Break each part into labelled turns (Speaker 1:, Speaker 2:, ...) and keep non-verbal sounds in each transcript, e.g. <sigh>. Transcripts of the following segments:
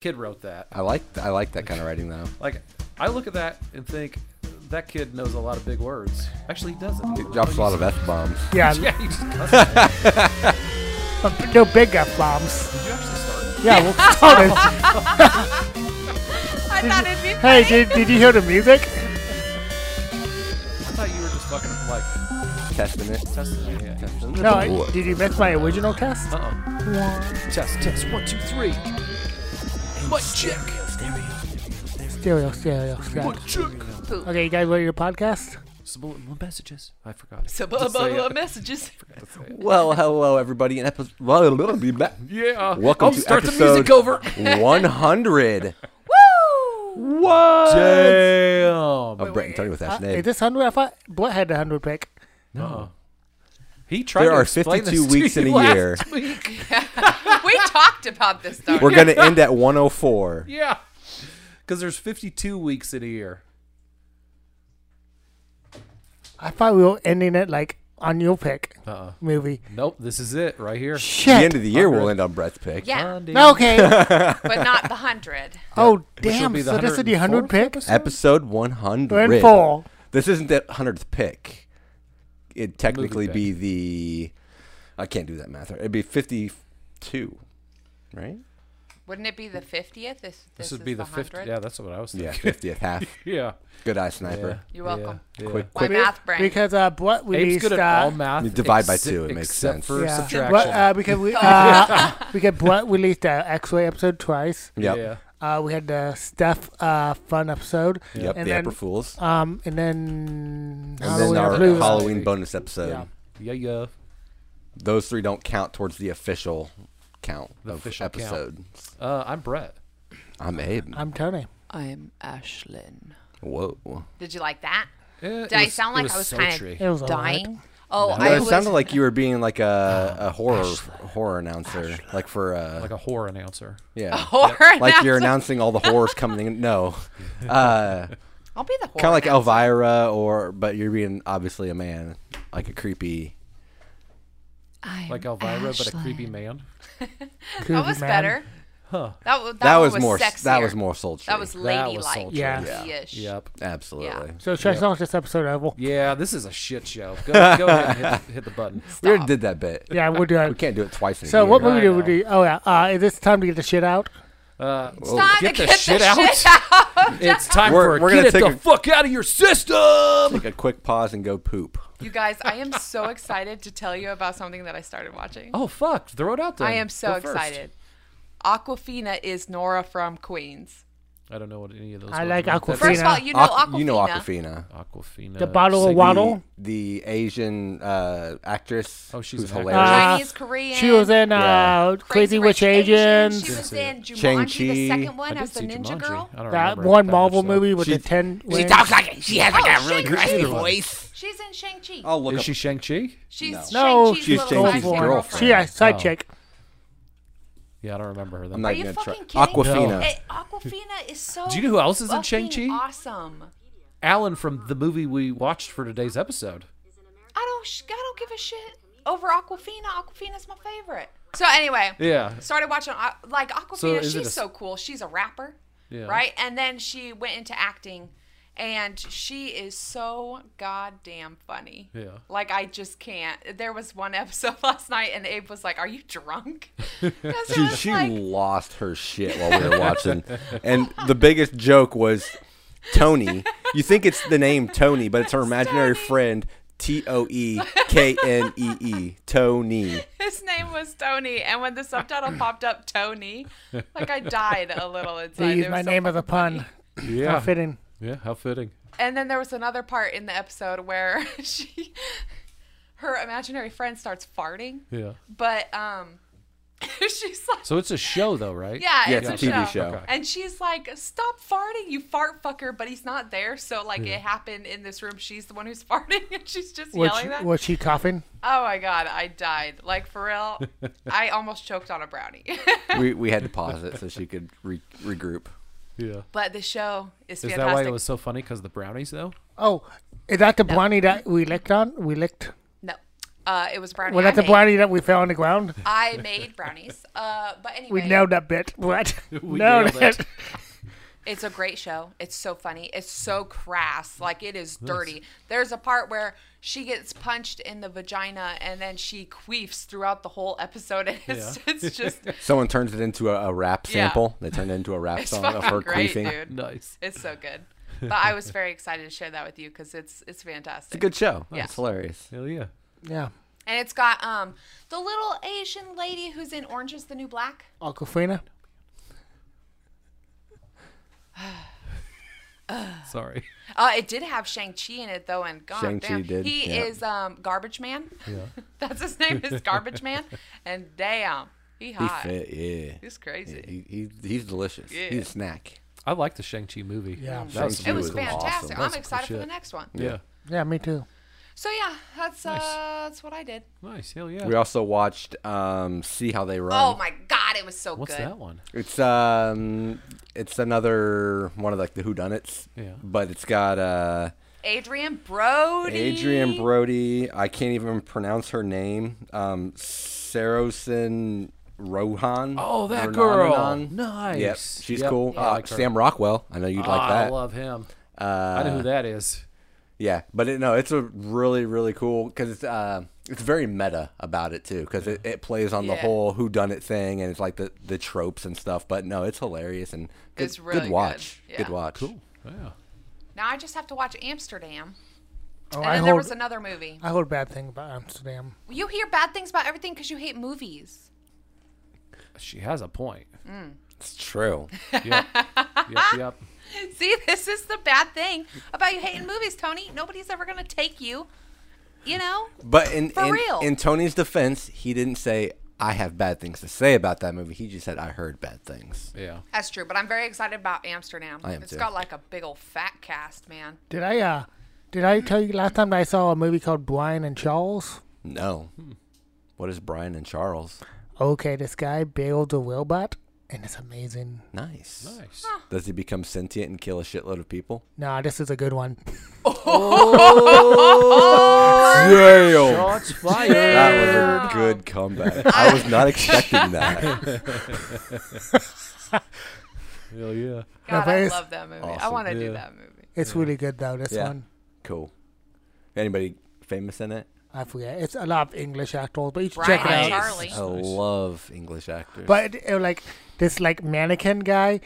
Speaker 1: Kid wrote that.
Speaker 2: I like I like that kind of writing though.
Speaker 1: Like, I look at that and think that kid knows a lot of big words. Actually, he doesn't.
Speaker 2: It drops a lot of f bombs.
Speaker 3: Yeah,
Speaker 1: <laughs> Yeah, he just doesn't.
Speaker 3: but no big f bombs.
Speaker 1: Did you actually start it?
Speaker 3: Yeah.
Speaker 1: <laughs>
Speaker 3: Well, oh,
Speaker 4: I thought it'd be <laughs>
Speaker 3: there's- hey,
Speaker 4: funny.
Speaker 3: did, did you hear
Speaker 2: <laughs>
Speaker 3: the music?
Speaker 1: I thought you were just fucking like
Speaker 2: Testing it.
Speaker 1: testing me. Yeah.
Speaker 3: No, I, did you miss my original test?
Speaker 1: Uh-oh. Test, test, one, two, three. Mic check.
Speaker 3: Stereo, stereo, stereo.
Speaker 1: Mic check.
Speaker 3: Okay, you guys ready to podcast?
Speaker 1: Subliminal messages. I forgot. it.
Speaker 4: So,
Speaker 1: To
Speaker 4: blah,
Speaker 1: say
Speaker 4: blah,
Speaker 1: it.
Speaker 4: blah,
Speaker 1: <laughs>
Speaker 4: messages.
Speaker 1: Let's say it.
Speaker 2: Well, hello everybody, and episode. Well, it'll be back.
Speaker 1: Yeah. uh,
Speaker 2: Welcome
Speaker 3: Oh,
Speaker 1: I'll
Speaker 2: to
Speaker 1: start
Speaker 2: episode
Speaker 1: the music over.
Speaker 3: <laughs>
Speaker 2: 100
Speaker 4: Woo!
Speaker 2: what?
Speaker 1: Damn.
Speaker 2: of Brett and Tony with
Speaker 3: Uh,
Speaker 2: Ash
Speaker 3: is
Speaker 2: Nave.
Speaker 3: this hundred? I thought Brett had the hundred pick.
Speaker 1: No. Uh-huh. He tried
Speaker 2: There
Speaker 1: to
Speaker 2: are
Speaker 1: explain
Speaker 2: 52
Speaker 1: this to
Speaker 2: weeks
Speaker 1: you
Speaker 2: in a
Speaker 1: last
Speaker 2: year.
Speaker 1: week.
Speaker 4: <laughs> we talked about this, though.
Speaker 2: We're gonna end at 104.
Speaker 1: <laughs> Yeah. Because there's 52 weeks in a year.
Speaker 3: I thought we were ending it like on your pick
Speaker 1: Uh-uh.
Speaker 3: movie.
Speaker 1: Nope, this is it right here.
Speaker 2: The
Speaker 3: Shit.
Speaker 2: end of the year will end on Brett's pick.
Speaker 4: yeah,
Speaker 1: Monday.
Speaker 2: <laughs>
Speaker 3: okay.
Speaker 4: but not the hundred.
Speaker 3: oh
Speaker 1: will
Speaker 3: damn!
Speaker 1: be the
Speaker 3: So this is the
Speaker 1: 104th
Speaker 3: hundred pick.
Speaker 2: Episode 100.
Speaker 3: We're in four.
Speaker 2: This isn't the 100th pick. It'd technically be the. I can't do that math. It'd be 52, right?
Speaker 4: Wouldn't it be the fiftieth? This,
Speaker 1: This
Speaker 4: this,
Speaker 1: would be
Speaker 4: is
Speaker 1: the 50th.
Speaker 4: hundred.
Speaker 1: Yeah, that's what I was
Speaker 3: <laughs>
Speaker 2: Yeah,
Speaker 1: thinking.
Speaker 2: 50th half.
Speaker 1: Yeah.
Speaker 2: Good eye,
Speaker 1: yeah.
Speaker 2: sniper.
Speaker 4: You're welcome.
Speaker 1: Yeah. yeah.
Speaker 2: Quick,
Speaker 4: My
Speaker 2: quick.
Speaker 4: math brain.
Speaker 3: Because uh, Brett
Speaker 1: Abe's
Speaker 3: released.
Speaker 1: good at
Speaker 3: uh,
Speaker 1: all math.
Speaker 2: You divide by two,
Speaker 1: except-
Speaker 2: it makes
Speaker 1: except
Speaker 2: sense.
Speaker 1: for
Speaker 3: yeah.
Speaker 1: subtraction.
Speaker 3: Brett, uh,
Speaker 1: <laughs>
Speaker 3: because we uh, because Brett released the X-ray episode twice.
Speaker 2: Yep.
Speaker 1: Yeah.
Speaker 3: Uh, we had the Steph uh, fun episode.
Speaker 2: Yep,
Speaker 3: And
Speaker 2: the
Speaker 3: then-
Speaker 2: April Fools.
Speaker 3: Um, and then
Speaker 2: And then our
Speaker 3: Blues.
Speaker 2: Halloween bonus episode.
Speaker 3: Yeah.
Speaker 1: Yeah, yeah.
Speaker 2: Those three don't count towards the official count
Speaker 1: The
Speaker 2: of
Speaker 1: official count.
Speaker 2: episodes.
Speaker 1: Uh, I'm Brett.
Speaker 2: I'm Abe.
Speaker 3: I'm Tony.
Speaker 4: I'm Ashlyn.
Speaker 2: Whoa.
Speaker 4: Did you like that?
Speaker 1: Eh, it
Speaker 4: Did I
Speaker 1: was-
Speaker 4: sound
Speaker 1: it
Speaker 4: like I was kind
Speaker 1: sultry.
Speaker 3: It was
Speaker 4: of
Speaker 3: all
Speaker 4: dying?
Speaker 3: right.
Speaker 4: Oh,
Speaker 2: No,
Speaker 4: I
Speaker 2: it
Speaker 4: was.
Speaker 2: sounded
Speaker 4: <laughs>
Speaker 2: like you were being like a, a horror horror announcer, like for uh,
Speaker 1: Oh, like a horror announcer.
Speaker 4: <laughs>
Speaker 2: yeah,
Speaker 4: horror
Speaker 2: like you're
Speaker 4: announcer.
Speaker 2: announcing all the horrors coming
Speaker 1: <laughs>
Speaker 2: in. No, uh,
Speaker 4: I'll be the horror.
Speaker 2: kind of like
Speaker 4: announcer.
Speaker 2: Elvira, or but you're being obviously a man, like a creepy.
Speaker 4: I'm
Speaker 1: Like Elvira, but a creepy
Speaker 4: Ashlyn.
Speaker 1: man.
Speaker 4: That was better.
Speaker 1: Huh.
Speaker 4: That, w- that,
Speaker 2: That,
Speaker 4: one
Speaker 2: was, more.
Speaker 4: Sexier.
Speaker 2: That was more sultry.
Speaker 4: That was
Speaker 1: That was
Speaker 4: ladylike.
Speaker 1: sultry.
Speaker 3: Yeah.
Speaker 4: Ish.
Speaker 1: Yep.
Speaker 2: absolutely.
Speaker 4: Yeah.
Speaker 3: So should I start this
Speaker 2: <laughs>
Speaker 3: episode over?
Speaker 1: Yeah, this is a shit show. Go, go ahead and hit, hit the
Speaker 4: <laughs>
Speaker 1: button.
Speaker 2: We already did that bit.
Speaker 3: Yeah, we'll do
Speaker 2: We
Speaker 3: it.
Speaker 2: can't do it twice. In a
Speaker 3: So what
Speaker 2: year.
Speaker 3: movie
Speaker 1: I
Speaker 3: do we
Speaker 1: know.
Speaker 3: do? Oh yeah, uh, is this time to get the shit out?
Speaker 1: Uh,
Speaker 2: Whoa.
Speaker 4: Time
Speaker 1: Get
Speaker 4: to
Speaker 1: the
Speaker 4: get
Speaker 1: shit
Speaker 4: the
Speaker 1: out?
Speaker 4: shit out.
Speaker 1: it's time
Speaker 2: We're-
Speaker 1: for
Speaker 2: we're
Speaker 1: get
Speaker 2: gonna
Speaker 1: it
Speaker 2: take
Speaker 1: the
Speaker 2: a-
Speaker 1: fuck out of your system.
Speaker 2: Take a quick pause and go poop.
Speaker 4: You guys, I am so excited to tell you about something that I started watching.
Speaker 1: Oh fuck! Throw it out there.
Speaker 4: I am so excited. Aquafina is Nora from Queens.
Speaker 1: I don't know what any of those.
Speaker 3: I
Speaker 1: words
Speaker 3: like
Speaker 1: mean.
Speaker 3: Aquafina.
Speaker 4: First of all, you know
Speaker 2: Aqu-
Speaker 4: Aquafina.
Speaker 2: You know Aquafina.
Speaker 1: That's Aquafina.
Speaker 3: The bottle
Speaker 2: Like
Speaker 3: of waddle.
Speaker 2: The, the Asian uh, actress.
Speaker 1: Oh, she's
Speaker 2: who's
Speaker 1: an actress.
Speaker 2: hilarious.
Speaker 3: Uh,
Speaker 4: Chinese, Korean.
Speaker 3: She was in uh,
Speaker 2: Yeah.
Speaker 3: Crazy, Rich
Speaker 4: Asian.
Speaker 3: Agents.
Speaker 4: She was in
Speaker 2: Shang-Chi.
Speaker 4: Jumanji, the second
Speaker 1: I
Speaker 4: one,
Speaker 1: did
Speaker 4: as the
Speaker 1: see
Speaker 4: ninja
Speaker 1: Jumanji. Oh.
Speaker 4: girl.
Speaker 1: I don't
Speaker 3: that
Speaker 1: remember
Speaker 3: one
Speaker 1: that much,
Speaker 3: Marvel
Speaker 1: though.
Speaker 3: movie with
Speaker 2: She-
Speaker 3: the ten.
Speaker 5: She
Speaker 3: wings.
Speaker 5: talks like it. She has like
Speaker 4: Oh,
Speaker 5: a really
Speaker 4: shit,
Speaker 5: crusty
Speaker 4: really?
Speaker 5: voice.
Speaker 4: She's in Shang-Chi.
Speaker 2: I'll look
Speaker 1: Is
Speaker 2: up.
Speaker 1: she Shang Chi?
Speaker 4: she's
Speaker 3: No,
Speaker 4: Shang-Chi's
Speaker 2: She's
Speaker 4: little
Speaker 2: Shang-Chi's
Speaker 4: side
Speaker 2: girlfriend.
Speaker 4: girlfriend.
Speaker 3: She uh, a side
Speaker 1: Oh.
Speaker 3: chick.
Speaker 1: Yeah, I don't remember her.
Speaker 2: I'm
Speaker 1: Then.
Speaker 2: not
Speaker 4: Are you
Speaker 2: gonna try.
Speaker 4: fucking kidding?
Speaker 2: Aquafina.
Speaker 1: No.
Speaker 4: Eh, Aquafina is so
Speaker 1: Do you know who else is in
Speaker 4: fucking
Speaker 1: Shang-Chi?
Speaker 4: Awesome.
Speaker 1: Alan from the movie we watched for today's episode.
Speaker 4: I don't. sh- I don't give a shit over Aquafina. Aquafina's my favorite. So anyway,
Speaker 1: Yeah.
Speaker 4: started watching uh, like Aquafina.
Speaker 1: So is it
Speaker 4: she's
Speaker 1: a s-
Speaker 4: so cool. She's a rapper,
Speaker 1: Yeah.
Speaker 4: right? And then she went into acting, and she is so goddamn funny.
Speaker 1: Yeah.
Speaker 4: Like I just can't. There was one <laughs> episode last night, and Abe was like, "Are you
Speaker 1: <laughs>
Speaker 4: drunk?" 'Cause it
Speaker 2: She,
Speaker 4: was
Speaker 2: she
Speaker 4: like-
Speaker 2: lost her shit while we
Speaker 1: <laughs>
Speaker 2: were watching, and the biggest joke was Tony. You think it's the name Tony, but it's her imaginary
Speaker 4: Tony.
Speaker 2: friend T O E K N E E Tony.
Speaker 4: <laughs> His name was Tony, and when the subtitle popped up, Tony, like I died a little
Speaker 3: They
Speaker 4: inside.
Speaker 3: use
Speaker 4: It was
Speaker 3: my
Speaker 4: so
Speaker 3: name as a pun.
Speaker 1: Yeah.
Speaker 3: How fitting.
Speaker 1: Yeah. How fitting.
Speaker 4: And then there was another part in the episode where <laughs> she, her imaginary friend starts farting,
Speaker 1: Yeah.
Speaker 4: but um, <laughs> she's like,
Speaker 1: So it's a show though, right?
Speaker 4: yeah,
Speaker 2: Yeah,
Speaker 4: it's, a,
Speaker 2: TV
Speaker 4: show.
Speaker 2: show.
Speaker 1: Okay.
Speaker 4: And she's like, stop farting, you fart fucker, but he's not there. So like it happened in this room. She's the one who's <laughs> farting, and she's just
Speaker 3: Was
Speaker 4: yelling
Speaker 3: she,
Speaker 4: that.
Speaker 3: was she coughing?
Speaker 4: Oh my god, I died. Like for real, I almost choked on a brownie. <laughs>
Speaker 2: We we had to pause it so she could re- regroup.
Speaker 1: Yeah.
Speaker 4: but the show is,
Speaker 1: Is
Speaker 4: fantastic.
Speaker 1: that why it was so funny? Because the brownies, though.
Speaker 3: Oh, is that the brownie that we licked on? We licked.
Speaker 4: No. Uh, it was a brownie.
Speaker 3: Well,
Speaker 4: I
Speaker 3: that's a
Speaker 4: made.
Speaker 3: brownie that we fell on the ground.
Speaker 4: I made brownies. Uh, but anyway,
Speaker 3: We nailed that bit. <laughs> What?
Speaker 1: We
Speaker 3: nailed
Speaker 1: nailed
Speaker 3: it.
Speaker 4: It's a great show. It's so funny. It's so crass. Like it is dirty. There's a part where she gets punched in the vagina and then she queefs throughout the whole episode. <laughs> And it's,
Speaker 1: Yeah.
Speaker 2: <laughs>
Speaker 4: it's just
Speaker 2: Someone turns it into a, a rap
Speaker 4: Yeah.
Speaker 2: sample. They turned it into a rap
Speaker 4: <laughs> it's
Speaker 2: song of her
Speaker 4: fucking great,
Speaker 2: queefing.
Speaker 4: dude.
Speaker 1: Nice.
Speaker 4: It's so
Speaker 2: <laughs>
Speaker 4: good. But I was very excited to share that with you because it's it's fantastic.
Speaker 2: Good show.
Speaker 4: Yeah.
Speaker 2: It's hilarious.
Speaker 1: Hell yeah.
Speaker 3: yeah.
Speaker 4: and it's got um the little Asian lady who's in Orange is the New Black.
Speaker 3: Aquafina.
Speaker 1: Sorry.
Speaker 4: Uh, it did have Shang Chi in it though, and God
Speaker 2: Shang-Chi
Speaker 4: damn,
Speaker 2: did,
Speaker 4: he
Speaker 2: yeah.
Speaker 4: is um, Garbage Man.
Speaker 1: Yeah.
Speaker 4: <laughs> That's his name is
Speaker 2: <laughs>
Speaker 4: Garbage Man, and damn, he
Speaker 2: He
Speaker 4: hot.
Speaker 2: fit, yeah.
Speaker 4: He's crazy.
Speaker 2: He, he, he's delicious.
Speaker 4: Yeah.
Speaker 2: He's a snack.
Speaker 1: I like the Shang-Chi movie. That
Speaker 3: Yeah.
Speaker 1: was
Speaker 2: Shang-Chi
Speaker 4: It
Speaker 1: really
Speaker 4: was
Speaker 2: was
Speaker 1: cool.
Speaker 2: awesome.
Speaker 4: fantastic.
Speaker 1: That's
Speaker 4: I'm
Speaker 1: cool
Speaker 4: excited for the
Speaker 1: shit.
Speaker 4: next one.
Speaker 1: Yeah.
Speaker 3: Yeah, me too.
Speaker 4: So yeah, that's
Speaker 1: Nice.
Speaker 4: uh, that's what I did.
Speaker 1: Nice. Hell yeah.
Speaker 2: We also watched um, See How They Run.
Speaker 4: Oh my God, it was so
Speaker 1: What's
Speaker 4: good.
Speaker 1: that one?
Speaker 2: It's um, it's another one of like the whodunits.
Speaker 1: Yeah.
Speaker 2: But it's got uh,
Speaker 4: Adrian Brody.
Speaker 2: Adrian Brody. I can't even pronounce her name. Um, Sarosin Rohan.
Speaker 1: Oh, that
Speaker 2: Ronan-
Speaker 1: girl.
Speaker 2: Ronan.
Speaker 1: Nice.
Speaker 2: Yep, she's
Speaker 1: Yep.
Speaker 2: cool.
Speaker 1: I
Speaker 2: Uh,
Speaker 1: like her.
Speaker 2: Sam Rockwell. I know you'd
Speaker 1: Ah,
Speaker 2: like
Speaker 1: I
Speaker 2: that.
Speaker 1: love him.
Speaker 2: uh,
Speaker 1: I know who that is.
Speaker 2: Yeah, but it, no, it's a really really cool because it's uh, it's very meta about it too because it, it plays on the
Speaker 4: Yeah.
Speaker 2: whole who done it thing and it's like the the tropes and stuff. But no, it's hilarious and good,
Speaker 4: It's really
Speaker 2: good
Speaker 4: good,
Speaker 2: watch.
Speaker 4: yeah.
Speaker 2: watch.
Speaker 1: Cool. Yeah.
Speaker 4: Now I just have to watch Amsterdam.
Speaker 3: Oh,
Speaker 4: And
Speaker 3: I
Speaker 4: then there
Speaker 3: hold,
Speaker 4: was another movie.
Speaker 3: I hold bad thing about Amsterdam.
Speaker 4: You hear bad things about everything because you hate movies.
Speaker 1: She has a point.
Speaker 2: It's true.
Speaker 1: Yep. yep. Yep.
Speaker 4: <laughs> See, this is the bad thing about you hating movies, Tony. Nobody's ever gonna take you. You know,
Speaker 2: But in
Speaker 4: For
Speaker 2: in,
Speaker 4: real.
Speaker 2: in Tony's defense, he didn't say I have bad things to say about that movie. He just said I heard bad things.
Speaker 1: Yeah.
Speaker 4: that's true. But I'm very excited about Amsterdam.
Speaker 2: I am
Speaker 4: It's
Speaker 2: too.
Speaker 4: got like a big old fat cast, man.
Speaker 3: Did I uh did I tell you last time that I saw a movie called Brian and Charles?
Speaker 2: No. What is Brian and Charles?
Speaker 3: Okay, this guy builds a robot and it's amazing.
Speaker 2: Nice.
Speaker 1: Nice.
Speaker 2: Does he become sentient and kill a shitload of
Speaker 4: <laughs>
Speaker 2: people?
Speaker 3: Nah, this is a good one.
Speaker 4: Oh,
Speaker 2: Damn.
Speaker 1: <laughs> Shots fired.
Speaker 2: That was a good comeback. I was not expecting
Speaker 3: <laughs>
Speaker 2: that.
Speaker 1: Hell yeah.
Speaker 4: God,
Speaker 3: but
Speaker 4: I
Speaker 3: it's-
Speaker 4: love that movie. I
Speaker 2: Awesome.
Speaker 4: want to
Speaker 1: Yeah.
Speaker 4: do that movie.
Speaker 3: It's really good though, this
Speaker 2: Yeah.
Speaker 3: one.
Speaker 2: Cool. Anybody famous in it?
Speaker 3: I forget. It's a lot of English actors, but you should
Speaker 4: Brian
Speaker 3: check it
Speaker 4: and
Speaker 3: out.
Speaker 4: Charlie.
Speaker 2: I love English actors.
Speaker 3: But it, it, like this like mannequin guy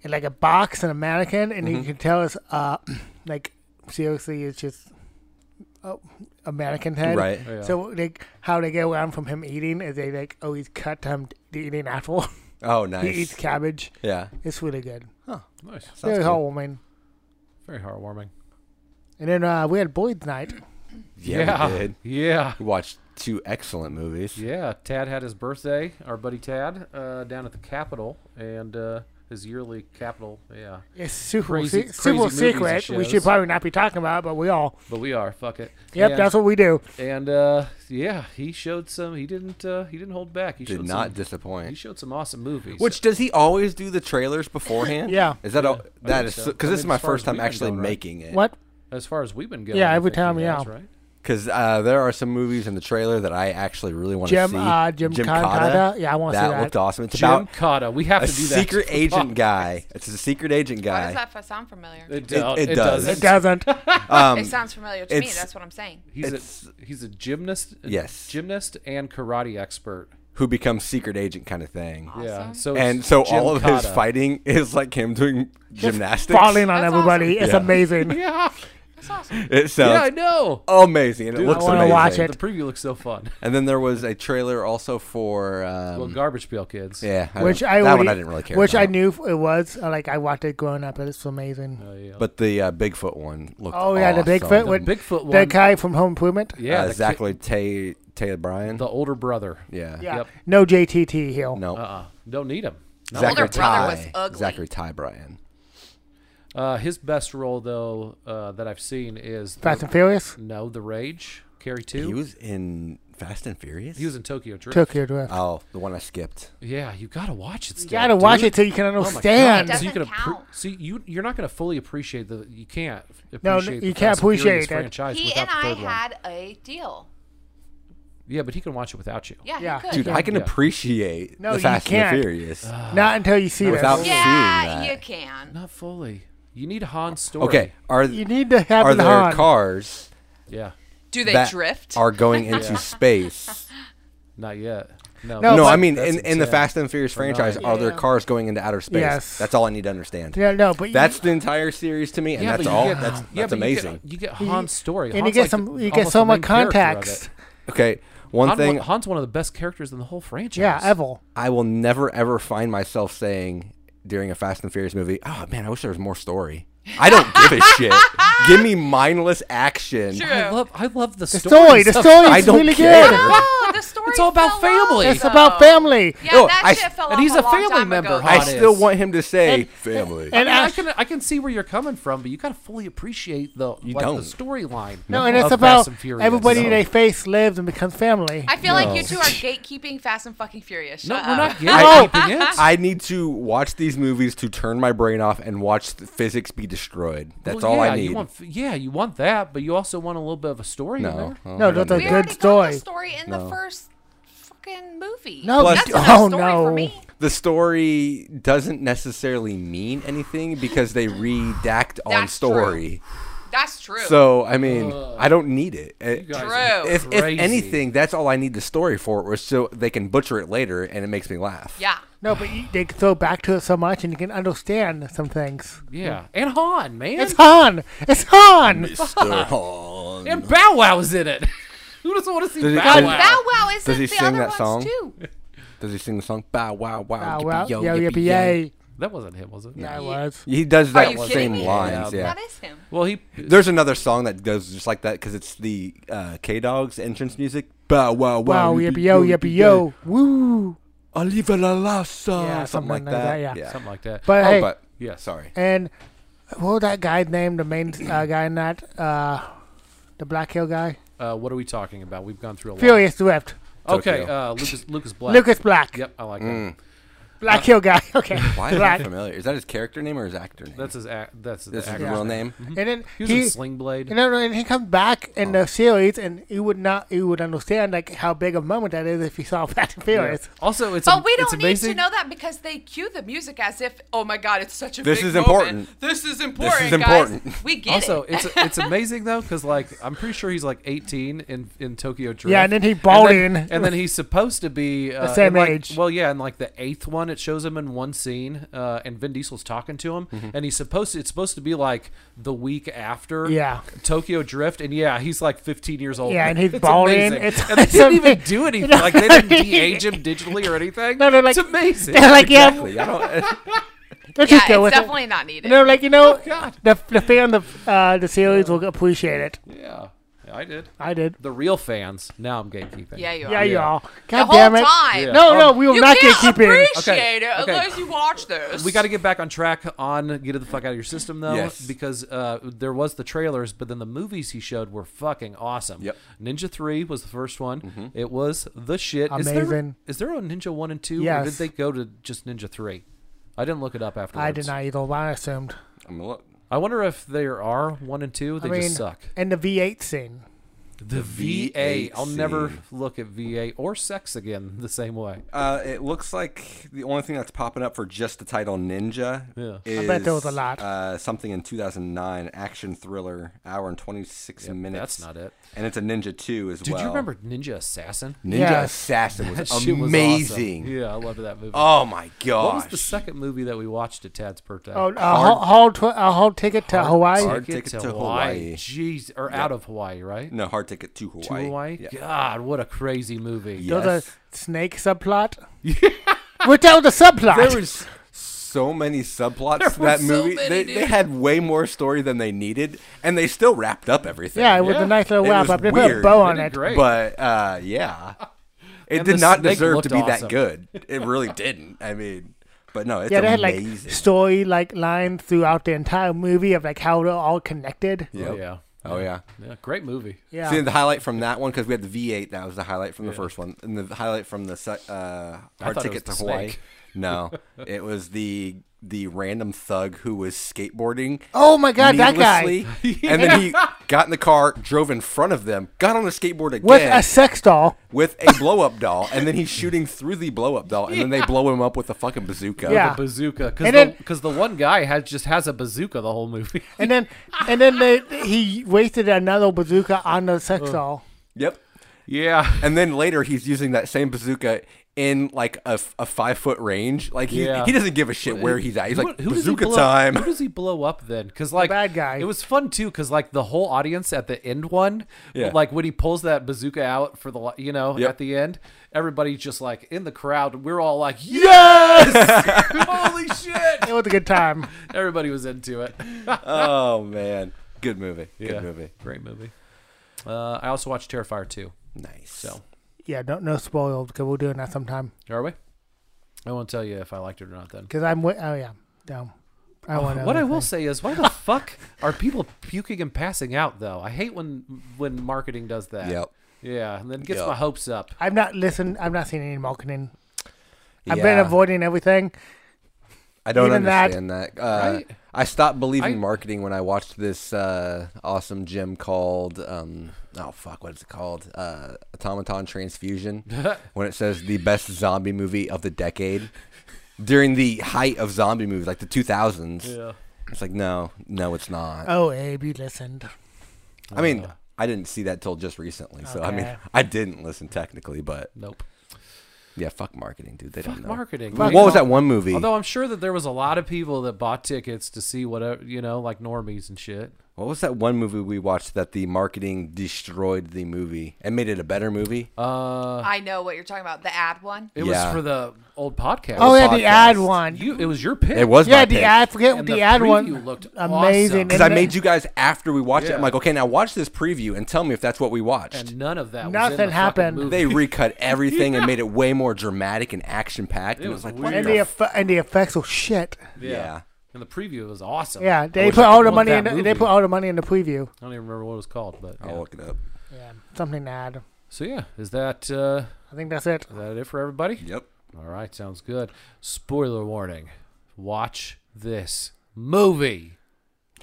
Speaker 3: in like a box and a mannequin and
Speaker 2: Mm-hmm.
Speaker 3: you can tell it's uh <clears throat> like seriously it's just oh, a mannequin head.
Speaker 2: right.
Speaker 1: Yeah.
Speaker 3: So like how they get around from him eating is they like oh he's cut him eating apple. <laughs>
Speaker 2: Oh,
Speaker 3: He eats
Speaker 2: nice.
Speaker 3: cabbage.
Speaker 2: Yeah.
Speaker 3: It's really good.
Speaker 1: nice.
Speaker 2: Sounds
Speaker 3: Very
Speaker 2: cool.
Speaker 3: heartwarming.
Speaker 1: Very heartwarming.
Speaker 3: And then uh, we had Boyd's night.
Speaker 2: Yeah, we did.
Speaker 1: Yeah.
Speaker 2: We watched two excellent movies.
Speaker 1: Yeah, Tad had his birthday, our buddy Tad, uh, down at the Capitol, and uh, his yearly Capitol. Yeah,
Speaker 3: It's super,
Speaker 1: Crazy-
Speaker 3: se-
Speaker 1: crazy
Speaker 3: super
Speaker 1: movies and
Speaker 3: secret. We should
Speaker 1: shows.
Speaker 3: probably not be talking about it, but we all.
Speaker 1: but we are fuck it.
Speaker 3: Yep,
Speaker 1: and,
Speaker 3: that's what we do.
Speaker 1: And uh, yeah, he showed some. He didn't. Uh, he didn't hold back. He
Speaker 2: Did
Speaker 1: showed
Speaker 2: not
Speaker 1: Some, he
Speaker 2: disappoint.
Speaker 1: showed some awesome movies.
Speaker 2: Which does he always do the trailers beforehand?
Speaker 3: Yeah.
Speaker 2: Is that all? That
Speaker 1: think
Speaker 2: is
Speaker 1: so.
Speaker 2: because
Speaker 1: I
Speaker 2: this is
Speaker 1: mean,
Speaker 2: my
Speaker 1: as far
Speaker 2: first
Speaker 1: as
Speaker 2: time
Speaker 1: we've been
Speaker 2: actually
Speaker 1: going, right?
Speaker 2: making it.
Speaker 3: What?
Speaker 1: as far as we've been going.
Speaker 3: Yeah,
Speaker 1: I
Speaker 3: every
Speaker 1: think he
Speaker 3: time, yeah.
Speaker 1: has, Right.
Speaker 2: Because uh, there are some movies in the trailer that I actually really want to
Speaker 3: Jim,
Speaker 2: see.
Speaker 3: uh, Jim Contada? Yeah, I wanna see
Speaker 2: that.
Speaker 3: that.
Speaker 2: looked awesome. It's
Speaker 1: Jim
Speaker 2: about
Speaker 1: Cotta. We have
Speaker 2: a
Speaker 1: to do that.
Speaker 3: <laughs>
Speaker 2: secret agent guy. It's a secret agent
Speaker 4: Why
Speaker 2: guy.
Speaker 4: does that f- sound familiar? It,
Speaker 1: It, don't-
Speaker 2: it
Speaker 1: it
Speaker 2: does.
Speaker 1: doesn't.
Speaker 2: <laughs>
Speaker 3: It doesn't.
Speaker 4: sounds familiar to me.
Speaker 2: Um, it's-
Speaker 4: That's what I'm saying.
Speaker 1: He's
Speaker 2: It's-
Speaker 1: a he's a gymnast.
Speaker 2: Yes.
Speaker 1: Gymnast and karate expert.
Speaker 2: Who becomes secret agent kind of thing.
Speaker 1: Yeah.
Speaker 4: Awesome.
Speaker 1: So it's
Speaker 2: And so
Speaker 1: Jim
Speaker 2: all of his
Speaker 1: Cotta.
Speaker 2: fighting is like him doing gymnastics.
Speaker 3: Falling on
Speaker 4: That's
Speaker 3: everybody.
Speaker 4: awesome.
Speaker 3: It's
Speaker 2: Yeah.
Speaker 3: amazing.
Speaker 1: Yeah.
Speaker 4: That's awesome.
Speaker 2: It
Speaker 1: Yeah, I
Speaker 2: sounds
Speaker 1: know.
Speaker 2: amazing, and it looks
Speaker 3: I wanna
Speaker 2: amazing.
Speaker 3: watch it.
Speaker 1: The preview looks so
Speaker 2: <laughs>
Speaker 1: fun.
Speaker 2: And then there was a trailer also for um,
Speaker 1: Well, Garbage Pail Kids.
Speaker 2: yeah, I
Speaker 3: Which
Speaker 2: don't-
Speaker 3: I
Speaker 2: that
Speaker 3: already,
Speaker 2: one I didn't really care.
Speaker 3: Which I
Speaker 2: about.
Speaker 3: knew it was. uh, Like I watched it growing up. It's amazing.
Speaker 1: Uh, yeah.
Speaker 2: But the uh, Bigfoot one looked.
Speaker 3: Oh, yeah, the
Speaker 2: awesome.
Speaker 3: Bigfoot one.
Speaker 1: the Bigfoot one.
Speaker 3: That guy from Home Improvement.
Speaker 1: yeah,
Speaker 2: uh,
Speaker 1: the, ki-
Speaker 2: Zachary Tay Taylor Bryan.
Speaker 1: the older brother.
Speaker 2: yeah.
Speaker 3: Yeah.
Speaker 1: Yep.
Speaker 3: No JTT Hill.
Speaker 2: No.
Speaker 1: Uh, uh don't need him. No.
Speaker 4: Zach- older
Speaker 2: Zachary
Speaker 4: brother was
Speaker 2: Ty.
Speaker 4: ugly.
Speaker 2: Zachary Ty Bryan.
Speaker 1: Uh, his best role though uh, that I've seen is the-
Speaker 3: Fast and Furious.
Speaker 1: no the Rage, Carrie Two.
Speaker 2: He was in Fast and Furious.
Speaker 1: He was in Tokyo Drift.
Speaker 3: Tokyo Drift.
Speaker 2: Oh, the one I skipped.
Speaker 1: yeah, you gotta watch it. Still,
Speaker 3: you gotta watch
Speaker 1: dude.
Speaker 3: it so you can
Speaker 1: Oh my
Speaker 3: understand.
Speaker 1: God.
Speaker 4: It
Speaker 1: So you can
Speaker 4: doesn't
Speaker 1: appre-
Speaker 4: count.
Speaker 1: see you you're not gonna fully appreciate the you can't
Speaker 3: No,
Speaker 1: appreciate
Speaker 3: you
Speaker 1: the
Speaker 3: can't
Speaker 1: Fast and Furious
Speaker 3: appreciate it.
Speaker 1: franchise
Speaker 4: He
Speaker 1: without
Speaker 4: and
Speaker 1: the
Speaker 4: I
Speaker 1: third one.
Speaker 4: had a deal.
Speaker 1: Yeah, but he can watch it without you.
Speaker 4: Yeah,
Speaker 3: Yeah.
Speaker 4: he could.
Speaker 2: Dude, I can
Speaker 1: Yeah.
Speaker 2: appreciate
Speaker 3: No,
Speaker 2: the
Speaker 3: you
Speaker 2: Fast and
Speaker 3: can't. Uh,
Speaker 2: the Furious.
Speaker 3: Not until you see
Speaker 2: Without-
Speaker 3: that.
Speaker 2: Yeah.
Speaker 4: yeah,
Speaker 2: that.
Speaker 4: you can.
Speaker 1: Not fully. You need Han's story.
Speaker 2: okay, are
Speaker 3: You need to have
Speaker 2: are
Speaker 3: it
Speaker 2: there
Speaker 3: on.
Speaker 2: cars
Speaker 1: Yeah.
Speaker 4: Do they
Speaker 2: that
Speaker 4: drift?
Speaker 2: are going into <laughs>
Speaker 4: <laughs>
Speaker 2: space?
Speaker 1: Not yet. No.
Speaker 3: No,
Speaker 2: No,
Speaker 3: Oh, but-
Speaker 2: I mean
Speaker 1: That's
Speaker 2: in, in the
Speaker 1: insane.
Speaker 2: Fast and Furious franchise, are there
Speaker 3: Yeah.
Speaker 2: cars going into outer space?
Speaker 3: Yes.
Speaker 2: That's all I need to understand.
Speaker 3: Yeah, no, but you-
Speaker 2: That's the entire series to me, and
Speaker 1: Yeah,
Speaker 2: that's
Speaker 1: but you
Speaker 2: all.
Speaker 1: Get,
Speaker 2: that's
Speaker 1: yeah,
Speaker 2: that's
Speaker 1: but you get-
Speaker 2: amazing.
Speaker 1: You get, Han's story,
Speaker 3: and you
Speaker 1: Han's
Speaker 3: get
Speaker 1: like
Speaker 3: some,
Speaker 1: the-
Speaker 3: you get
Speaker 1: almost
Speaker 3: so
Speaker 1: the
Speaker 3: much
Speaker 1: main character of
Speaker 3: context.
Speaker 1: it.
Speaker 2: Okay, one
Speaker 1: Han-
Speaker 2: thing
Speaker 1: Han's one of the best characters in the whole franchise.
Speaker 3: Yeah, Evil.
Speaker 2: I will never ever find myself saying during a Fast and Furious movie, "Oh man, I wish there was more story." I don't give a
Speaker 4: <laughs>
Speaker 2: shit. Give me mindless action.
Speaker 4: True.
Speaker 1: I love, I love the,
Speaker 3: The story, the
Speaker 1: stuff. <laughs>
Speaker 3: story
Speaker 2: I
Speaker 3: is
Speaker 2: don't
Speaker 3: really
Speaker 2: care.
Speaker 3: good.
Speaker 4: No, the story.
Speaker 1: It's all about
Speaker 4: fell off,
Speaker 1: family.
Speaker 3: It's
Speaker 4: though.
Speaker 1: Oh.
Speaker 3: about family.
Speaker 4: Yeah,
Speaker 2: No,
Speaker 4: that
Speaker 2: Oh, I-
Speaker 4: shit fell
Speaker 1: and
Speaker 4: off
Speaker 1: he's
Speaker 4: a
Speaker 1: a
Speaker 4: long
Speaker 1: family
Speaker 4: time
Speaker 1: member,
Speaker 4: ago.
Speaker 1: huh?
Speaker 2: I
Speaker 1: Hot
Speaker 2: still
Speaker 1: is.
Speaker 2: want him to say family.
Speaker 3: And
Speaker 1: I,
Speaker 3: I,
Speaker 1: can, I can see where you're coming from, but you gotta fully appreciate the like,
Speaker 2: don't.
Speaker 1: the storyline.
Speaker 3: no, and it's
Speaker 1: of
Speaker 3: about
Speaker 1: Fast and Furious.
Speaker 3: everybody
Speaker 1: No.
Speaker 3: they face lives and becomes family.
Speaker 4: I feel like you two are gatekeeping Fast and fucking Furious.
Speaker 1: No,
Speaker 4: Shut
Speaker 1: we're
Speaker 4: up.
Speaker 1: not
Speaker 3: <laughs>
Speaker 2: I-
Speaker 3: Oh.
Speaker 1: gatekeeping it.
Speaker 2: I need to watch these movies to turn my brain off and watch the physics be destroyed. That's
Speaker 1: Well,
Speaker 2: all
Speaker 1: yeah,
Speaker 2: I need.
Speaker 1: You want, f- yeah, you want that, but you also want a little bit of a story in
Speaker 2: no,
Speaker 1: there.
Speaker 2: no,
Speaker 3: No,
Speaker 2: Oh, I don't
Speaker 3: that's a
Speaker 2: need
Speaker 4: We
Speaker 2: it.
Speaker 3: good
Speaker 4: already got
Speaker 3: story.
Speaker 4: the story in the first fucking movie.
Speaker 3: No,
Speaker 2: Plus-
Speaker 4: that's enough
Speaker 3: oh,
Speaker 4: story
Speaker 3: no.
Speaker 4: for me.
Speaker 2: the story doesn't necessarily mean anything because they redact on
Speaker 4: That's true.
Speaker 2: story.
Speaker 4: That's true.
Speaker 2: So I mean, I don't need it. It-
Speaker 1: guys
Speaker 4: true.
Speaker 1: are
Speaker 2: if, if
Speaker 1: Crazy.
Speaker 2: anything, that's all I need the story for, or so they can butcher it later, and it makes me laugh.
Speaker 4: yeah.
Speaker 3: No, but you, they throw back to it so much, and you can understand some things.
Speaker 1: Yeah, and Han, man,
Speaker 3: It's Han. It's Han.
Speaker 2: Mr. Hall.
Speaker 1: and Bow Wow's in it. <laughs> Who doesn't want to see
Speaker 2: Does it-
Speaker 1: Bow
Speaker 2: does-
Speaker 1: Wow?
Speaker 4: Bow Wow is
Speaker 2: Does
Speaker 4: in
Speaker 2: he
Speaker 4: the
Speaker 2: sing
Speaker 4: other
Speaker 2: that
Speaker 4: ones
Speaker 2: song?
Speaker 4: too.
Speaker 2: Does he sing the song "Bow Wow Wow"?
Speaker 3: Oh, well,
Speaker 2: yippee,
Speaker 3: yo, yippee, yay.
Speaker 1: that wasn't him, was it?
Speaker 3: Yeah, I was.
Speaker 2: He does
Speaker 4: Are
Speaker 2: that
Speaker 4: you kidding
Speaker 2: same
Speaker 4: me?
Speaker 2: lines. Yeah.
Speaker 4: That is him.
Speaker 1: Well, he
Speaker 2: There's another song that goes just like that because it's the uh, K Dog's entrance music. Bow Wow Wow.
Speaker 3: Wow, yippee yo, yippee yo, woo.
Speaker 2: Oliva La Lassa.
Speaker 3: Yeah,
Speaker 2: something like that.
Speaker 3: yeah.
Speaker 2: yeah.
Speaker 1: something like that.
Speaker 3: But
Speaker 2: Oh,
Speaker 3: hey,
Speaker 2: but
Speaker 1: yeah,
Speaker 2: sorry.
Speaker 3: and what was that guy named the main uh, guy in that uh, the Black Hill guy?
Speaker 1: uh, what are we talking about? We've gone through a lot.
Speaker 3: Furious Swift,
Speaker 1: Okay, uh,
Speaker 2: Tokyo.
Speaker 1: Lucas Lucas Black.
Speaker 3: Lucas Mm. Black,
Speaker 1: Yep, I like him.
Speaker 3: Black Hill guy. <laughs> Okay,
Speaker 2: Why is that
Speaker 3: Black.
Speaker 2: familiar? Is that his character name or his actor name?
Speaker 1: That's his act. That's the
Speaker 2: That's his
Speaker 1: actor.
Speaker 2: real name.
Speaker 3: And then
Speaker 1: He
Speaker 3: he,
Speaker 1: was in Sling Blade.
Speaker 3: you know, and he comes back in the series, and you would not, you would understand like how big a moment that is if you saw <laughs> Fast and
Speaker 1: Yeah.
Speaker 3: Furious.
Speaker 1: Also, it's am-
Speaker 4: But we
Speaker 1: it's
Speaker 4: don't need
Speaker 1: amazing.
Speaker 4: to know that because they cue the music as if, oh my God, it's such a
Speaker 2: This
Speaker 4: big
Speaker 2: is
Speaker 4: moment.
Speaker 2: important.
Speaker 4: This is important. Guys.
Speaker 2: important.
Speaker 4: We get
Speaker 1: Also,
Speaker 4: it.
Speaker 1: it's
Speaker 4: <laughs>
Speaker 1: it's amazing though because like I'm pretty sure he's like 18 in in Tokyo Drift.
Speaker 3: Yeah, and then he balled
Speaker 1: and then,
Speaker 3: in.
Speaker 1: and then he's supposed to be uh,
Speaker 3: same
Speaker 1: in, like-
Speaker 3: age.
Speaker 1: Well, yeah, and like the eighth one, it shows him in one scene, uh, and Vin Diesel's talking to him,
Speaker 4: Mm-hmm.
Speaker 1: and he's supposed to, it's supposed to be like the week after.
Speaker 3: Yeah.
Speaker 1: Tokyo Drift, and yeah, he's like 15 years old.
Speaker 3: Yeah, and he's
Speaker 1: It's
Speaker 3: balled in.
Speaker 1: amazing.
Speaker 3: It's-
Speaker 1: and they
Speaker 3: it's
Speaker 1: didn't even
Speaker 3: ama-
Speaker 1: do
Speaker 3: <laughs>
Speaker 1: anything. Like they didn't de-age him digitally or anything.
Speaker 3: No, they're like-
Speaker 1: it's amazing.
Speaker 3: <laughs> They're like,
Speaker 2: Exactly.
Speaker 3: yeah,
Speaker 2: I don't, <laughs>
Speaker 3: let's
Speaker 4: yeah,
Speaker 3: just go
Speaker 4: it's
Speaker 3: with it.
Speaker 4: definitely Oh, not needed.
Speaker 3: You know, like you know,
Speaker 1: God.
Speaker 3: the the fan of uh, the series will appreciate it.
Speaker 1: yeah, I did.
Speaker 3: I did.
Speaker 1: The real fans. Now I'm gatekeeping.
Speaker 4: yeah, you are.
Speaker 3: Yeah, y'all.
Speaker 4: the
Speaker 3: God
Speaker 4: whole
Speaker 3: damn it.
Speaker 4: time.
Speaker 1: Yeah.
Speaker 3: No,
Speaker 1: Um,
Speaker 3: no, we will
Speaker 4: You
Speaker 3: not
Speaker 4: can't
Speaker 3: get keeping.
Speaker 4: appreciate it
Speaker 1: Okay, okay.
Speaker 4: unless you watch this.
Speaker 1: We got to get back on track on get the fuck out of your system though,
Speaker 2: Yes.
Speaker 1: because uh, there was the trailers, but then the movies he showed were fucking awesome.
Speaker 2: Yep. Mm-hmm.
Speaker 1: Ninja Three was the first one. It was the shit. Is there,
Speaker 3: Amazing.
Speaker 1: is there a Ninja One and Two? Or did
Speaker 3: Yes.
Speaker 1: they go to just Ninja Three? I didn't look it up afterwards.
Speaker 3: I did not either. Well, I assumed.
Speaker 2: I'm look.
Speaker 1: I wonder if there are one and two. They
Speaker 3: I mean,
Speaker 1: just suck.
Speaker 3: and the V8 scene.
Speaker 1: The
Speaker 2: V8
Speaker 1: VA. I'll never
Speaker 2: scene.
Speaker 1: look at VA or sex again the same way.
Speaker 2: Uh, it looks like the only thing that's popping up for just the title Ninja
Speaker 1: Yeah.
Speaker 2: is
Speaker 3: I bet there was a lot.
Speaker 2: Uh, something in 2009 action thriller hour and 26 minutes.
Speaker 1: that's not it.
Speaker 2: And it's a Ninja 2 as
Speaker 1: Did
Speaker 2: well.
Speaker 1: you remember Ninja Assassin?
Speaker 2: Ninja
Speaker 3: Yes.
Speaker 2: Assassin
Speaker 1: <laughs>
Speaker 2: was
Speaker 1: That shit was awesome.
Speaker 2: amazing.
Speaker 1: Yeah, I loved that movie.
Speaker 2: Oh my gosh.
Speaker 1: What was the second movie that we watched at Tad's birthday?
Speaker 3: Oh, a whole, whole, tw- a whole ticket to Hawaii.
Speaker 2: Hard ticket to Hawaii.
Speaker 1: Jeez, or out of Hawaii, right?
Speaker 2: no, hard ticket to Hawaii.
Speaker 1: To Hawaii. <laughs>
Speaker 2: Yeah.
Speaker 1: God, what a crazy movie.
Speaker 2: Yeah.
Speaker 3: There was
Speaker 2: Yes.
Speaker 3: a snake subplot. Which that was a subplot.
Speaker 2: There was <laughs> so many subplots to
Speaker 1: were
Speaker 2: that
Speaker 1: so
Speaker 2: movie.
Speaker 1: many,
Speaker 2: they,
Speaker 1: dude.
Speaker 2: they had way more story than they needed, and they still wrapped up everything.
Speaker 3: yeah, with
Speaker 1: Yeah.
Speaker 3: a nice little
Speaker 2: It
Speaker 3: wrap
Speaker 2: was
Speaker 3: up. They put a
Speaker 2: weird.
Speaker 3: bow
Speaker 2: They
Speaker 3: on
Speaker 1: did
Speaker 3: it.
Speaker 1: great.
Speaker 2: But uh, yeah,
Speaker 1: <laughs>
Speaker 2: it
Speaker 1: And
Speaker 2: did
Speaker 1: the
Speaker 2: not
Speaker 1: snake
Speaker 2: deserve
Speaker 1: looked
Speaker 2: to be
Speaker 1: awesome.
Speaker 2: that good. It really didn't. I mean, but no, it's
Speaker 3: Yeah, they had like
Speaker 2: amazing.
Speaker 1: Oh,
Speaker 3: story like lines throughout the entire movie of like how they're all connected.
Speaker 1: Oh,
Speaker 2: Yep.
Speaker 1: yeah.
Speaker 2: Oh yeah.
Speaker 1: Yeah, great movie.
Speaker 3: Yeah.
Speaker 2: See the highlight from that one because we had the V8. That was the highlight from the first one, and the highlight from the se- uh, hard
Speaker 1: thought it
Speaker 2: ticket to
Speaker 1: was the
Speaker 2: Hawaii.
Speaker 1: snake. <laughs>
Speaker 2: No, it was the the random thug who was skateboarding.
Speaker 3: Oh my God, that guy.
Speaker 1: <laughs>
Speaker 2: needlessly, And then he got in the car, drove in front of them, got on a skateboard again
Speaker 3: With a sex doll.
Speaker 2: with a blow up doll, and
Speaker 1: <laughs>
Speaker 2: then he's shooting through the blow up doll, and then they blow him up with a fucking bazooka.
Speaker 3: Yeah.
Speaker 1: a bazooka
Speaker 3: And
Speaker 1: because
Speaker 3: then-
Speaker 1: because the, one guy has just has a bazooka the whole
Speaker 2: <laughs>
Speaker 1: movie.
Speaker 3: And then and then they, he wasted another bazooka on the sex doll.
Speaker 2: Yep.
Speaker 1: yeah,
Speaker 2: And then later he's using that same bazooka in like a, f- a five foot range. Like he,
Speaker 1: Yeah.
Speaker 2: he doesn't give a shit where he's at. He's like
Speaker 1: does he
Speaker 2: bazooka
Speaker 1: blow-
Speaker 2: time. <laughs>
Speaker 1: Who does he blow up then? Because like
Speaker 3: bad guy.
Speaker 1: It was fun too because like the whole audience at the end one,
Speaker 2: Yeah.
Speaker 1: like when he pulls that bazooka out for the li- you know
Speaker 2: Yep.
Speaker 1: at the end, everybody just like in the crowd. We're all like, yes,
Speaker 2: <laughs>
Speaker 1: holy shit!
Speaker 3: It was a good time.
Speaker 1: Everybody was into it.
Speaker 2: oh man, good movie.
Speaker 1: Yeah.
Speaker 2: Good movie.
Speaker 1: Great movie. Uh, I also watched Terrifier two.
Speaker 2: Nice.
Speaker 1: So
Speaker 3: Yeah, no, no spoiled because we're doing that sometime.
Speaker 1: are we? I won't tell you if I liked it or not then.
Speaker 3: Because I'm. Wi- oh yeah, no. I want
Speaker 1: Oh, What I will say is, why
Speaker 3: <laughs>
Speaker 1: the fuck are people puking and passing out? Though I hate when when marketing does that.
Speaker 2: Yep.
Speaker 1: Yeah, and then gets
Speaker 2: Yep.
Speaker 1: my hopes up.
Speaker 3: I've not listened. I've not seen any marketing. I've been
Speaker 2: Yeah.
Speaker 3: avoiding everything.
Speaker 2: I don't
Speaker 3: even that-
Speaker 2: understand that. Uh,
Speaker 1: Right?
Speaker 2: I stopped believing
Speaker 1: I-
Speaker 2: marketing when I watched this uh, awesome gym called um, oh fuck, what is it called? Uh, Automaton Transfusion. when it says the best zombie movie of the decade during the height of zombie movies, like the 2000s.
Speaker 1: Yeah.
Speaker 2: It's like no, no, it's not.
Speaker 3: Oh, Abe, you listened.
Speaker 2: I mean, I didn't see that till just recently. So I mean,
Speaker 3: Okay.
Speaker 2: I didn't listen technically, but
Speaker 1: Nope.
Speaker 2: yeah, fuck marketing, dude. They don't know.
Speaker 1: Marketing. Oh,
Speaker 2: What
Speaker 1: right?
Speaker 2: was that one movie?
Speaker 1: Although I'm sure that there was a lot of people that bought tickets to see whatever you know, like normies and shit.
Speaker 2: What was that one movie we watched that the marketing destroyed the movie and made it a better movie?
Speaker 1: Uh,
Speaker 4: I know what you're talking about. The ad one.
Speaker 1: it
Speaker 2: Yeah.
Speaker 1: was for the old podcast.
Speaker 3: Oh yeah, the
Speaker 2: podcast.
Speaker 3: ad one.
Speaker 1: you. It was your pick.
Speaker 2: it was
Speaker 3: yeah,
Speaker 2: my
Speaker 3: the
Speaker 2: pick.
Speaker 3: ad. Forget
Speaker 1: And
Speaker 3: the,
Speaker 1: the
Speaker 3: ad one.
Speaker 1: preview looked
Speaker 3: amazing.
Speaker 1: awesome.
Speaker 2: because I made you guys after we watched it. I'm
Speaker 1: Yeah.
Speaker 2: like, okay, now watch this preview and tell me if that's what we watched.
Speaker 1: and none of that. was in
Speaker 3: Nothing
Speaker 1: the fucking
Speaker 3: happened.
Speaker 1: movie.
Speaker 2: <laughs> they recut everything and made it way more dramatic and action packed. And it was
Speaker 1: was
Speaker 2: like,
Speaker 1: weird.
Speaker 2: what
Speaker 3: and
Speaker 2: the
Speaker 3: the
Speaker 2: f-
Speaker 3: eff- and the effects were shit.
Speaker 1: yeah.
Speaker 2: yeah.
Speaker 1: And the preview was awesome.
Speaker 3: Yeah, they
Speaker 1: wish
Speaker 3: put
Speaker 1: I
Speaker 3: all
Speaker 1: could
Speaker 3: the
Speaker 1: look
Speaker 3: money
Speaker 1: that
Speaker 3: in. They
Speaker 1: movie.
Speaker 3: put all the money in the preview.
Speaker 1: I don't even remember what it was called, but yeah.
Speaker 2: I'll look it up.
Speaker 3: Yeah, something ad.
Speaker 1: so yeah, is that uh,
Speaker 3: I think that's it.
Speaker 1: is that it for everybody?
Speaker 2: Yep.
Speaker 1: All right, sounds good. Spoiler warning: watch this movie.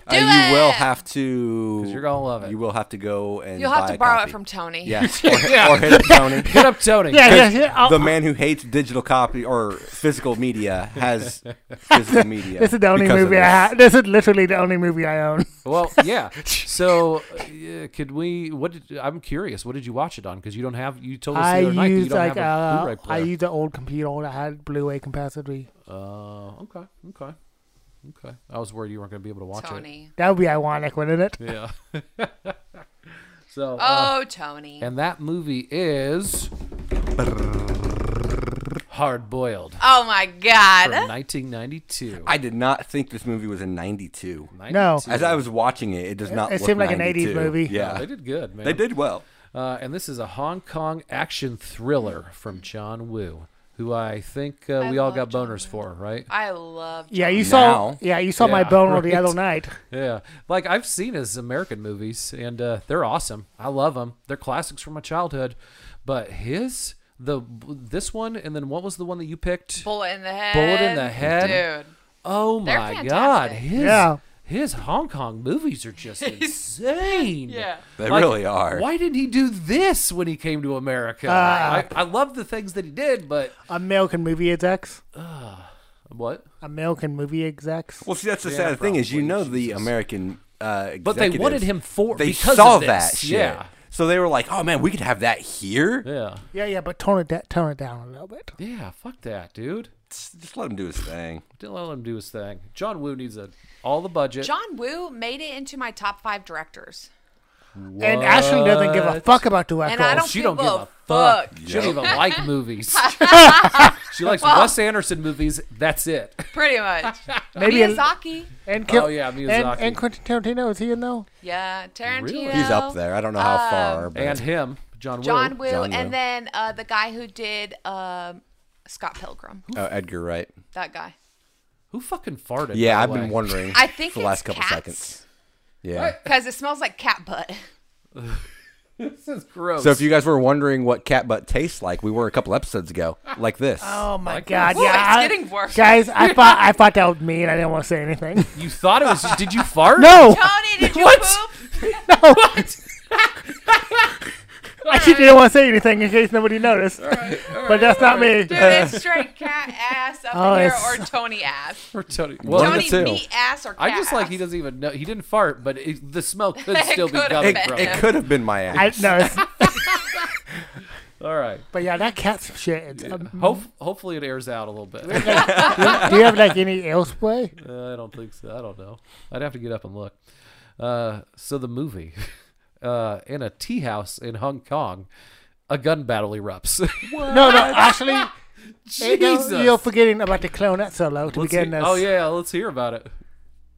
Speaker 2: Uh, you will have to.
Speaker 1: 'Cause you're gonna love it.
Speaker 2: You will have to go and.
Speaker 4: You'll have
Speaker 2: buy
Speaker 4: to
Speaker 2: a
Speaker 4: borrow
Speaker 2: copy.
Speaker 4: it from Tony.
Speaker 2: Yeah.
Speaker 4: <laughs>
Speaker 2: Or, or hit up Tony.
Speaker 1: Hit up Tony.
Speaker 3: Yeah, yeah, yeah. Oh, I'll-
Speaker 2: the man who hates digital copy or physical media has physical media.
Speaker 3: This is the only
Speaker 2: because of
Speaker 3: movie I
Speaker 2: this.
Speaker 3: have. This is literally the only movie I own. <laughs>
Speaker 1: Well, yeah. So, uh, could we? What did I'm curious? What did you watch it on? Because you don't have. You told us the
Speaker 3: I
Speaker 1: other night that you
Speaker 3: used
Speaker 1: don't
Speaker 3: like
Speaker 1: have a
Speaker 3: uh,
Speaker 1: Blu-ray
Speaker 3: I
Speaker 1: player.
Speaker 3: used an old computer that had Blu-ray capacity.
Speaker 1: Uh, okay, okay, okay. I was worried you weren't going to be able to watch
Speaker 4: Tony.
Speaker 3: That would be ironic, wouldn't it?
Speaker 1: it. Yeah. so, uh,
Speaker 4: Oh, Tony.
Speaker 1: and that movie is Hard Boiled
Speaker 4: Oh my
Speaker 1: from
Speaker 4: God.
Speaker 1: 1992.
Speaker 2: I did not think this movie was in '92.
Speaker 1: 92.
Speaker 2: As I was watching it, it does not.
Speaker 3: it
Speaker 2: look
Speaker 3: seemed like an
Speaker 2: 92.
Speaker 3: 80s movie.
Speaker 2: Yeah,
Speaker 1: they did good, man.
Speaker 2: they did well.
Speaker 1: Uh, and this is a Hong Kong action thriller from John Woo, who I think uh,
Speaker 4: I
Speaker 1: we all
Speaker 4: love
Speaker 1: got
Speaker 4: John
Speaker 1: boners for, right?
Speaker 4: I love.
Speaker 3: Yeah, you saw.
Speaker 2: Now.
Speaker 3: Yeah, you saw my
Speaker 1: Yeah,
Speaker 3: boner the
Speaker 1: right.
Speaker 3: other night.
Speaker 1: Yeah, like I've seen his American movies, and uh, they're awesome. I love them. They're classics from my childhood. But his the this one, and then what was the one that you picked?
Speaker 4: Bullet in the head.
Speaker 1: Bullet in the head.
Speaker 4: Dude.
Speaker 1: oh
Speaker 4: They're
Speaker 1: my
Speaker 4: fantastic.
Speaker 1: God, his
Speaker 3: Yeah.
Speaker 1: his Hong Kong movies are
Speaker 4: <laughs>
Speaker 1: just insane.
Speaker 4: Yeah.
Speaker 2: They
Speaker 1: Like,
Speaker 2: really are.
Speaker 1: Why didn't he do this when he came to America? I, I love the things that he did, but
Speaker 3: American movie execs.
Speaker 1: what?
Speaker 3: American movie execs.
Speaker 2: Well, see, that's the
Speaker 1: Yeah,
Speaker 2: sad thing is, you
Speaker 1: probably,
Speaker 2: know, the
Speaker 1: Jesus.
Speaker 2: American. Uh,
Speaker 1: But they wanted
Speaker 2: executives,
Speaker 1: him for-
Speaker 2: They
Speaker 1: because
Speaker 2: saw
Speaker 1: of this.
Speaker 2: that shit.
Speaker 1: Yeah.
Speaker 2: So they were like, "Oh man, we could have that here.
Speaker 1: Yeah,
Speaker 3: Yeah, yeah, but tone it da- tone it down a little bit.
Speaker 1: yeah. Fuck that, dude.
Speaker 2: Just let him do his thing."
Speaker 1: Didn't let him do his thing. John Woo needs a all the budget.
Speaker 4: John Woo made it into my top five directors.
Speaker 3: And Ashley doesn't give a
Speaker 1: What?
Speaker 3: fuck about the record.
Speaker 4: And I don't
Speaker 1: she
Speaker 4: give
Speaker 1: don't give
Speaker 4: a
Speaker 1: a fuck.
Speaker 4: fuck.
Speaker 1: She don't even like movies. she likes Wes Anderson movies. That's it. <laughs>
Speaker 4: Pretty much.
Speaker 3: Maybe a-
Speaker 4: Miyazaki.
Speaker 3: and Ki-
Speaker 1: Oh, yeah,
Speaker 3: and,
Speaker 1: Miyazaki.
Speaker 3: and Quentin Tarantino is he in though?
Speaker 4: Yeah. Tarantino.
Speaker 1: Really?
Speaker 2: He's up there. I don't know how far. But
Speaker 1: And him, John Woo.
Speaker 4: John Woo,
Speaker 2: John Woo.
Speaker 4: and then uh, the guy who did um, Scott Pilgrim.
Speaker 2: oh, Edgar Wright.
Speaker 4: That guy.
Speaker 1: Who fucking farted?
Speaker 2: Yeah,
Speaker 1: by
Speaker 2: I've
Speaker 1: the
Speaker 2: been
Speaker 1: way?
Speaker 2: wondering
Speaker 4: I think
Speaker 2: for the
Speaker 4: it's
Speaker 2: last couple
Speaker 4: cats,
Speaker 2: seconds. Yeah.
Speaker 4: Because it smells like cat butt.
Speaker 1: This is gross.
Speaker 2: So if you guys were wondering what cat butt tastes like, we were a couple episodes ago, like this.
Speaker 3: Oh my
Speaker 1: Like
Speaker 3: god!
Speaker 4: this. Ooh,
Speaker 3: Yeah,
Speaker 4: it's
Speaker 3: I-
Speaker 4: getting worse.
Speaker 1: <laughs>
Speaker 3: guys. I thought I thought that was me, and I didn't want to say anything.
Speaker 1: You thought
Speaker 2: <laughs>
Speaker 1: it was. Did you fart?
Speaker 3: No,
Speaker 4: <laughs> Tony, did you
Speaker 1: What?
Speaker 4: poop?
Speaker 1: What?
Speaker 3: I actually didn't want to say anything in case nobody noticed. but that's not me.
Speaker 4: Dude, it's straight cat ass up
Speaker 3: Oh,
Speaker 4: in here
Speaker 3: it's-
Speaker 4: or Tony ass.
Speaker 1: Or Tony.
Speaker 2: One
Speaker 1: Well,
Speaker 2: of the two.
Speaker 4: Tony meat ass or cat
Speaker 1: I just like
Speaker 4: ass.
Speaker 1: he doesn't even know. He didn't fart, but it, the smell could
Speaker 4: It
Speaker 1: still be
Speaker 4: could've
Speaker 1: coming
Speaker 2: it,
Speaker 4: been.
Speaker 1: from
Speaker 2: it
Speaker 1: it.
Speaker 2: could have been my ass.
Speaker 3: I no, it's,
Speaker 1: All right.
Speaker 3: but yeah, that cat's shit. It's, um,
Speaker 1: Hope, hopefully it airs out a little bit. Uh,
Speaker 3: do you have like any ale spray?
Speaker 1: <laughs> I don't think so. I don't know. I'd have to get up and look. Uh, so the movie, <laughs> uh, in a tea house in Hong Kong, a gun battle erupts. <laughs>
Speaker 3: No, no, actually, it- no,
Speaker 1: Jesus.
Speaker 3: you're forgetting about the clarinet solo to
Speaker 1: Let's
Speaker 3: begin
Speaker 1: hear-
Speaker 3: this.
Speaker 1: oh yeah, let's hear about it.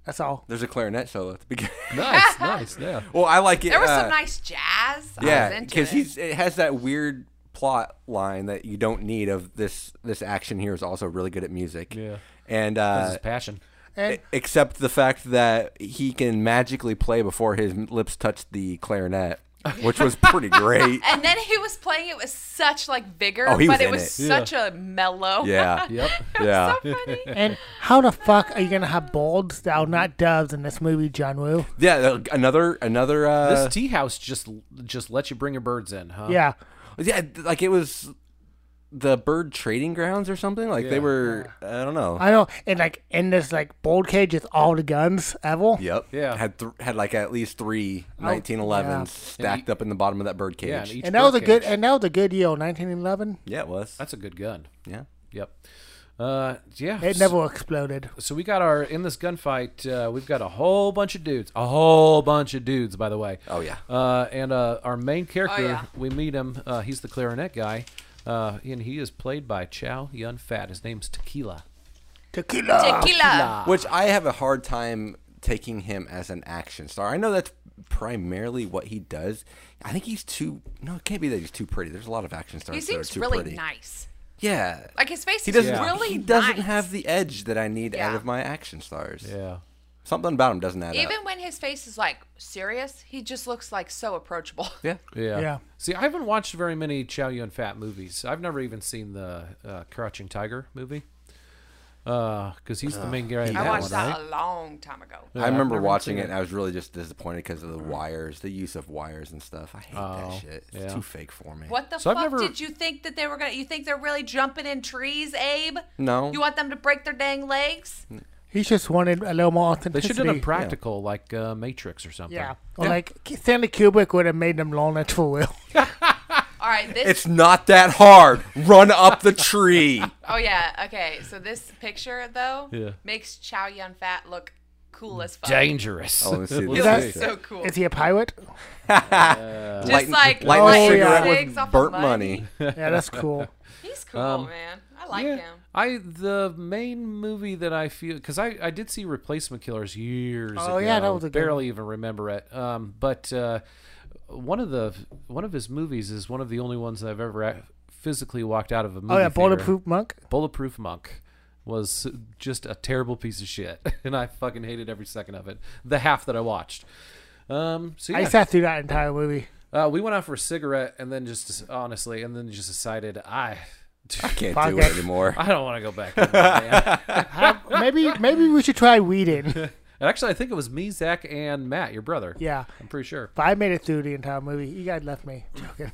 Speaker 3: That's all.
Speaker 2: There's a clarinet solo at the beginning. <laughs>
Speaker 3: <laughs>
Speaker 1: Nice, nice. Yeah.
Speaker 2: well, I like it.
Speaker 4: There was
Speaker 2: uh,
Speaker 4: some nice jazz. I was
Speaker 2: Yeah,
Speaker 4: into
Speaker 2: because
Speaker 4: it.
Speaker 2: he's it has that weird plot line that you don't need. Of this this action here is also really good at music.
Speaker 1: Yeah.
Speaker 2: and
Speaker 1: This
Speaker 2: uh, e-,
Speaker 1: is passion.
Speaker 3: And
Speaker 2: except the fact that he can magically play before his lips touch the
Speaker 4: <laughs>
Speaker 2: clarinet, which was pretty great.
Speaker 4: And then he was playing it with such like vigor,
Speaker 2: Oh, he
Speaker 4: but
Speaker 2: was
Speaker 4: it
Speaker 2: in
Speaker 4: was
Speaker 2: it.
Speaker 1: Yeah.
Speaker 4: such a mellow. <laughs>
Speaker 2: Yeah,
Speaker 1: Yep.
Speaker 2: yeah.
Speaker 4: so funny.
Speaker 2: <laughs>
Speaker 3: and how the fuck are you gonna have balds that are not doves in this movie, John Woo?
Speaker 2: Yeah, uh, another another. Uh,
Speaker 1: This tea house just just lets you bring your birds in, huh?
Speaker 3: Yeah,
Speaker 2: yeah, th- like it was the bird trading grounds or something. Like
Speaker 1: Yeah.
Speaker 2: they were. I don't know.
Speaker 3: I know. And like in this like bold cage, it's all the guns ever.
Speaker 2: yep.
Speaker 1: Yeah. Oh,
Speaker 2: Had th- had like at least three 1911s
Speaker 3: yeah.
Speaker 2: stacked up in the bottom of that bird cage.
Speaker 1: Yeah. And, each
Speaker 3: And that was a
Speaker 1: bird
Speaker 3: good.
Speaker 1: cage-
Speaker 3: And that was a good year, 1911.
Speaker 2: Yeah, it was.
Speaker 1: That's a good gun.
Speaker 2: yeah.
Speaker 1: Yep. Uh, yeah.
Speaker 3: It never exploded.
Speaker 1: so we got our in this gunfight. Uh, we've got a whole bunch of dudes, a whole bunch of dudes, by the way.
Speaker 2: Oh, yeah.
Speaker 1: Uh, and uh, our main
Speaker 3: Oh,
Speaker 1: character,
Speaker 4: yeah.
Speaker 1: we meet him. Uh, he's the clarinet guy, uh, and he is played by Chow Yun Fat. His name's Tequila.
Speaker 2: Ah,
Speaker 3: Tequila.
Speaker 1: Ah.
Speaker 4: Tequila.
Speaker 2: Which I have a hard time taking him as an action star. I know that's primarily what he does. I think he's too. No, it can't be that he's too pretty. There's a lot of action stars
Speaker 4: He
Speaker 2: that are
Speaker 4: seems
Speaker 2: too
Speaker 4: really
Speaker 2: pretty.
Speaker 4: nice.
Speaker 2: Yeah.
Speaker 4: Like his face
Speaker 2: He
Speaker 4: is
Speaker 2: doesn't.
Speaker 4: really
Speaker 2: he doesn't
Speaker 4: nice.
Speaker 2: have the edge that I need out
Speaker 4: Yeah.
Speaker 2: of my action stars.
Speaker 1: Yeah.
Speaker 2: Something about him doesn't add
Speaker 4: Even
Speaker 2: up.
Speaker 4: when his face is like serious, he just looks like so approachable.
Speaker 2: Yeah.
Speaker 1: Yeah.
Speaker 3: Yeah.
Speaker 1: See, I haven't watched very many Chow Yun Fat movies. I've never even seen the uh, Crouching Tiger movie. Because he's the main guy. in
Speaker 4: <laughs> I
Speaker 1: that
Speaker 4: watched
Speaker 1: one,
Speaker 4: that
Speaker 1: right?
Speaker 4: a long time ago.
Speaker 2: I
Speaker 1: I've
Speaker 2: remember
Speaker 1: never
Speaker 2: watching
Speaker 1: seen
Speaker 2: it, and I was really just disappointed because of the
Speaker 1: Mm-hmm.
Speaker 2: wires, the use of wires and stuff. I hate that shit. It's
Speaker 1: Oh, yeah.
Speaker 2: too fake for me.
Speaker 4: What the
Speaker 1: So I've
Speaker 4: fuck
Speaker 1: never-
Speaker 4: did you think that they were gonna? You think they're really jumping in trees, Abe?
Speaker 2: No.
Speaker 4: You want them to break their dang legs?
Speaker 3: He just wanted a little more
Speaker 1: They
Speaker 3: authenticity.
Speaker 1: should have done a practical, like uh, Matrix or something.
Speaker 3: Yeah. Or Oh, like Stanley Kubrick would have made them long that's for real.
Speaker 4: All right, this.
Speaker 2: It's not that hard. Run up the
Speaker 1: <laughs>
Speaker 2: tree.
Speaker 1: Uh,
Speaker 4: Oh yeah. Okay. So this picture though
Speaker 1: Yeah.
Speaker 4: makes Chow Yun Fat look cool as fuck.
Speaker 1: Dangerous. <laughs>
Speaker 2: Oh, let's see
Speaker 1: Let's
Speaker 2: this.
Speaker 4: He
Speaker 3: That's-
Speaker 4: looks so cool.
Speaker 3: Is he a pirate?
Speaker 4: Just like
Speaker 2: light
Speaker 3: Oh,
Speaker 2: a
Speaker 3: yeah.
Speaker 2: cigarette
Speaker 4: cigs
Speaker 2: with
Speaker 4: off of
Speaker 2: burnt
Speaker 4: money.
Speaker 2: money.
Speaker 1: <laughs>
Speaker 3: Yeah, that's cool.
Speaker 4: He's cool,
Speaker 1: um,
Speaker 4: man. I like him.
Speaker 1: I the main movie that I feel because I I did see Replacement Killers years ago.
Speaker 3: Oh, yeah, that was a good
Speaker 1: barely even remember it. Um, but uh, one of the one of his movies is one of the only ones that I've ever ac physically walked out of a movie.
Speaker 3: Oh yeah,
Speaker 1: theater.
Speaker 3: bulletproof monk.
Speaker 1: Bulletproof Monk was just a terrible piece of shit, <laughs> and I fucking hated every second of it. The half that I watched. Um, so yeah.
Speaker 3: I sat through that entire movie.
Speaker 1: Uh, we went out for a cigarette, and then just honestly, and then just decided I,
Speaker 2: I can't
Speaker 3: Fuck
Speaker 2: do
Speaker 3: it.
Speaker 2: it anymore.
Speaker 1: <laughs> I don't want to go back. in
Speaker 3: <laughs>
Speaker 1: there, man.
Speaker 3: Maybe maybe we should
Speaker 1: <laughs>
Speaker 3: try weeding.
Speaker 1: And actually, I think it was me, Zach, and Matt, your brother.
Speaker 3: Yeah.
Speaker 1: I'm pretty sure.
Speaker 3: But I made it through the entire movie. You guys left me. Joking.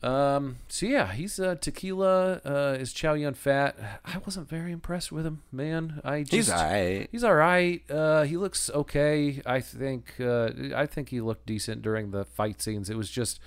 Speaker 1: Um, so yeah, he's uh, tequila. Uh, is Chow Yun Fat? I wasn't very impressed with him, man. I just,
Speaker 2: He's alright.
Speaker 1: He's all right. Uh, he looks okay. I think. Uh, I think he looked decent during the fight scenes. It was just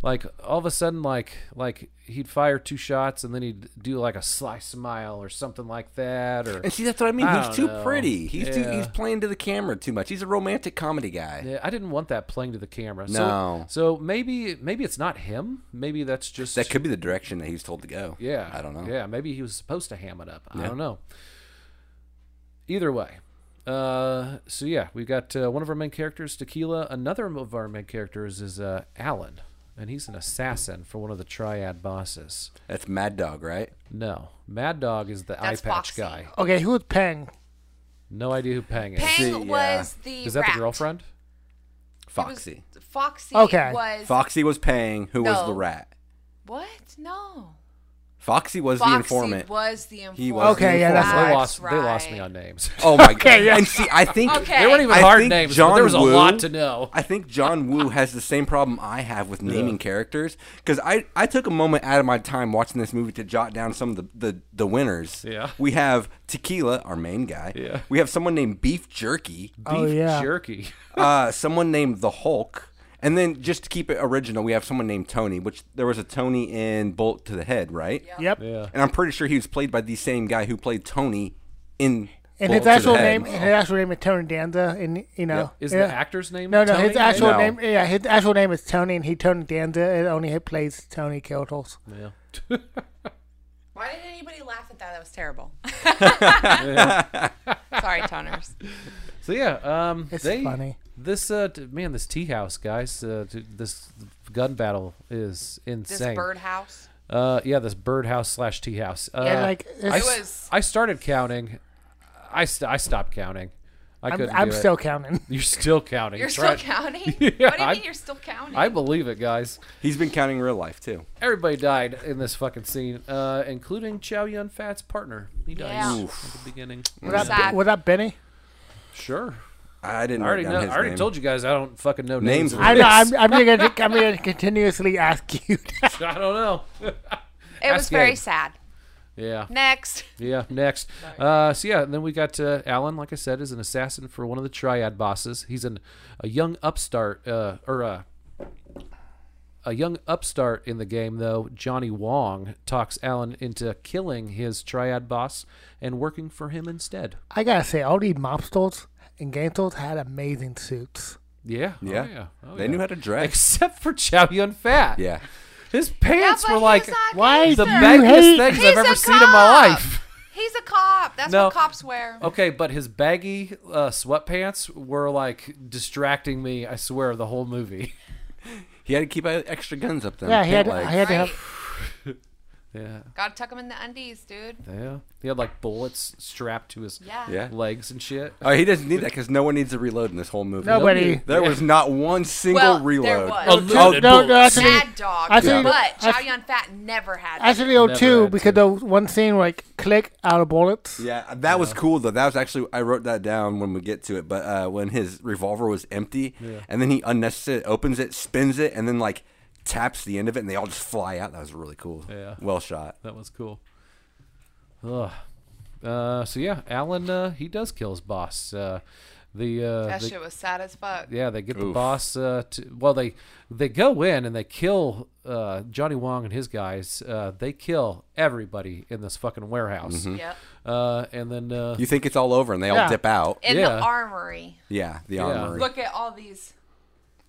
Speaker 1: like all of a sudden, like like he'd fire two shots and then he'd do like a sly smile or something like that.
Speaker 2: <laughs>
Speaker 1: Or
Speaker 2: And see, that's what I mean.
Speaker 1: I
Speaker 2: he's
Speaker 1: don't
Speaker 2: too
Speaker 1: know.
Speaker 2: pretty. He's too,
Speaker 1: Yeah.
Speaker 2: he's playing to the camera too much. He's a romantic comedy guy.
Speaker 1: Yeah, I didn't want that playing to the camera.
Speaker 2: No.
Speaker 1: So, so maybe maybe it's not him. Maybe that's just
Speaker 2: That could be the direction that he's told to go.
Speaker 1: Yeah.
Speaker 2: I don't know.
Speaker 1: Yeah, maybe he was supposed to ham it up. I don't know. Either way. Uh, so yeah, we've got uh, one of our main characters, Tequila. Another of our main characters is uh, Alan, and he's an assassin for one of the Triad bosses.
Speaker 2: That's Mad Dog, right?
Speaker 1: No, Mad Dog is the
Speaker 4: That's
Speaker 1: eye patch
Speaker 4: Foxy.
Speaker 1: guy.
Speaker 3: Okay, who was Pang?
Speaker 1: No idea who Pang is. uh,
Speaker 4: Pang
Speaker 2: See, yeah.
Speaker 4: was the
Speaker 1: Is that
Speaker 4: rat.
Speaker 1: the girlfriend?
Speaker 2: Foxy.
Speaker 4: Foxy
Speaker 3: Okay.
Speaker 4: was
Speaker 2: Foxy was paying. Who was the
Speaker 4: No.
Speaker 2: rat?
Speaker 4: what? No.
Speaker 2: Foxy was
Speaker 4: Foxy
Speaker 2: the informant.
Speaker 4: was the informant.
Speaker 2: He was
Speaker 3: Okay, the yeah, that's
Speaker 1: They
Speaker 3: right.
Speaker 1: lost. They lost me on
Speaker 4: <laughs>
Speaker 1: names. <laughs>
Speaker 2: Oh my
Speaker 3: Okay,
Speaker 2: god!
Speaker 3: yeah.
Speaker 2: And see, I think
Speaker 4: Okay.
Speaker 1: They weren't even
Speaker 2: I
Speaker 1: hard
Speaker 2: think
Speaker 1: names.
Speaker 2: John
Speaker 1: but there was a
Speaker 2: Woo-
Speaker 1: lot to know.
Speaker 2: I think John Woo has the same problem I have with naming characters because I, I took a moment out of my time watching this movie to jot down some of the, the, the winners.
Speaker 1: Yeah.
Speaker 2: We have Tequila, our main guy.
Speaker 1: Yeah.
Speaker 2: We have someone named Beef Jerky,
Speaker 3: Oh,
Speaker 1: Beef
Speaker 3: yeah.
Speaker 1: jerky.
Speaker 2: uh, someone named The Hulk. And then just to keep it original, we have someone named Tony, which there was a Tony in Bolt to the Head, right?
Speaker 3: Yep.
Speaker 1: Yeah.
Speaker 2: And I'm pretty sure he was played by the same guy who played Tony in.
Speaker 3: And
Speaker 2: Bolt
Speaker 3: his
Speaker 2: to the
Speaker 3: actual
Speaker 2: Head.
Speaker 3: name, and his actual name is Tony Danza, and you know,
Speaker 1: Is
Speaker 3: yeah.
Speaker 1: the actor's name?
Speaker 3: No, no, his
Speaker 1: Tony?
Speaker 3: actual
Speaker 2: No.
Speaker 3: name, yeah, his actual name is Tony, and he Tony Danza, and only he plays Tony Kiltles.
Speaker 1: Yeah.
Speaker 4: Why did anybody laugh at that? That
Speaker 1: <laughs>
Speaker 4: was terrible. <laughs> Sorry, toners.
Speaker 1: So yeah, um,
Speaker 3: It's
Speaker 1: they,
Speaker 3: funny.
Speaker 1: This uh, t- man, this tea house, guys. Uh, t- this gun battle is
Speaker 4: This
Speaker 1: insane.
Speaker 4: birdhouse.
Speaker 1: Uh, yeah, this birdhouse slash tea house. Uh,
Speaker 3: And like,
Speaker 1: I,
Speaker 3: it's-
Speaker 1: s-
Speaker 4: was-
Speaker 1: I started counting. I st- I stopped counting. I
Speaker 3: I'm,
Speaker 1: couldn't.
Speaker 3: I'm
Speaker 1: do it.
Speaker 3: still counting.
Speaker 1: <laughs> You're still counting.
Speaker 4: You're
Speaker 1: That's
Speaker 4: still
Speaker 1: right. <laughs>
Speaker 4: counting?
Speaker 1: Yeah,
Speaker 4: what do you
Speaker 1: I-
Speaker 4: mean you're still counting?
Speaker 1: I believe it, guys.
Speaker 2: He's been counting real life, too.
Speaker 1: Everybody died in this fucking scene, uh, including Chow Yun Fat's partner. He dies
Speaker 4: Yeah.
Speaker 1: at the beginning.
Speaker 3: What up,
Speaker 4: Sad.
Speaker 3: what up, Benny?
Speaker 1: Sure.
Speaker 2: I didn't
Speaker 1: I
Speaker 2: write
Speaker 1: already
Speaker 2: down
Speaker 1: know. I
Speaker 2: his
Speaker 1: already
Speaker 2: name.
Speaker 1: told you guys I don't fucking know
Speaker 2: Names
Speaker 1: names.
Speaker 2: are
Speaker 1: of
Speaker 3: I know. I'm,
Speaker 2: Yes.
Speaker 3: I'm gonna, I'm gonna continuously ask you. <laughs>
Speaker 1: these. <laughs> I don't know.
Speaker 4: it was
Speaker 1: ask
Speaker 4: very
Speaker 1: Abe.
Speaker 4: sad.
Speaker 1: Yeah.
Speaker 4: Next.
Speaker 1: Yeah, next. Uh, so yeah, and then we got uh, Alan. Like I said, is an assassin for one of the Triad bosses. He's an a young upstart, uh, or a a young upstart in the game though. Johnny Wong talks Alan into killing his Triad boss and working for him instead.
Speaker 3: I gotta say, all these mobsters and gangsters had amazing suits.
Speaker 1: Yeah, oh,
Speaker 2: Yeah.
Speaker 1: yeah. Oh,
Speaker 2: they
Speaker 1: yeah.
Speaker 2: knew how to dress.
Speaker 1: <laughs> Except for Chow Yun Fat.
Speaker 2: yeah.
Speaker 1: his pants
Speaker 4: Yeah, but
Speaker 1: were like
Speaker 4: he's not
Speaker 3: Why
Speaker 1: the
Speaker 3: do you
Speaker 4: <laughs>
Speaker 1: baggiest
Speaker 3: hate-
Speaker 1: things
Speaker 4: He's
Speaker 1: I've ever
Speaker 4: a
Speaker 1: seen in my
Speaker 4: cop.
Speaker 1: life.
Speaker 4: <laughs> He's a cop. That's
Speaker 1: No. Oh,
Speaker 4: what cops wear.
Speaker 1: Okay, but his baggy uh, sweatpants were like distracting me. I swear the whole movie. <laughs>
Speaker 2: He had to keep uh, extra guns up there.
Speaker 3: Yeah, he had,
Speaker 2: Pant legs.
Speaker 3: he had to
Speaker 4: Right.
Speaker 3: have.
Speaker 1: Yeah,
Speaker 4: Gotta tuck him in the undies, dude.
Speaker 1: yeah. He had like bullets strapped to his
Speaker 4: Yeah.
Speaker 2: Yeah.
Speaker 1: legs and shit.
Speaker 2: Oh, he doesn't need that because no one needs to reload in this whole movie.
Speaker 3: Nobody.
Speaker 2: There was not one single
Speaker 4: Well, there
Speaker 2: reload.
Speaker 4: was.
Speaker 1: Oh,
Speaker 3: <laughs> No,
Speaker 1: Loaded
Speaker 3: no, no,
Speaker 1: bullets.
Speaker 3: actually,
Speaker 4: Mad dog.
Speaker 3: I think-
Speaker 4: but
Speaker 3: I-
Speaker 4: Chow Yun Fat never had that.
Speaker 3: actually, oh
Speaker 1: Never
Speaker 3: two
Speaker 1: had
Speaker 3: because the one scene where, like click out of bullets.
Speaker 2: Yeah, that was cool though. That was actually I wrote that down when we get to it. But uh, when his revolver was empty, and then he unnecessarily opens it, spins it, and then like taps the end of it, and they all just fly out. That was really cool.
Speaker 1: Yeah.
Speaker 2: well shot.
Speaker 1: That was cool. Ugh. Uh, so yeah, Alan uh, he does kill his boss. Uh, the uh,
Speaker 4: That
Speaker 1: they-
Speaker 4: shit was sad as fuck.
Speaker 1: yeah, they get the boss. Uh, to, well, they they go in and they kill uh, Johnny Wong and his guys. Uh, they kill everybody in this fucking warehouse.
Speaker 4: Yep.
Speaker 1: Uh, and then uh,
Speaker 2: You think it's all over, and they
Speaker 3: Yeah.
Speaker 2: all dip out.
Speaker 4: In
Speaker 1: Yeah.
Speaker 4: the armory.
Speaker 2: yeah, the armory.
Speaker 4: Look at all these.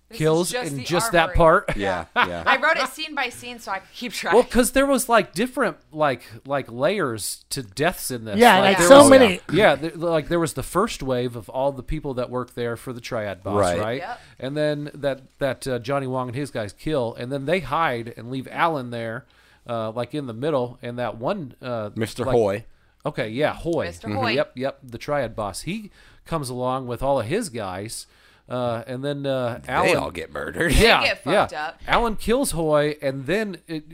Speaker 4: This is
Speaker 1: kills
Speaker 4: just
Speaker 1: in
Speaker 4: the
Speaker 1: just that
Speaker 4: armory.
Speaker 1: part.
Speaker 2: yeah, yeah.
Speaker 4: <laughs> I wrote it scene by scene so I <laughs> could keep track.
Speaker 1: Well, because there was like different like like layers to deaths in this.
Speaker 3: Yeah, like
Speaker 1: there
Speaker 3: so
Speaker 1: was-
Speaker 3: many.
Speaker 1: Yeah, th- like there was the first wave of all the people that work there for the Triad boss, right?
Speaker 2: Right.
Speaker 4: Yep.
Speaker 1: And then that that uh, Johnny Wong and his guys kill, and then they hide and leave Alan there, uh, like in the middle, and that one uh,
Speaker 2: Mr.
Speaker 1: like-
Speaker 2: Hoy.
Speaker 1: Okay, yeah, Hoy. Mm-hmm.
Speaker 4: Mr. Hoy.
Speaker 1: Yep, yep. The Triad boss. He comes along with all of his guys, uh, and then uh, Alan
Speaker 2: They all get murdered.
Speaker 1: yeah,
Speaker 4: <laughs> get fucked
Speaker 1: yeah.
Speaker 4: up.
Speaker 1: Alan kills Hoy, and then it,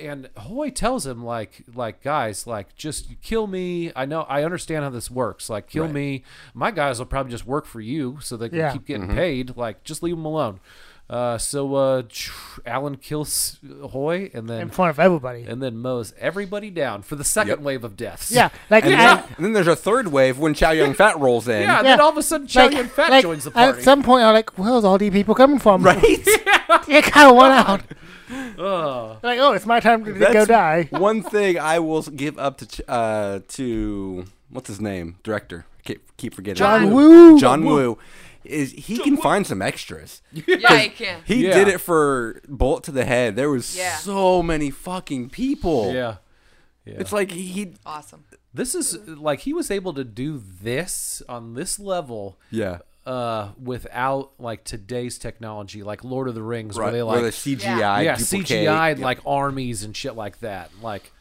Speaker 1: and Hoy tells him like like guys like just kill me. I know I understand how this works. Like kill me. My guys will probably just work for you so they can
Speaker 3: Yeah.
Speaker 1: keep getting paid. Like just leave them alone. Uh, so uh, Alan kills Hoy, and
Speaker 3: in
Speaker 1: then
Speaker 3: front of everybody.
Speaker 1: and then mows everybody down for the second
Speaker 2: Yep.
Speaker 1: wave of deaths.
Speaker 3: yeah, like
Speaker 2: And,
Speaker 3: I-
Speaker 2: then, and then there's a third wave when Chow Yun Fat rolls
Speaker 1: <laughs>
Speaker 2: in. <laughs>
Speaker 1: yeah. And then all of a sudden, Chow Yun Fat
Speaker 3: like,
Speaker 1: joins the party.
Speaker 3: At some point, I'm like, "Where's all these people coming from?" Right? <laughs> you kind of
Speaker 1: <laughs>
Speaker 3: won out. Like, oh, it's my time to
Speaker 2: That's
Speaker 3: go die.
Speaker 2: <laughs> one thing I will give up to Ch- uh, to what's his name director. I Keep, keep forgetting
Speaker 4: John
Speaker 2: his name.
Speaker 3: Woo.
Speaker 2: John Woo is he can find some extras.
Speaker 4: yeah, I can.
Speaker 2: He
Speaker 1: Yeah.
Speaker 2: did it for Bolt to the Head. There was
Speaker 4: Yeah.
Speaker 2: so many fucking people.
Speaker 1: yeah.
Speaker 2: It's like he
Speaker 4: Awesome.
Speaker 1: This is like he was able to do this on this level
Speaker 2: yeah
Speaker 1: uh, without like today's technology, like Lord of the Rings,
Speaker 2: right
Speaker 1: where they
Speaker 2: where the
Speaker 1: like
Speaker 2: CGI
Speaker 1: yeah
Speaker 2: duplicate. <laughs>
Speaker 1: CGI would like armies and shit like that. Like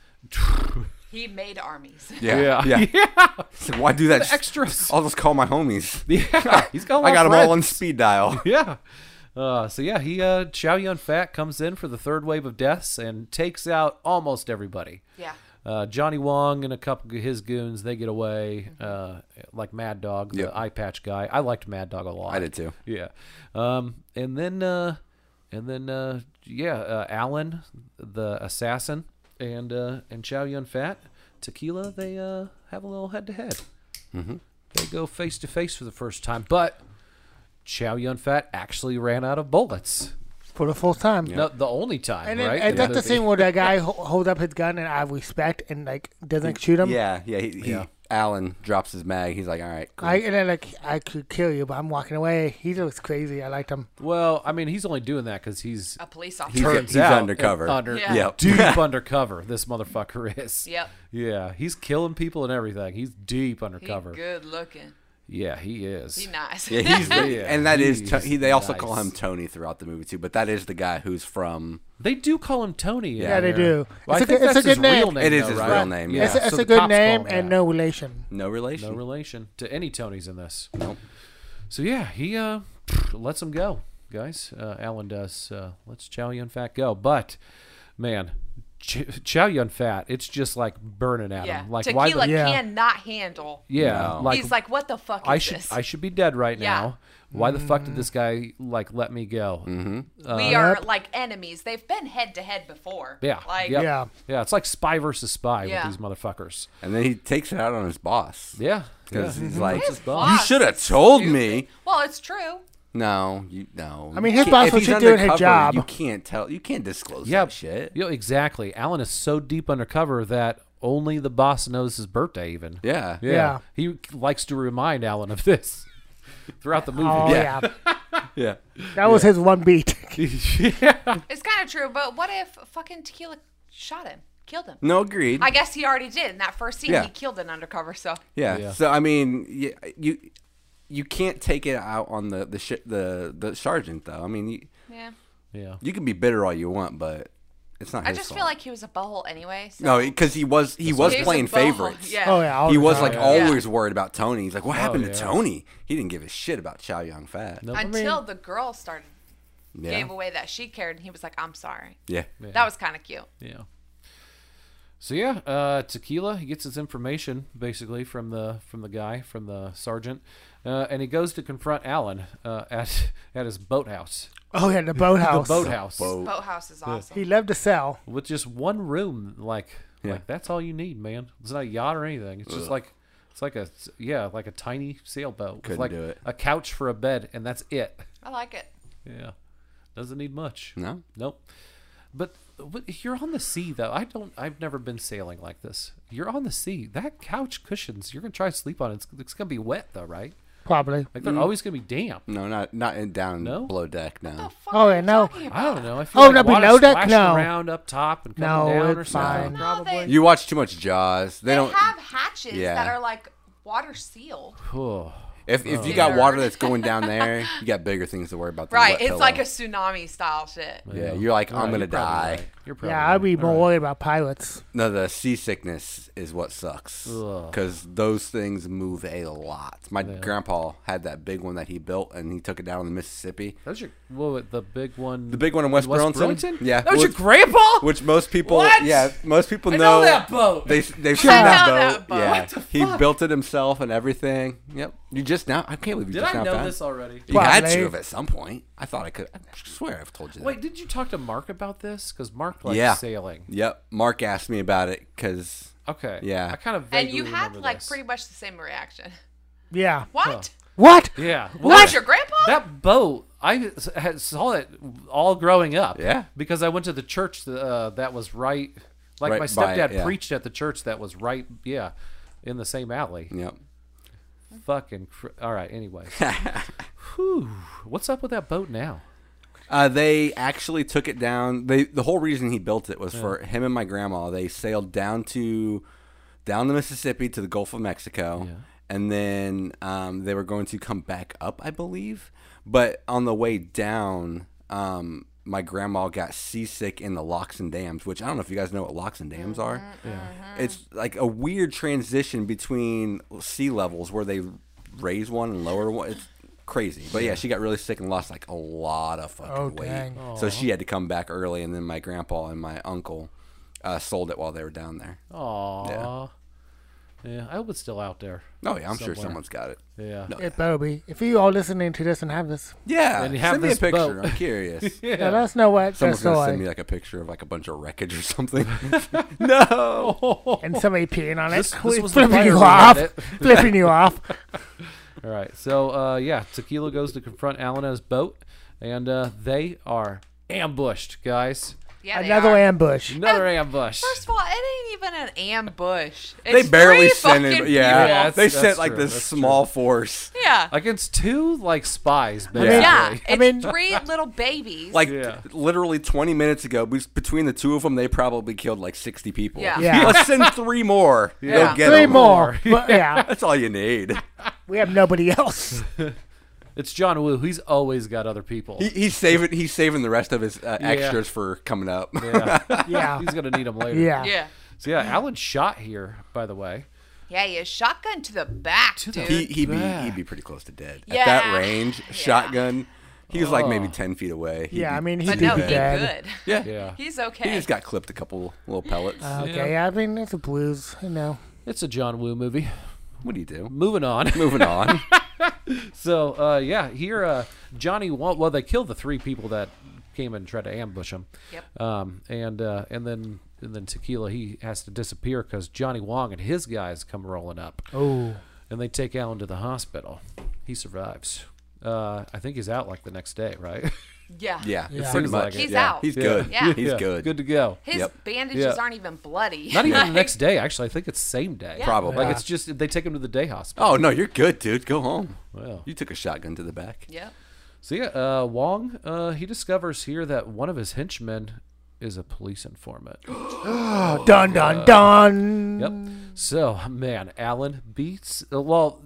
Speaker 4: He made armies.
Speaker 1: Yeah.
Speaker 2: Yeah. Yeah.
Speaker 1: <laughs>
Speaker 2: So Why do that?
Speaker 1: extras.
Speaker 2: I'll just call my homies.
Speaker 1: Yeah, <laughs> he's got. a lot
Speaker 2: I got
Speaker 1: of
Speaker 2: them all
Speaker 1: friends.
Speaker 2: on speed dial.
Speaker 1: <laughs> Yeah. Uh, so yeah, he uh, Chow Yun Fat comes in for the third wave of deaths and takes out almost everybody.
Speaker 4: <laughs> Yeah.
Speaker 1: Uh, Johnny Wong and a couple of his goons they get away. Uh, like Mad Dog,
Speaker 2: Yep.
Speaker 1: the eye patch guy. I liked Mad Dog a lot.
Speaker 2: I did too.
Speaker 1: <laughs> Yeah. Um, and then uh, and then uh, yeah, uh, Alan the assassin and uh, and Chow Yun Fat Tequila they uh, have a little head to head.
Speaker 2: Mm-hmm.
Speaker 1: They go face to face for the first time, but Chow Yun Fat actually ran out of bullets.
Speaker 3: for the full time.
Speaker 1: No, the only time,
Speaker 3: And then
Speaker 1: right?
Speaker 3: and
Speaker 1: in
Speaker 3: that's the
Speaker 1: movie.
Speaker 3: scene where that guy ho- hold up his gun and I respect and like doesn't shoot him.
Speaker 2: Yeah. Yeah. He, he,
Speaker 1: Yeah.
Speaker 2: Alan drops his mag. He's like, all right,
Speaker 3: <laughs>
Speaker 2: cool.
Speaker 3: I and then like I could kill you, but I'm walking away. He looks crazy. I liked him.
Speaker 1: Well, I mean, he's only doing that because he's
Speaker 4: A police
Speaker 2: He's-
Speaker 4: officer.
Speaker 1: turns
Speaker 2: he's
Speaker 1: out
Speaker 2: undercover.
Speaker 1: and Under,
Speaker 4: Yeah.
Speaker 1: <laughs>
Speaker 2: Yep.
Speaker 1: deep
Speaker 2: <laughs>
Speaker 1: undercover. This motherfucker is.
Speaker 4: Yep.
Speaker 1: Yeah, he's killing people and everything. He's deep
Speaker 4: He
Speaker 1: undercover.
Speaker 4: good looking.
Speaker 1: yeah, he is.
Speaker 4: He nice.
Speaker 2: Yeah,
Speaker 4: <laughs>
Speaker 2: he's the,
Speaker 1: Yeah,
Speaker 2: and that is
Speaker 1: he's
Speaker 2: To- he, they also call
Speaker 1: nice.
Speaker 2: him Tony throughout the movie too, but that is the guy who's from
Speaker 1: They do call him Tony. in
Speaker 2: Yeah,
Speaker 3: they
Speaker 1: there.
Speaker 3: do.
Speaker 1: Well,
Speaker 3: It's
Speaker 1: I
Speaker 3: a
Speaker 1: think
Speaker 3: good- it's
Speaker 1: that's
Speaker 3: a
Speaker 1: his
Speaker 3: good name.
Speaker 1: real name.
Speaker 2: It is
Speaker 1: though,
Speaker 2: his
Speaker 1: right?
Speaker 2: real name, yeah.
Speaker 3: It's a,
Speaker 1: so
Speaker 3: it's
Speaker 1: the
Speaker 3: a good
Speaker 1: cops call
Speaker 3: name
Speaker 1: him
Speaker 3: and
Speaker 1: that.
Speaker 3: no relation.
Speaker 2: no relation.
Speaker 1: no relation to any Tonys in this. So yeah, he uh, lets him go, guys. Uh, Alan does. Uh, lets Chow Yun Fat go, but man, Ch- Chow Yun Fat, it's just like burning at
Speaker 4: yeah.
Speaker 1: him. Like
Speaker 4: Tequila
Speaker 1: why? The,
Speaker 3: Yeah.
Speaker 4: cannot handle.
Speaker 1: yeah,
Speaker 2: No.
Speaker 1: like
Speaker 4: he's like, what the fuck
Speaker 1: I
Speaker 4: is
Speaker 1: should
Speaker 4: this?
Speaker 1: I should be dead right
Speaker 4: Yeah.
Speaker 1: now. Why the
Speaker 2: Mm.
Speaker 1: fuck did this guy like let me go? Mm-hmm.
Speaker 4: we are like enemies. They've been head to head before.
Speaker 1: Yeah,
Speaker 4: Like
Speaker 1: yep.
Speaker 3: Yeah.
Speaker 1: yeah. It's like spy versus spy
Speaker 4: Yeah.
Speaker 1: with these motherfuckers.
Speaker 2: And then he takes it out on his boss
Speaker 1: Yeah,
Speaker 2: because
Speaker 1: yeah.
Speaker 2: he's like,
Speaker 1: His boss.
Speaker 2: "You
Speaker 4: boss
Speaker 2: should have
Speaker 4: is
Speaker 2: told
Speaker 4: stupid.
Speaker 2: me."
Speaker 4: Well, it's true.
Speaker 2: No, you no. I
Speaker 3: mean, his boss was just doing her job.
Speaker 2: You can't tell. You can't disclose
Speaker 1: Yeah,
Speaker 2: that shit.
Speaker 1: Yeah, exactly. Alan is so deep undercover that only the boss knows his birthday. Even
Speaker 2: Yeah.
Speaker 1: yeah,
Speaker 3: Yeah.
Speaker 1: he likes to remind Alan of this <laughs> throughout the movie. <laughs>
Speaker 3: Oh yeah,
Speaker 2: Yeah. Yeah.
Speaker 3: that was his one beat.
Speaker 4: It's kind of true, but what if fucking Tequila shot him, killed him?
Speaker 2: No, agreed.
Speaker 4: I guess he already did in that first scene.
Speaker 2: Yeah.
Speaker 4: He killed an undercover, so
Speaker 2: yeah.
Speaker 1: Yeah.
Speaker 2: So I mean, you, you you can't take it out on the the shi the the sergeant though. I mean, you,
Speaker 4: yeah.
Speaker 1: Yeah.
Speaker 2: you can be bitter all you want, but it's not.
Speaker 4: I
Speaker 2: his
Speaker 4: just
Speaker 2: fault.
Speaker 4: feel like he was a butthole anyway. So.
Speaker 2: No, because he was he was
Speaker 4: He's a
Speaker 2: playing
Speaker 4: butthole,
Speaker 2: favorites.
Speaker 4: Yeah.
Speaker 3: <laughs> Oh yeah, all
Speaker 2: He
Speaker 3: the
Speaker 2: was
Speaker 3: time.
Speaker 2: like
Speaker 4: yeah.
Speaker 2: always worried about Tony. He's like, "What happened
Speaker 1: Oh, yeah.
Speaker 2: to Tony?" He didn't give a shit about Chow Yun Fat.
Speaker 1: No.
Speaker 4: Until the girl started
Speaker 2: Yeah.
Speaker 4: gave away that she cared, and he was like, "I'm sorry."
Speaker 2: yeah.
Speaker 4: That was kind of cute.
Speaker 1: Yeah. So yeah, uh, tequila. He gets his information basically from the from the guy from the sergeant, uh, and he goes to confront Alan uh, at <laughs> at his boathouse.
Speaker 3: Oh yeah, the
Speaker 1: <laughs>
Speaker 3: boathouse.
Speaker 1: The boathouse
Speaker 2: Boat.
Speaker 4: Boathouse is awesome.
Speaker 3: He loved to sell.
Speaker 1: with just one room. Like
Speaker 2: Yeah.
Speaker 1: like that's all you need, man. It's not a yacht or anything. It's just like it's like a yeah like a tiny sailboat. with
Speaker 2: Couldn't
Speaker 1: like
Speaker 2: do it.
Speaker 1: A couch for a bed, and that's it.
Speaker 4: I like it.
Speaker 1: Yeah, doesn't need much.
Speaker 2: No.
Speaker 1: Nope. But, but you're on the sea though. I don't. I've never been sailing like this. You're on the sea. That couch cushions. You're gonna try to sleep on it. It's, it's gonna be wet though, right?
Speaker 3: Probably.
Speaker 1: Like
Speaker 2: Mm.
Speaker 1: they're always gonna be damp.
Speaker 2: No, not not in, down
Speaker 1: No?
Speaker 2: below deck. No.
Speaker 4: The fuck
Speaker 3: Oh,
Speaker 4: are
Speaker 3: yeah,
Speaker 4: you
Speaker 3: no.
Speaker 4: talking
Speaker 1: I
Speaker 4: about?
Speaker 1: don't know. I feel
Speaker 3: Oh,
Speaker 1: like
Speaker 3: that'd be
Speaker 1: water
Speaker 3: no deck?
Speaker 1: splashing
Speaker 3: No.
Speaker 1: around up top and coming
Speaker 3: No,
Speaker 1: down or
Speaker 3: it's
Speaker 1: something.
Speaker 3: fine.
Speaker 4: No, they,
Speaker 2: You watch too much Jaws. They,
Speaker 4: they
Speaker 2: don't.
Speaker 4: have hatches
Speaker 2: Yeah.
Speaker 4: that are like water sealed.
Speaker 1: Oh,
Speaker 2: if if you
Speaker 4: Nerd.
Speaker 2: got water that's going
Speaker 4: <laughs>
Speaker 2: down there, you got bigger things to worry about. Than a
Speaker 4: Right.
Speaker 2: wet
Speaker 4: It's
Speaker 2: pillow.
Speaker 4: like a tsunami style shit.
Speaker 2: Yeah, you're like,
Speaker 1: All right,
Speaker 2: I'm gonna
Speaker 1: you're probably
Speaker 2: die.
Speaker 1: right. You're probably
Speaker 3: Yeah, I'd be
Speaker 1: right.
Speaker 3: more worried about pilots.
Speaker 2: No, the seasickness is what sucks
Speaker 1: Ugh.
Speaker 2: because those things move a lot. My grandpa had that big one that he built, and he took it down on the Mississippi.
Speaker 1: That's your well, the big one.
Speaker 2: The big one in West,
Speaker 1: West
Speaker 2: Burlington.
Speaker 1: Burlington?
Speaker 2: Yeah,
Speaker 1: That was your
Speaker 2: which-
Speaker 1: grandpa.
Speaker 2: Which most people,
Speaker 1: What?
Speaker 2: yeah, most people
Speaker 1: I know
Speaker 2: know,
Speaker 1: that boat.
Speaker 2: They they've seen
Speaker 4: I
Speaker 2: that,
Speaker 4: know
Speaker 2: boat.
Speaker 4: that boat.
Speaker 2: Yeah,
Speaker 4: What
Speaker 1: the
Speaker 2: he
Speaker 1: fuck?
Speaker 2: built it himself and everything. Yep. You just now, I can't believe
Speaker 1: <laughs>
Speaker 2: you
Speaker 1: Did
Speaker 2: just
Speaker 1: I
Speaker 2: now
Speaker 1: know
Speaker 2: found.
Speaker 1: this already?
Speaker 2: You had
Speaker 3: Probably.
Speaker 2: to have at some point. I thought I could. I swear I've told you.
Speaker 1: Wait, did you talk to Mark about this? Because Mark
Speaker 2: that.
Speaker 1: likes
Speaker 2: yeah.
Speaker 1: sailing.
Speaker 2: Yep. Mark asked me about it because
Speaker 1: Okay.
Speaker 2: Yeah.
Speaker 1: I kind of
Speaker 4: And
Speaker 1: vaguely
Speaker 4: you had
Speaker 1: remember
Speaker 4: like
Speaker 1: this.
Speaker 4: pretty much the same reaction.
Speaker 3: Yeah.
Speaker 4: What?
Speaker 3: What?
Speaker 1: Yeah. Well,
Speaker 4: What? Your grandpa?
Speaker 1: That boat, I s- had- saw it all growing up.
Speaker 2: Yeah.
Speaker 1: Because I went to the church uh, that was right, like
Speaker 2: Right
Speaker 1: my
Speaker 2: by it,
Speaker 1: stepdad
Speaker 2: yeah.
Speaker 1: preached at the church that was right, yeah, in the same alley.
Speaker 2: yep.
Speaker 1: Fucking. Cr- all right.
Speaker 2: <laughs>
Speaker 1: Anyway. Whew. What's up with that boat now?
Speaker 2: Uh, they actually took it down. They the whole reason he built it was for him and my grandma. They sailed down to down the Mississippi to the Gulf of Mexico, and then um, they were going to come back up, I believe. But on the way down, um, my grandma got seasick in the locks and dams, which I don't know if you guys know what locks and dams are. It's like a weird transition between sea levels where they raise one and lower one. It's crazy. But yeah, she got really sick and lost like a lot of fucking
Speaker 3: Oh,
Speaker 2: weight.
Speaker 3: dang.
Speaker 2: So she had to come back early, and then my grandpa and my uncle uh, sold it while they were down there.
Speaker 4: Aww. Yeah. I hope it's still out there.
Speaker 2: Oh yeah, I'm sure
Speaker 4: Somewhere.
Speaker 2: someone's got it.
Speaker 4: Yeah. <laughs>
Speaker 2: No.
Speaker 3: It better be. If you all listening to this and have this,
Speaker 2: Yeah,
Speaker 4: And you have
Speaker 2: send me a
Speaker 4: this
Speaker 2: picture.
Speaker 4: boat.
Speaker 2: I'm
Speaker 4: <laughs>
Speaker 2: curious.
Speaker 3: yeah. let us know what
Speaker 2: Someone's
Speaker 3: that's
Speaker 2: gonna send me
Speaker 3: like.
Speaker 2: like a picture of like a bunch of wreckage or something. no.
Speaker 3: And somebody peeing on it,
Speaker 4: This- this was the
Speaker 3: flipping
Speaker 4: fire
Speaker 3: you
Speaker 4: we
Speaker 3: off,
Speaker 4: had it.
Speaker 3: flipping you off.
Speaker 4: <laughs> All right. So, uh, yeah, Tequila goes to confront Alan at his boat, and uh, they are ambushed, guys.
Speaker 1: Yeah,
Speaker 3: Another
Speaker 1: they are.
Speaker 3: ambush.
Speaker 4: Another
Speaker 1: And
Speaker 4: ambush.
Speaker 1: First of all, it ain't even an ambush.
Speaker 2: They
Speaker 1: It's three
Speaker 2: barely sent it.
Speaker 1: fucking
Speaker 2: Yeah,
Speaker 4: Yeah, that's-
Speaker 2: they
Speaker 4: that's
Speaker 2: sent like
Speaker 4: true,
Speaker 2: this
Speaker 4: that's
Speaker 2: small force.
Speaker 1: people. Yeah.
Speaker 4: Against two, like, spies, basically.
Speaker 2: mean-
Speaker 1: Yeah,
Speaker 3: I
Speaker 1: it's
Speaker 3: mean-
Speaker 1: three little babies.
Speaker 2: Like
Speaker 4: Yeah.
Speaker 2: t- literally 20 minutes ago, be- between the two of them, they probably killed like 60 people.
Speaker 1: Yeah.
Speaker 3: Yeah.
Speaker 2: Let's send three more.
Speaker 4: Yeah.
Speaker 2: They'll get
Speaker 3: Three
Speaker 2: 'em.
Speaker 3: more. But yeah,
Speaker 2: That's all you need.
Speaker 3: we have
Speaker 4: <laughs>
Speaker 3: nobody else.
Speaker 4: It's John Woo. He's always got other people.
Speaker 2: He, he's saving. He's saving the rest of his uh, extras for coming up.
Speaker 4: yeah.
Speaker 3: Yeah.
Speaker 4: He's going to need them later.
Speaker 3: Yeah.
Speaker 1: yeah.
Speaker 4: So, yeah, Alan shot here, by the way.
Speaker 1: Yeah, you shotgun to the back, dude.
Speaker 2: he he'd be he'd be pretty close to dead at
Speaker 1: Yeah.
Speaker 2: that range.
Speaker 1: Yeah. Oh. Uh,
Speaker 3: Uh,
Speaker 1: <laughs> uh, Um, uh, Uh,
Speaker 2: Oh,
Speaker 1: uh,
Speaker 4: uh,
Speaker 1: Uh, Uh, Uh, <laughs>
Speaker 4: Mm-hmm.
Speaker 1: Oh
Speaker 4: <laughs>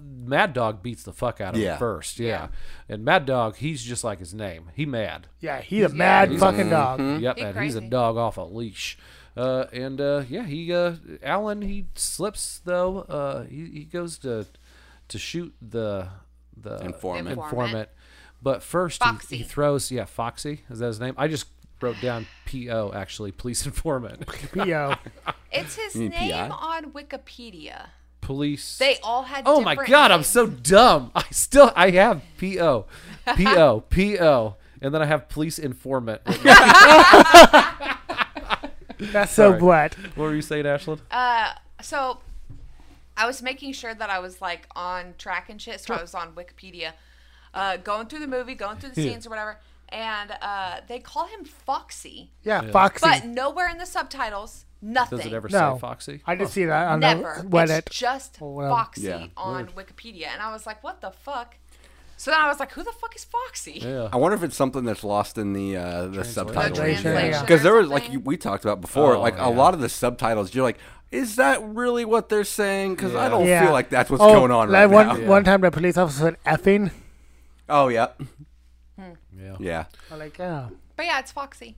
Speaker 1: uh, uh,
Speaker 4: Oh.
Speaker 1: Oh, Oh, Oh,
Speaker 2: uh, Oh,
Speaker 3: Oh,
Speaker 1: Hmm.
Speaker 3: oh.
Speaker 2: uh, Uh,
Speaker 1: Uh,
Speaker 3: Oh,
Speaker 1: uh, <laughs> <laughs> Oh, <laughs>
Speaker 3: Oh,
Speaker 1: Oh,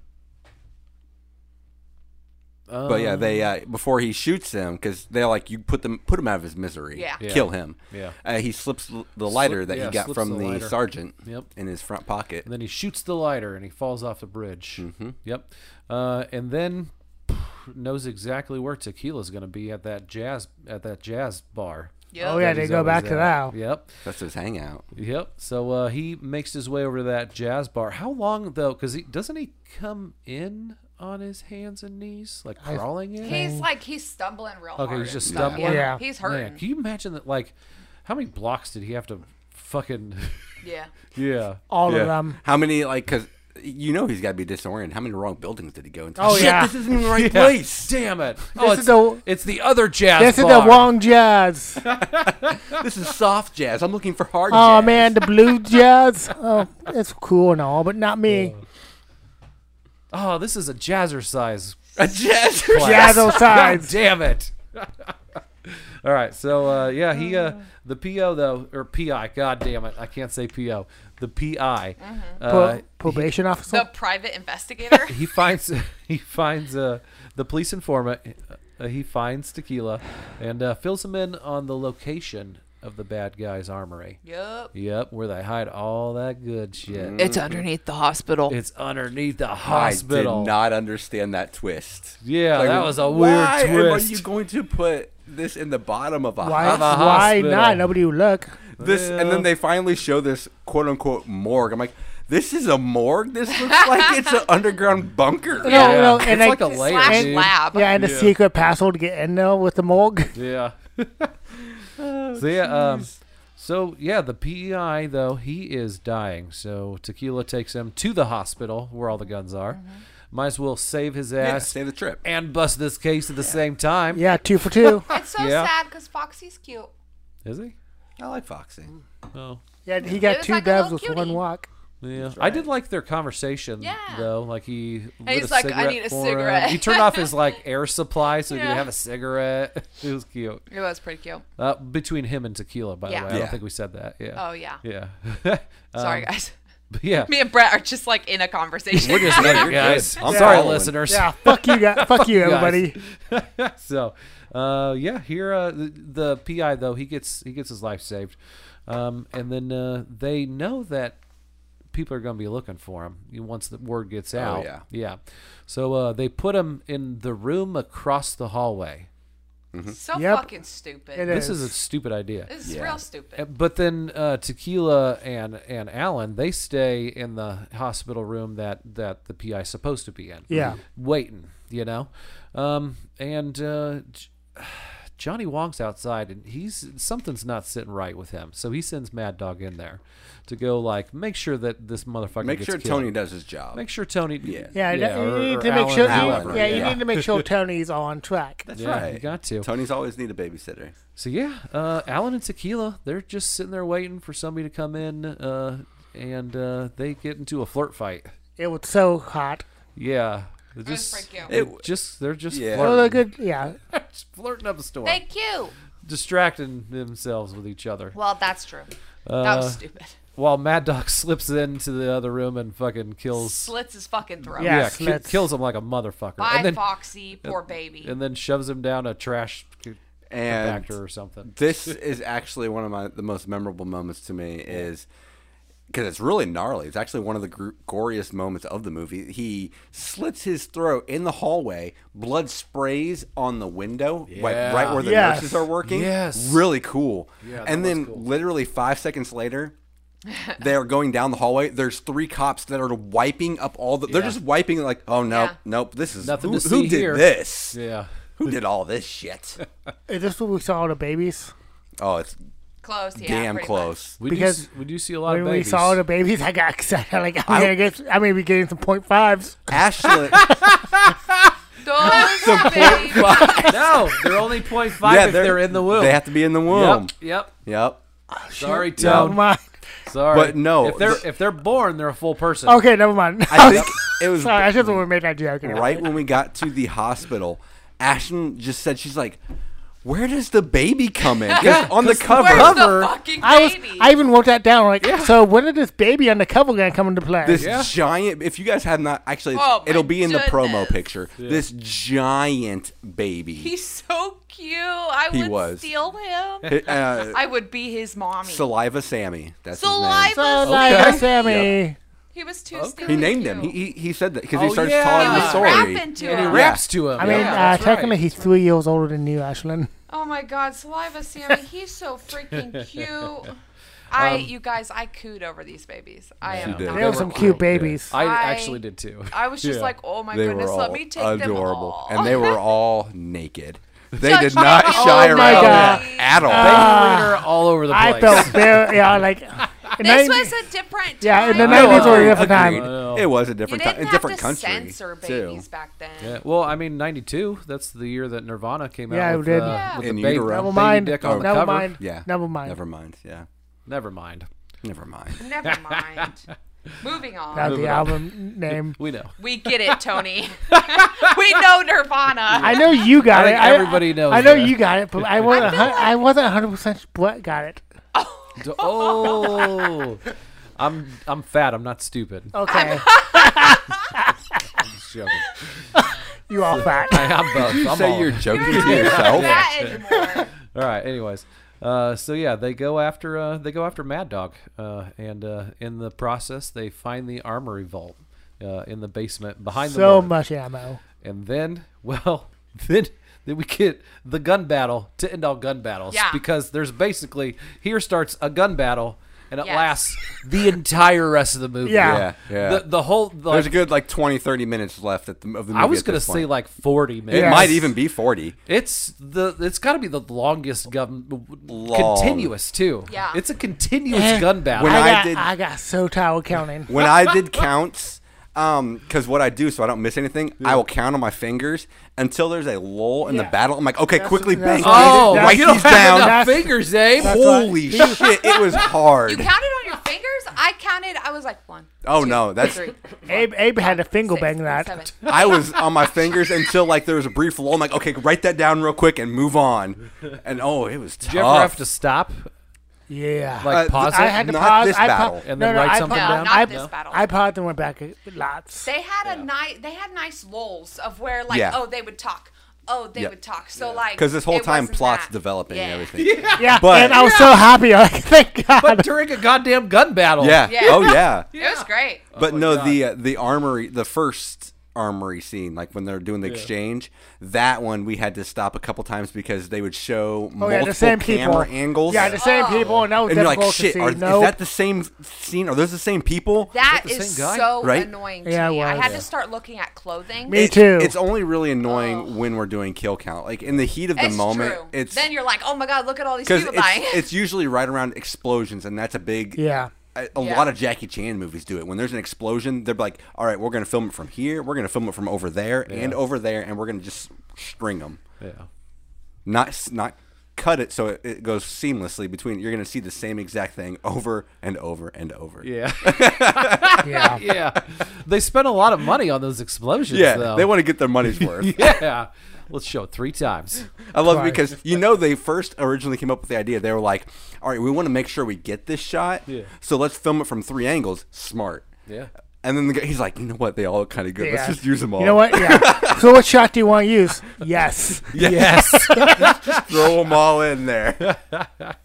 Speaker 1: <laughs> All right, so uh, yeah, he uh, the PO though or PI. God damn it, I can't say PO. The PI. Uh,
Speaker 3: Pro- probation officer.
Speaker 4: The
Speaker 3: <laughs>
Speaker 4: private investigator.
Speaker 1: he finds <laughs> he finds uh, the police informant. Uh, he finds tequila and uh, fills him in on the location of the bad guy's armory.
Speaker 4: yep.
Speaker 1: Yep, where they hide all that good shit.
Speaker 4: It's underneath the hospital.
Speaker 1: It's underneath the
Speaker 2: <laughs> I
Speaker 1: hospital.
Speaker 2: did not understand that twist.
Speaker 1: Yeah, that was a weird
Speaker 2: why Why are
Speaker 1: twist.
Speaker 2: you going to put this in the bottom of a
Speaker 3: Why?
Speaker 2: house?
Speaker 3: Why
Speaker 1: hospital.
Speaker 3: not? Nobody would look.
Speaker 2: This and
Speaker 1: Yeah.
Speaker 2: then they finally show this quote unquote morgue. I'm like, this is a morgue. This
Speaker 1: <laughs>
Speaker 2: looks like it's an underground bunker.
Speaker 3: No,
Speaker 1: Yeah.
Speaker 3: no,
Speaker 1: it's
Speaker 3: Oh, and
Speaker 1: like
Speaker 3: I-
Speaker 1: a layer,
Speaker 4: Slash
Speaker 1: dude.
Speaker 4: lab.
Speaker 3: Yeah, and a
Speaker 1: Yeah.
Speaker 3: secret password to get in there with the morgue. <laughs>
Speaker 4: <laughs>
Speaker 1: Yeah.
Speaker 4: Oh,
Speaker 1: so yeah, um, so yeah, the PEI though he is dying, so Tequila takes him to the hospital where all the guns are.
Speaker 4: Mm-hmm.
Speaker 1: Might as well save his
Speaker 2: Yeah,
Speaker 1: ass
Speaker 2: save the trip.
Speaker 1: and bust this case at the same time.
Speaker 3: Yeah, two for
Speaker 4: <laughs>
Speaker 3: two.
Speaker 4: It's so
Speaker 1: Yeah.
Speaker 4: sad because Foxy's cute.
Speaker 1: Is he?
Speaker 2: I like Foxy.
Speaker 1: Oh.
Speaker 3: Yeah, he
Speaker 4: It
Speaker 3: got
Speaker 4: was
Speaker 3: two
Speaker 4: like a
Speaker 3: devs
Speaker 4: little
Speaker 3: with
Speaker 4: cutie.
Speaker 3: one walk.
Speaker 1: Yeah, I did like their conversation
Speaker 4: Yeah.
Speaker 1: though. Like he lit
Speaker 4: he's
Speaker 1: a
Speaker 4: like, "I
Speaker 1: cigarette
Speaker 4: need a
Speaker 1: for him.
Speaker 4: cigarette.
Speaker 1: He turned off his
Speaker 4: <laughs>
Speaker 1: like air supply so he
Speaker 4: Yeah.
Speaker 1: could have a cigarette. <laughs> It was cute.
Speaker 4: It was pretty cute.
Speaker 1: Uh, between him and Tequila, by
Speaker 4: Yeah.
Speaker 1: the way, I
Speaker 2: Yeah.
Speaker 1: don't think we said that. Yeah.
Speaker 4: Oh yeah.
Speaker 1: Yeah. <laughs> Um,
Speaker 4: Sorry guys. <laughs>
Speaker 1: But yeah.
Speaker 4: Me and Brett are just like in a conversation.
Speaker 2: We're <laughs> just
Speaker 1: Yeah,
Speaker 2: like,
Speaker 1: guys.
Speaker 2: I'm
Speaker 1: sorry,
Speaker 2: following.
Speaker 1: listeners.
Speaker 3: Yeah, fuck you guys. Fuck you,
Speaker 1: Guys.
Speaker 3: everybody.
Speaker 1: <laughs> so, uh, yeah, here uh, the, the PI though he gets he gets his life saved, um, and then uh, they know that people are going to be looking for him you- once the word gets out.
Speaker 2: Oh, yeah.
Speaker 1: yeah. So uh, they put him in the room across the hallway.
Speaker 4: <laughs> so
Speaker 3: Yep.
Speaker 4: fucking stupid.
Speaker 3: It
Speaker 1: This
Speaker 3: Yes.
Speaker 1: is a stupid idea.
Speaker 4: This is
Speaker 2: Yeah.
Speaker 4: real stupid.
Speaker 1: Uh, But then uh, Tequila and and Alan they stay in the hospital room that that the PI is supposed to be in.
Speaker 3: Yeah.
Speaker 1: waiting, you know. Um, and uh, J- <sighs> Johnny Wong's outside, and he's something's not sitting right with him. So he sends Mad Dog in there to go like make sure that this motherfucker
Speaker 2: Make
Speaker 1: gets
Speaker 2: sure
Speaker 1: killed.
Speaker 2: Tony does his job.
Speaker 1: Make sure Tony.
Speaker 2: Yeah.
Speaker 3: Yeah,
Speaker 1: Yeah,
Speaker 3: you
Speaker 1: or-
Speaker 3: need
Speaker 1: or
Speaker 3: to
Speaker 1: Alan
Speaker 3: make sure.
Speaker 1: or
Speaker 3: you,
Speaker 2: whoever,
Speaker 3: yeah, you
Speaker 2: yeah.
Speaker 3: need to
Speaker 1: <laughs>
Speaker 3: make sure Tony's on track.
Speaker 2: That's
Speaker 1: Yeah,
Speaker 2: right.
Speaker 1: you got to.
Speaker 2: Tony's always need a babysitter.
Speaker 1: So yeah, uh, Alan and Tequila, they're just sitting there waiting for somebody to come in, uh, and uh, they get into a flirt fight.
Speaker 3: It was so hot.
Speaker 1: Yeah, they're
Speaker 4: It was
Speaker 1: just
Speaker 4: pretty cute.
Speaker 1: they're
Speaker 2: It-
Speaker 1: just they're just
Speaker 2: Yeah.
Speaker 3: Oh, they're
Speaker 1: flirting,
Speaker 3: good. Yeah,
Speaker 1: just flirting up a storm,
Speaker 4: They cute.
Speaker 1: distracting themselves with each other.
Speaker 4: Well, that's true. that
Speaker 1: Uh,
Speaker 4: was stupid.
Speaker 1: While Mad Dog <laughs> slips into the other room and fucking kills,
Speaker 4: Slits his fucking throat.
Speaker 3: Yeah.
Speaker 1: yeah,
Speaker 3: Yes,
Speaker 1: ki-
Speaker 3: let's-
Speaker 1: kills him like a motherfucker,
Speaker 4: Bye,
Speaker 1: and then
Speaker 4: Foxy, poor baby.
Speaker 1: and then shoves him down a trash c-
Speaker 2: And
Speaker 1: compactor or something.
Speaker 2: this is actually one of my the most memorable moments to me is because it's really gnarly. It's actually one of the gr- goriest moments of the movie. He slits his throat in the hallway. Blood sprays on the window, like right where the
Speaker 3: Yes.
Speaker 2: nurses are working.
Speaker 1: Yes.
Speaker 2: really cool.
Speaker 1: that
Speaker 2: and
Speaker 1: was
Speaker 2: then
Speaker 1: cool.
Speaker 2: literally five seconds later.
Speaker 4: <laughs>
Speaker 2: they are going down the hallway. There's three cops that are wiping up all the. They're just wiping like, oh no,
Speaker 4: Yeah.
Speaker 2: nope. This is
Speaker 1: Nothing
Speaker 2: who,
Speaker 1: to
Speaker 2: who
Speaker 1: see
Speaker 2: did
Speaker 1: here."
Speaker 2: this?
Speaker 1: Yeah,
Speaker 2: Who did all this shit?
Speaker 1: <laughs>
Speaker 3: is this what we saw all the babies?
Speaker 2: Oh, it's
Speaker 4: close, yeah.
Speaker 2: damn
Speaker 4: pretty
Speaker 2: close.
Speaker 1: we do,
Speaker 3: Because
Speaker 1: s- we do see a lot
Speaker 3: When
Speaker 1: of
Speaker 3: we
Speaker 1: babies. <laughs>
Speaker 3: saw all the babies, <laughs> I got excited. Like I'm gonna get. I'm gonna be getting some point fives.
Speaker 2: Ashley. <laughs>
Speaker 4: much. Those babies.
Speaker 1: no, they're only point five if they're, in the womb.
Speaker 2: They have to be in the womb.
Speaker 1: Yep, yep.
Speaker 2: Yep. yep.
Speaker 1: Sorry,
Speaker 3: Never
Speaker 1: Tom.
Speaker 3: mind.
Speaker 1: Sorry,
Speaker 2: But no,
Speaker 1: If they're
Speaker 2: th-
Speaker 1: if they're born, they're a full person.
Speaker 3: Okay, never mind. <laughs>
Speaker 2: I think it was
Speaker 3: Oh, Sorry, I should have made that
Speaker 2: <laughs>
Speaker 3: joke.
Speaker 2: right when we got to the hospital. Ashton just said, she's like, where does the baby come in? 'Cause on the
Speaker 4: Where's
Speaker 2: cover,
Speaker 1: Cover.
Speaker 4: the fucking
Speaker 3: I was.
Speaker 4: baby?
Speaker 3: I even wrote that down. Like, so when did this baby on the cover gonna come into play?
Speaker 2: this
Speaker 1: Yeah.
Speaker 2: giant, if you guys have not, actually, it's-
Speaker 4: Oh, my
Speaker 2: it'll be in the promo
Speaker 4: goodness.
Speaker 2: picture. This giant baby.
Speaker 4: He's so cute. I
Speaker 2: He
Speaker 4: would
Speaker 2: was.
Speaker 4: steal him. <laughs>
Speaker 2: Uh,
Speaker 4: I would be his mommy.
Speaker 2: Saliva Sammy. That's
Speaker 4: Saliva
Speaker 2: his name.
Speaker 3: so like Sammy.
Speaker 4: he was too
Speaker 2: He
Speaker 4: stingy
Speaker 2: named him. He,
Speaker 4: cute.
Speaker 2: he, he said that because he
Speaker 1: Oh,
Speaker 2: starts
Speaker 1: yeah.
Speaker 2: telling
Speaker 4: He
Speaker 2: the
Speaker 4: was
Speaker 2: story.
Speaker 4: rapping to
Speaker 1: and he
Speaker 4: him.
Speaker 1: raps to him.
Speaker 3: I
Speaker 1: yeah,
Speaker 3: mean, uh,
Speaker 1: that's right.
Speaker 3: technically, he's three years older than you, Ashlyn.
Speaker 4: Oh my God, saliva, Sammy. He's
Speaker 2: <laughs>
Speaker 4: so freaking cute. I, you guys, I cooed over these babies. I am.
Speaker 2: Um, did.
Speaker 4: not-
Speaker 2: They
Speaker 3: They were
Speaker 2: were
Speaker 3: some
Speaker 2: cute.
Speaker 3: cute babies.
Speaker 1: I,
Speaker 4: I-
Speaker 1: actually did too.
Speaker 4: I was just
Speaker 1: Yeah.
Speaker 4: like, oh my
Speaker 2: they
Speaker 4: goodness,
Speaker 2: were all
Speaker 4: let me take them
Speaker 2: adorable,
Speaker 4: all.
Speaker 2: and they were all
Speaker 4: <laughs>
Speaker 2: naked. They
Speaker 4: Judge
Speaker 2: did not
Speaker 4: me.
Speaker 2: shy
Speaker 4: Oh
Speaker 3: my
Speaker 2: around
Speaker 3: God.
Speaker 2: that at all.
Speaker 1: They were all over the place.
Speaker 3: Ah. I felt very, yeah, like.
Speaker 4: This was a different time.
Speaker 3: Yeah, in the
Speaker 2: I
Speaker 3: nineties
Speaker 2: know.
Speaker 3: were a different
Speaker 2: Agreed.
Speaker 3: time.
Speaker 1: know.
Speaker 2: It was a
Speaker 4: You
Speaker 2: different
Speaker 4: didn't
Speaker 2: time, a
Speaker 4: have
Speaker 2: different
Speaker 4: to
Speaker 2: country
Speaker 4: censor
Speaker 2: too.
Speaker 4: babies back then.
Speaker 1: Yeah, well, I mean, '92. That's the year that Nirvana came
Speaker 3: Yeah,
Speaker 1: out.
Speaker 3: it
Speaker 1: with,
Speaker 3: did.
Speaker 1: Uh,
Speaker 4: Yeah.
Speaker 1: with
Speaker 2: In
Speaker 1: the baby,
Speaker 2: utero.
Speaker 1: baby
Speaker 3: Never mind.
Speaker 1: dick on the
Speaker 3: Never
Speaker 1: cover.
Speaker 3: mind.
Speaker 2: Yeah.
Speaker 3: Never mind.
Speaker 2: Never mind. Yeah.
Speaker 1: Never mind.
Speaker 4: <laughs>
Speaker 2: Never mind.
Speaker 4: Never mind. Moving on.
Speaker 3: Now the album name.
Speaker 1: We know. <laughs>
Speaker 4: We get it, Tony. <laughs> we know Nirvana.
Speaker 3: I know you got
Speaker 1: I think
Speaker 3: it. I-
Speaker 1: everybody knows
Speaker 3: I know
Speaker 1: that.
Speaker 3: you got it, but I wasn't. a hun- I wasn't 100 percent what got it.
Speaker 1: D- Oh, I'm I'm fat. I'm not stupid.
Speaker 3: Okay,
Speaker 1: I'm just
Speaker 4: <laughs>
Speaker 1: joking.
Speaker 3: you all fat.
Speaker 1: I am both.
Speaker 2: <laughs> You
Speaker 1: I'm
Speaker 2: say
Speaker 1: all-
Speaker 2: you're joking to
Speaker 4: We're not
Speaker 2: yourself.
Speaker 4: that anymore.
Speaker 1: All right. Anyways, uh, so yeah, they go after uh, they go after Mad Dog, uh, and uh, in the process, they find the armory vault uh, in the basement behind the
Speaker 3: So
Speaker 1: morgue.
Speaker 3: much ammo.
Speaker 1: and then <laughs> well, then then we get the gun battle to end all gun battles
Speaker 4: Yeah.
Speaker 1: because there's basically here starts a gun battle and it
Speaker 4: Yes.
Speaker 1: lasts the entire rest of the movie.
Speaker 3: Yeah.
Speaker 2: Yeah, yeah.
Speaker 1: The, the whole the,
Speaker 2: There's a good like 20, 30 minutes left at the, of the movie.
Speaker 1: I was
Speaker 2: at
Speaker 1: gonna
Speaker 2: this
Speaker 1: say
Speaker 2: point.
Speaker 1: like forty
Speaker 2: it
Speaker 1: minutes.
Speaker 2: might even be forty.
Speaker 1: It's the it's got to be the longest gun
Speaker 2: Long.
Speaker 1: continuous too.
Speaker 4: Yeah.
Speaker 1: it's a continuous
Speaker 3: Eh,
Speaker 1: gun battle.
Speaker 2: When
Speaker 3: I
Speaker 2: I
Speaker 3: got,
Speaker 2: did-
Speaker 3: I got so tired of counting.
Speaker 2: When I
Speaker 3: <laughs>
Speaker 2: did counts, um, because what I do so I don't miss anything, I will count on my fingers until there's a lull in the
Speaker 3: Yeah.
Speaker 2: battle. I'm like, okay,
Speaker 3: That's-
Speaker 2: quickly, bang,
Speaker 3: that's what I
Speaker 1: oh,
Speaker 3: did.
Speaker 2: write
Speaker 1: you don't
Speaker 2: these
Speaker 1: have
Speaker 2: down.
Speaker 1: enough
Speaker 3: That's-
Speaker 1: fingers, eh? Abe.
Speaker 3: that's- <laughs>
Speaker 2: Holy shit, it was
Speaker 4: You
Speaker 2: hard.
Speaker 4: counted on your fingers? I counted. I was like one.
Speaker 2: Oh,
Speaker 4: two,
Speaker 2: no, that's-
Speaker 4: three,
Speaker 3: Abe, Abe had to finger
Speaker 4: six,
Speaker 3: bang that.
Speaker 4: seven.
Speaker 2: I was on my fingers until like there was a brief lull. I'm like, okay, write that down real quick and move on. And oh, it was tough.
Speaker 1: Did you ever have to stop,
Speaker 3: Yeah,
Speaker 1: like
Speaker 2: Uh,
Speaker 1: pause it?
Speaker 3: I had to
Speaker 2: Not
Speaker 3: pause.
Speaker 2: this
Speaker 3: I pa-
Speaker 2: battle.
Speaker 1: And
Speaker 3: no,
Speaker 1: then
Speaker 3: no,
Speaker 1: write
Speaker 3: I
Speaker 1: something
Speaker 3: pa-
Speaker 4: No, down?
Speaker 3: I,
Speaker 4: not this battle.
Speaker 3: I paused and went back a- lots.
Speaker 4: They had a nice. They had nice lulls of where like
Speaker 2: Yeah.
Speaker 4: oh they would talk. Oh, they
Speaker 2: Yeah.
Speaker 4: would talk. So like
Speaker 2: Because this whole
Speaker 4: it
Speaker 2: time
Speaker 4: wasn't
Speaker 2: plots
Speaker 4: that.
Speaker 2: developing and
Speaker 4: Yeah.
Speaker 2: everything.
Speaker 3: <laughs> Yeah,
Speaker 2: But-
Speaker 3: and I was so happy. <laughs> Like, thank God.
Speaker 1: but during a goddamn gun battle?
Speaker 2: Yeah.
Speaker 4: Yeah.
Speaker 2: Oh yeah.
Speaker 4: It was great.
Speaker 2: But
Speaker 1: my
Speaker 2: no,
Speaker 1: God.
Speaker 2: the uh, the armory, the first armory scene, like when they're doing the exchange, that one we had to stop a couple times because they would show
Speaker 3: oh
Speaker 2: multiple
Speaker 3: yeah, the same people.
Speaker 2: camera angles.
Speaker 3: Yeah, the
Speaker 4: Oh.
Speaker 3: same people, and that was
Speaker 2: and you're
Speaker 3: difficult
Speaker 2: like, shit,
Speaker 3: to see.
Speaker 2: are,
Speaker 3: no,
Speaker 2: is that the same scene? Are those the same people?
Speaker 4: That
Speaker 1: the
Speaker 4: is
Speaker 1: same guy?
Speaker 4: so
Speaker 2: Right?
Speaker 4: annoying to
Speaker 3: Yeah, it
Speaker 4: me. I
Speaker 3: was.
Speaker 4: had
Speaker 3: Yeah.
Speaker 4: to start looking at clothing.
Speaker 3: Me
Speaker 2: It-
Speaker 3: too.
Speaker 2: It's only really annoying when we're doing kill count. Like in the heat of the
Speaker 4: it's
Speaker 2: moment,
Speaker 4: true.
Speaker 2: it's
Speaker 4: then you're like, oh my god, look at all these
Speaker 2: because
Speaker 4: people dying.
Speaker 2: it's, it's usually right around explosions, and that's a big
Speaker 3: yeah.
Speaker 2: a, a
Speaker 4: Yeah.
Speaker 2: lot of Jackie Chan movies do it. When there's an explosion, they're like, "All right, we're going to film it from here. We're going to film it from over there and over there, and we're going to just string them,
Speaker 1: yeah.
Speaker 2: not s- not cut it so it, it goes seamlessly between. You're going to see the same exact thing over and over and over.
Speaker 1: Yeah, <laughs>
Speaker 3: Yeah.
Speaker 1: yeah. They spent a lot of money on those explosions.
Speaker 2: Yeah,
Speaker 1: though.
Speaker 2: they want to get their money's
Speaker 1: <laughs>
Speaker 2: worth.
Speaker 1: Yeah, let's show it three times.
Speaker 2: I love it
Speaker 3: Right.
Speaker 2: because you know they first originally came up with the idea. They were like, "All right, we want to make sure we get this shot,
Speaker 1: Yeah.
Speaker 2: so let's film it from three angles." Smart.
Speaker 1: Yeah.
Speaker 2: And then the guy, he's like, "You know what? They all kind of good.
Speaker 3: Yeah.
Speaker 2: Let's just use them all.
Speaker 3: You know what?
Speaker 2: <laughs>
Speaker 3: Yeah. so what shot do you want to use? Yes.
Speaker 1: Yes.
Speaker 2: Throw them all in there."
Speaker 1: <laughs>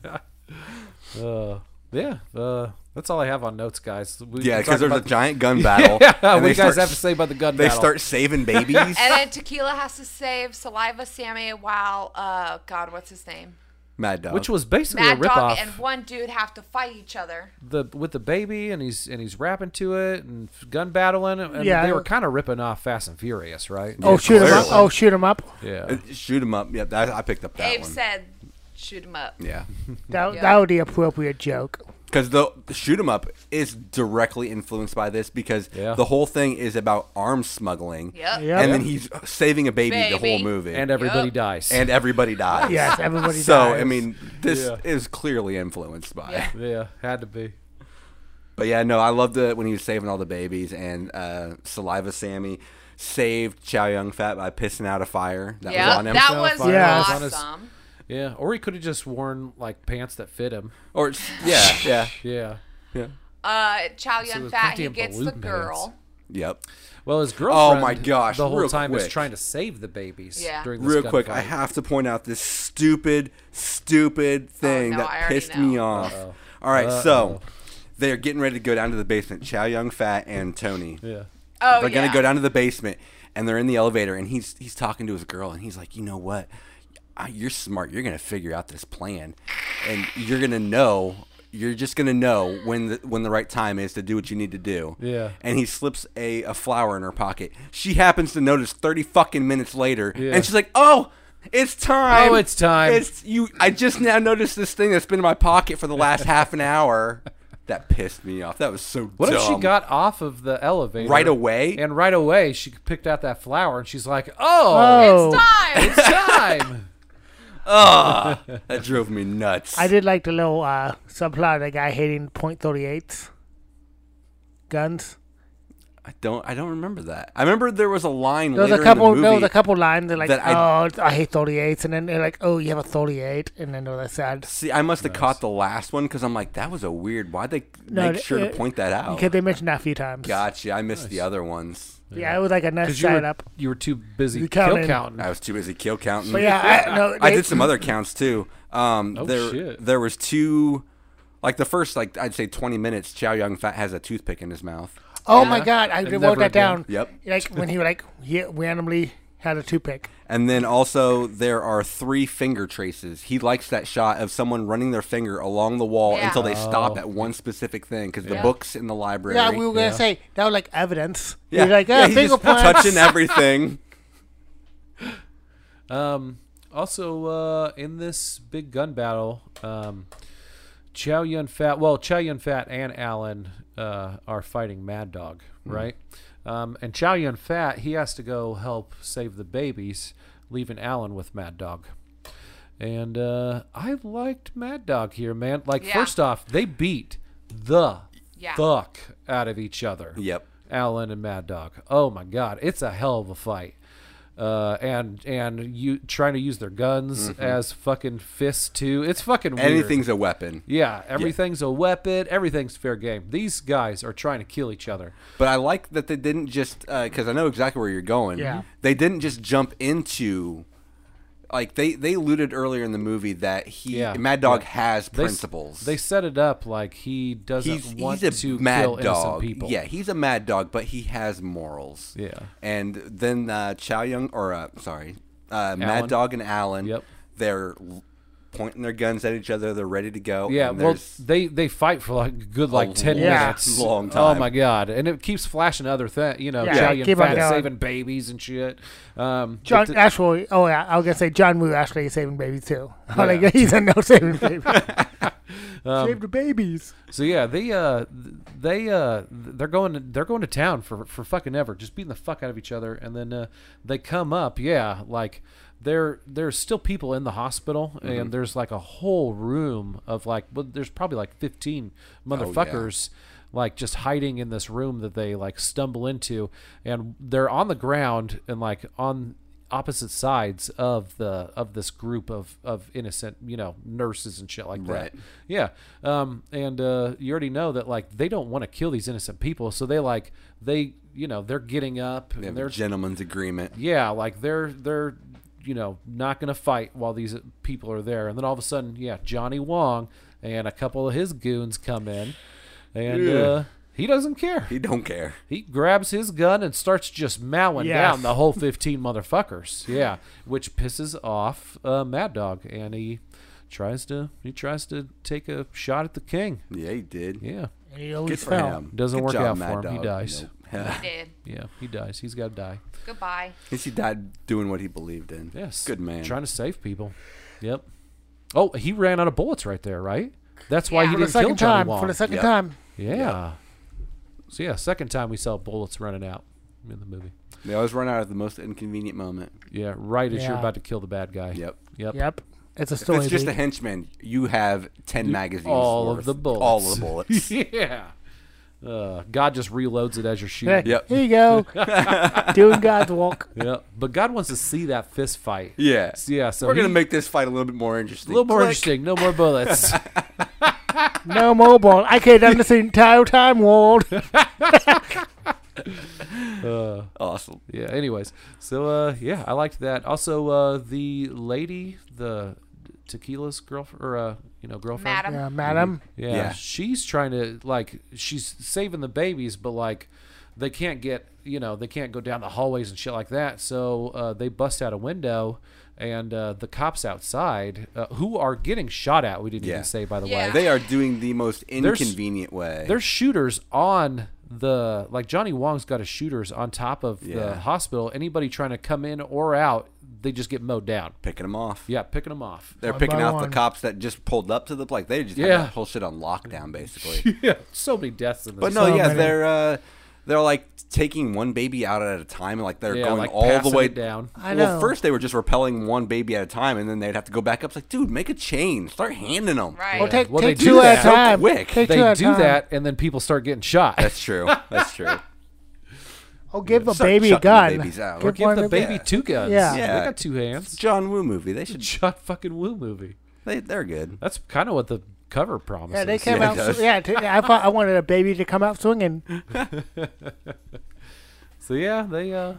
Speaker 1: uh, yeah. Uh, that's all I have on notes, guys. We
Speaker 2: Yeah,
Speaker 1: we talked
Speaker 2: because there's a
Speaker 1: about-
Speaker 2: giant gun battle.
Speaker 1: <laughs> Yeah,
Speaker 2: and
Speaker 1: what
Speaker 2: they
Speaker 1: you guys
Speaker 2: start-
Speaker 1: have to say about the gun
Speaker 2: They
Speaker 1: battle? <laughs>
Speaker 2: start saving babies.
Speaker 4: <laughs> and then Tequila has to save Saliva Sammy while uh God, what's his name?
Speaker 2: Mad Dog.
Speaker 1: which was basically
Speaker 4: Mad
Speaker 1: a ripoff.
Speaker 4: Dog and one dude have to fight each other.
Speaker 1: the with the baby and he's and he's rapping to it and f- gun battling and
Speaker 3: Yeah.
Speaker 1: they were kind of ripping off Fast and Furious, right?
Speaker 3: Oh shoot 'em up.
Speaker 2: clearly.
Speaker 3: Oh shoot 'em up.
Speaker 1: yeah.
Speaker 2: Uh, shoot him up. Yeah, that, I picked up that
Speaker 4: Dave
Speaker 2: one.
Speaker 4: said, shoot him up.
Speaker 2: yeah,
Speaker 3: That,
Speaker 4: Yeah.
Speaker 3: that would be appropriate joke.
Speaker 2: because the, the shoot 'em up is directly influenced by this because
Speaker 1: Yeah.
Speaker 2: the whole thing is about arms smuggling.
Speaker 4: Yep.
Speaker 3: Yeah.
Speaker 2: And then he's saving a baby, the
Speaker 4: Baby.
Speaker 2: whole movie,
Speaker 1: And everybody
Speaker 4: Yup.
Speaker 1: dies.
Speaker 2: And everybody dies.
Speaker 3: Yes, everybody.
Speaker 2: <laughs> So
Speaker 3: dies.
Speaker 2: I mean, this
Speaker 1: Yeah.
Speaker 2: is clearly influenced by.
Speaker 4: Yeah.
Speaker 1: yeah, had to be.
Speaker 2: But yeah, no, I loved it when he was saving all the babies and uh, Saliva Sammy saved Chow Yun Fat by pissing out a fire <laughs> that was
Speaker 4: Yeah,
Speaker 2: on him.
Speaker 4: that
Speaker 1: himself,
Speaker 4: was
Speaker 1: on
Speaker 3: his-
Speaker 1: on his-
Speaker 4: awesome.
Speaker 1: Yeah, or he could have just worn like pants that fit him.
Speaker 2: Or it's- yeah, yeah,
Speaker 1: Yeah.
Speaker 4: Uh, Chow
Speaker 1: it
Speaker 4: Yun
Speaker 1: was
Speaker 4: Fat, he
Speaker 1: goddamn
Speaker 4: gets the
Speaker 1: balloon
Speaker 4: girl.
Speaker 1: pants.
Speaker 2: yep.
Speaker 1: Well, his girlfriend.
Speaker 2: Oh my gosh,
Speaker 1: The whole
Speaker 2: real
Speaker 1: time was
Speaker 2: quick.
Speaker 1: trying to save the babies.
Speaker 4: Yeah.
Speaker 1: During this
Speaker 2: Real quick, I
Speaker 1: gunfight.
Speaker 2: have to point out this stupid, stupid thing
Speaker 4: Oh, no, I
Speaker 2: that
Speaker 4: already
Speaker 2: pissed me
Speaker 4: know.
Speaker 2: off. All right, so they're getting ready to go down to the basement. Chow Yun Fat and Tony.
Speaker 1: Yeah.
Speaker 4: Oh,
Speaker 2: they're gonna
Speaker 4: yeah.
Speaker 2: go down to the basement, and they're in the elevator, and he's he's talking to his girl, and he's like, you know what, Uh, you're smart. You're gonna figure out this plan, and you're gonna know. You're just gonna know when the when the right time is to do what you need to do.
Speaker 1: Yeah.
Speaker 2: And he slips a, a flower in her pocket. She happens to notice thirty fucking minutes later,
Speaker 1: Yeah.
Speaker 2: and she's like, "Oh, it's time.
Speaker 1: Oh, it's time."
Speaker 2: It's you. I just now noticed this thing that's been in my pocket for the last half
Speaker 1: <laughs>
Speaker 2: an hour. That pissed me off. That was so.
Speaker 1: What
Speaker 2: dumb.
Speaker 1: if she got off of the elevator
Speaker 2: Right away?
Speaker 1: And right away, she picked out that flower, and she's like, "Oh,
Speaker 3: oh,
Speaker 4: It's
Speaker 2: <laughs>
Speaker 4: time.
Speaker 1: it's time."
Speaker 2: That drove me nuts.
Speaker 3: I did like the little uh, subplot of the guy hating point thirty eights. guns?
Speaker 2: I don't. I don't remember that. I remember there was a line.
Speaker 3: There was
Speaker 2: later
Speaker 3: a couple.
Speaker 2: In the
Speaker 3: there
Speaker 2: movie.
Speaker 3: was a couple lines. They're like,
Speaker 2: that I-
Speaker 3: "Oh, I, hate 38s," and then they're like, "Oh, you have a 38," and then all that sad.
Speaker 2: See, I must have caught the last one because I'm like, that was a weird. Why'd they
Speaker 3: No,
Speaker 2: make sure
Speaker 3: it-
Speaker 2: to point that out?
Speaker 3: Because they mentioned that a few times.
Speaker 2: Gotcha. I missed the other ones.
Speaker 3: Yeah, it was like a nice
Speaker 1: Because you
Speaker 3: side
Speaker 1: were,
Speaker 3: up.
Speaker 1: you were too busy
Speaker 3: You
Speaker 1: kill
Speaker 3: counted.
Speaker 1: counting.
Speaker 2: I was too busy kill counting.
Speaker 3: But yeah, I, no,
Speaker 2: <laughs> I
Speaker 3: they-
Speaker 2: did some other counts too. Um,
Speaker 1: Oh,
Speaker 2: there,
Speaker 1: shit.
Speaker 2: there was two, like the first, like I'd say twenty minutes. Chow Young Fat has a toothpick in his mouth.
Speaker 3: Oh my god, I did
Speaker 1: never
Speaker 3: wrote that
Speaker 1: again.
Speaker 3: down.
Speaker 2: Yep.
Speaker 3: Like when he like he randomly had a toothpick.
Speaker 2: And then also there are three finger traces. He likes that shot of someone running their finger along the wall
Speaker 4: Yeah.
Speaker 2: until they
Speaker 1: Oh.
Speaker 2: stop at one specific thing because the
Speaker 4: Yeah.
Speaker 2: books in the library.
Speaker 3: Yeah, we were gonna
Speaker 1: Yeah.
Speaker 3: say that was like evidence. Yeah, like yeah,
Speaker 2: he's
Speaker 3: finger
Speaker 2: just
Speaker 3: points.
Speaker 2: touching everything. <laughs>
Speaker 1: Um, also, uh, in this big gun battle, um, Chow Yun Fat, well, Chow Yun Fat and Alan uh, are fighting Mad Dog,
Speaker 3: Hmm.
Speaker 1: right? Um, and Chow Yun Fat, he has to go help save the babies, leaving Alan with Mad Dog. And uh, I liked Mad Dog here, man. Like,
Speaker 4: Yeah.
Speaker 1: first off, they beat the
Speaker 4: Yeah.
Speaker 1: fuck out of each other.
Speaker 2: Yep.
Speaker 1: Alan and Mad Dog. Oh my God, it's a hell of a fight. Uh, and and you trying to use their guns
Speaker 2: Mm-hmm.
Speaker 1: as fucking fists too. It's fucking weird.
Speaker 2: Anything's a weapon.
Speaker 1: Yeah, everything's a weapon. Everything's fair game. These guys are trying to kill each other.
Speaker 2: But I like that they didn't just because I know exactly where you're going.
Speaker 3: Yeah.
Speaker 2: They didn't just jump into like they they alluded earlier in the movie that he
Speaker 1: Yeah.
Speaker 2: Mad Dog
Speaker 1: Yeah.
Speaker 2: has
Speaker 1: They s-
Speaker 2: principles.
Speaker 1: They set it up like he doesn't
Speaker 2: he's
Speaker 1: want
Speaker 2: he's a
Speaker 1: to
Speaker 2: mad
Speaker 1: kill innocent
Speaker 2: dog.
Speaker 1: people.
Speaker 2: Yeah, he's a mad dog, but he has morals.
Speaker 1: Yeah.
Speaker 2: And then uh, Chow Young or uh, sorry, uh,
Speaker 1: Alan.
Speaker 2: Mad Dog and Alan.
Speaker 1: Yep.
Speaker 2: They're l- pointing their guns at each other. They're ready to go.
Speaker 1: Yeah,
Speaker 2: and
Speaker 1: well,
Speaker 2: there's-
Speaker 1: they they fight for like a good like ten
Speaker 2: long-
Speaker 1: minutes,
Speaker 2: <laughs> long
Speaker 1: Oh
Speaker 2: time.
Speaker 1: my god! And it keeps flashing to other things, you know,
Speaker 3: Yeah,
Speaker 1: Chow
Speaker 3: yeah,
Speaker 1: Yun
Speaker 3: keep on
Speaker 1: Fat
Speaker 3: going.
Speaker 1: saving babies and shit. Um, but
Speaker 3: John
Speaker 1: the-
Speaker 3: Ashwell. Oh yeah, I was gonna say John Woo actually is saving babies too.
Speaker 2: Oh,
Speaker 3: like he's a no
Speaker 2: <laughs>
Speaker 3: saving baby.
Speaker 2: Um,
Speaker 3: Save the babies.
Speaker 1: So yeah, they uh they uh they're going they're going to town for for fucking ever, just beating the fuck out of each other, and then uh, they come up, yeah, like there there's still people in the hospital, and there's like a whole room of like, well, there's probably like fifteen motherfuckers. Like just hiding in this room that they like stumble into, and they're on the ground and like on opposite sides of the of this group of of innocent you know nurses and shit like that.
Speaker 2: Right.
Speaker 1: Yeah. Um, and uh, you already know that like they don't want to kill these innocent people, so they like they you know they're getting up
Speaker 2: they
Speaker 1: and
Speaker 2: have
Speaker 1: they're
Speaker 2: a gentleman's agreement.
Speaker 1: yeah like they're they're you know not gonna fight while these uh, people are there, and then all of a sudden yeah Johnny Wong and a couple of his goons come in, and uh, he doesn't care.
Speaker 2: He don't care.
Speaker 1: He grabs his gun and starts just mowing
Speaker 3: Yes.
Speaker 1: down the whole 15 motherfuckers. Yeah, which pisses off uh, Mad Dog and he tries to he tries to take a shot at the king.
Speaker 2: Yeah, he did.
Speaker 1: Yeah.
Speaker 3: And he
Speaker 2: Good
Speaker 3: always
Speaker 2: for
Speaker 3: fell.
Speaker 2: him.
Speaker 1: Doesn't
Speaker 2: Good
Speaker 1: work
Speaker 2: job,
Speaker 1: out
Speaker 2: Mad
Speaker 1: for him. He
Speaker 2: Dog.
Speaker 1: dies.
Speaker 2: Nope. <laughs>
Speaker 4: did.
Speaker 1: Yeah, he dies. He's got to die.
Speaker 4: Goodbye.
Speaker 2: At least he died doing what he believed in.
Speaker 1: Yes.
Speaker 2: Good man.
Speaker 1: Trying to save people. Yep. Oh, he ran out of bullets right there, right? That's why
Speaker 4: Yeah.
Speaker 1: he
Speaker 3: For the
Speaker 4: For
Speaker 1: didn't kill
Speaker 3: second
Speaker 1: Johnny
Speaker 3: time.
Speaker 1: Wong.
Speaker 3: For the second
Speaker 2: Yep.
Speaker 3: time.
Speaker 1: yeah. So yeah, second time we saw bullets running out in the movie.
Speaker 2: They always run out at the most inconvenient moment.
Speaker 1: Yeah, right as you're
Speaker 3: Yeah.
Speaker 1: about to kill the bad guy.
Speaker 2: Yep.
Speaker 1: Yep.
Speaker 3: Yep. It's a story.
Speaker 2: It's just a
Speaker 3: beat.
Speaker 2: henchman. You have ten magazines.
Speaker 1: all of
Speaker 2: worth.
Speaker 1: the bullets.
Speaker 2: All of
Speaker 1: <laughs>
Speaker 2: the bullets.
Speaker 1: yeah. Uh, God just reloads it as you're
Speaker 3: Hey,
Speaker 1: shooting.
Speaker 2: Yep.
Speaker 3: Here you
Speaker 2: <laughs>
Speaker 3: go. Doing God's walk.
Speaker 1: yeah. But God wants to see that fist fight.
Speaker 2: yeah.
Speaker 1: Yeah. So
Speaker 2: We're gonna
Speaker 1: he-
Speaker 2: make this fight a little bit more
Speaker 1: a
Speaker 2: interesting.
Speaker 1: little more
Speaker 2: Click.
Speaker 1: interesting. No more
Speaker 2: <laughs>
Speaker 1: bullets.
Speaker 3: No mobile. I could have done this the entire
Speaker 2: <laughs>
Speaker 3: time, Ward.
Speaker 2: Awesome.
Speaker 1: yeah. Anyways, so uh, yeah, I liked that. Also, uh, the lady, the tequila's girlfriend, or uh, you know, girlfriend.
Speaker 4: Madam.
Speaker 3: Yeah, madam.
Speaker 1: Yeah,
Speaker 2: Yeah.
Speaker 1: she's trying to like she's saving the babies, but like they can't get you know they can't go down the hallways and shit like that. So uh, they bust out a window, and uh, the cops outside uh, who are getting shot at. We didn't
Speaker 2: Yeah.
Speaker 1: even say by the
Speaker 4: Yeah.
Speaker 1: way.
Speaker 2: They are doing the most
Speaker 1: There's-
Speaker 2: inconvenient way.
Speaker 1: There's shooters on the like Johnny Wong's got his shooters on top of the
Speaker 2: Yeah.
Speaker 1: hospital. Anybody trying to come in or out, they just get mowed down.
Speaker 2: picking them off.
Speaker 1: Yeah, picking them off.
Speaker 2: They're
Speaker 3: One
Speaker 2: picking
Speaker 3: by
Speaker 2: off
Speaker 3: one.
Speaker 2: the cops that just pulled up to the like they just
Speaker 1: Yeah. <laughs>
Speaker 2: had that whole shit on lockdown basically.
Speaker 1: Yeah, so many deaths in this.
Speaker 2: but no, yeah,
Speaker 3: many.
Speaker 2: they're uh, They're like taking one baby out at a time, and like they're
Speaker 1: Yeah,
Speaker 2: going
Speaker 1: like
Speaker 2: all the
Speaker 1: passing
Speaker 2: way
Speaker 1: it
Speaker 2: <laughs>
Speaker 1: down.
Speaker 3: I
Speaker 2: well,
Speaker 3: know.
Speaker 2: first they were just repelling one baby at a time, and then they'd have to go back up. It's like, dude, make a chain. Start handing them.
Speaker 4: Right.
Speaker 3: Well, take,
Speaker 1: Well,
Speaker 3: take
Speaker 1: they do
Speaker 3: two at
Speaker 1: that
Speaker 3: a
Speaker 1: so
Speaker 3: time.
Speaker 2: quick.
Speaker 3: Take
Speaker 1: They
Speaker 3: two at a
Speaker 1: do
Speaker 3: time.
Speaker 1: that, and then people start getting shot.
Speaker 2: That's true. That's
Speaker 1: <laughs>
Speaker 2: true.
Speaker 3: Oh, give a
Speaker 2: Suck-
Speaker 3: baby a
Speaker 2: sucking the
Speaker 3: gun.
Speaker 2: babies out.
Speaker 1: Or
Speaker 2: Give
Speaker 1: give
Speaker 3: one
Speaker 1: the
Speaker 3: a-
Speaker 1: baby two guns.
Speaker 3: Yeah.
Speaker 1: they
Speaker 2: Yeah.
Speaker 1: got two hands.
Speaker 2: John Woo movie.
Speaker 1: <laughs>
Speaker 2: They should.
Speaker 1: John fucking Woo movie.
Speaker 2: They, they're good.
Speaker 1: That's kind of what the cover promises.
Speaker 3: Yeah, they came
Speaker 2: Yeah, it
Speaker 3: out.
Speaker 2: does.
Speaker 3: sw- yeah, t- I thought I wanted a baby to come out swinging.
Speaker 1: So yeah, they uh,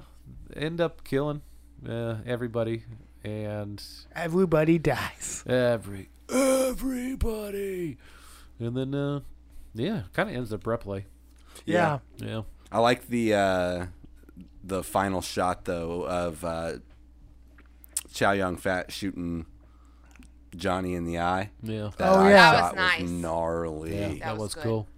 Speaker 1: end up killing uh, everybody, and
Speaker 3: Everybody dies.
Speaker 1: every everybody, and then uh, yeah, kind of ends abruptly.
Speaker 3: Yeah.
Speaker 1: Yeah,
Speaker 2: I like the uh, the final shot though of uh, Chow Yun Fat shooting Johnny in the eye.
Speaker 1: yeah,
Speaker 2: That
Speaker 3: Oh,
Speaker 2: eye
Speaker 3: yeah.
Speaker 4: That
Speaker 2: shot
Speaker 4: was nice.
Speaker 2: gnarly.
Speaker 1: yeah, that,
Speaker 4: That
Speaker 1: was,
Speaker 4: was good.
Speaker 1: cool.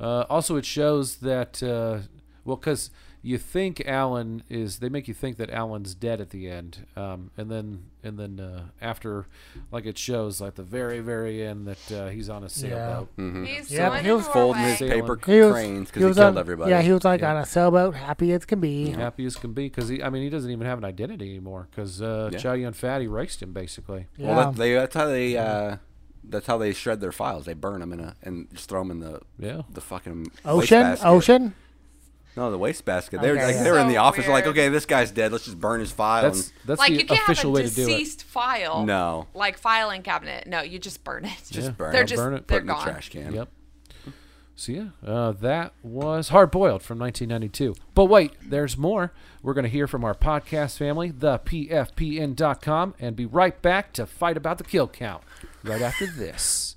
Speaker 1: Uh, also, it shows that uh, well, because you think Alan is, they make you think that Alan's dead at the end, um, and then and then uh, after, like it shows, like the very very end that uh, he's on a sailboat.
Speaker 4: He's
Speaker 3: Yeah,
Speaker 4: going
Speaker 3: he was
Speaker 4: to
Speaker 2: Folding
Speaker 4: Norway.
Speaker 2: his paper
Speaker 3: He was,
Speaker 2: cranes because
Speaker 3: he
Speaker 2: he,
Speaker 3: was
Speaker 2: killed
Speaker 3: on,
Speaker 2: everybody.
Speaker 3: Yeah, he was like on a sailboat, happy as can be.
Speaker 1: happy as can be because he i mean he doesn't even have an identity anymore because uh
Speaker 2: Yeah.
Speaker 1: chow yun fat erased him basically
Speaker 2: Well,
Speaker 3: Yeah.
Speaker 2: that, they, that's how they uh, that's how they shred their files. They burn them in a and just throw them in the
Speaker 1: yeah
Speaker 2: the fucking
Speaker 3: Ocean,
Speaker 2: wastebasket.
Speaker 3: ocean.
Speaker 2: No, the wastebasket. They were
Speaker 3: Okay,
Speaker 2: like
Speaker 3: yeah.
Speaker 2: they were in the
Speaker 4: So
Speaker 2: office. Like,
Speaker 4: weird.
Speaker 2: okay, this guy's dead. Let's just burn his file.
Speaker 1: that's that's
Speaker 4: like
Speaker 1: the
Speaker 4: you can't
Speaker 1: official
Speaker 4: have a
Speaker 1: way to do it
Speaker 4: deceased file.
Speaker 2: No.
Speaker 4: Like filing cabinet. No, you just burn it.
Speaker 1: Just Yeah. burn
Speaker 4: they're
Speaker 1: it.
Speaker 4: Just,
Speaker 1: Burn it,
Speaker 2: put
Speaker 4: They're
Speaker 2: it in
Speaker 4: gone.
Speaker 2: the trash can.
Speaker 1: yep so yeah uh, that was hard boiled from 1992 but wait there's more we're going to hear from our podcast family the pfpn.com and be right back to fight about the kill count right after this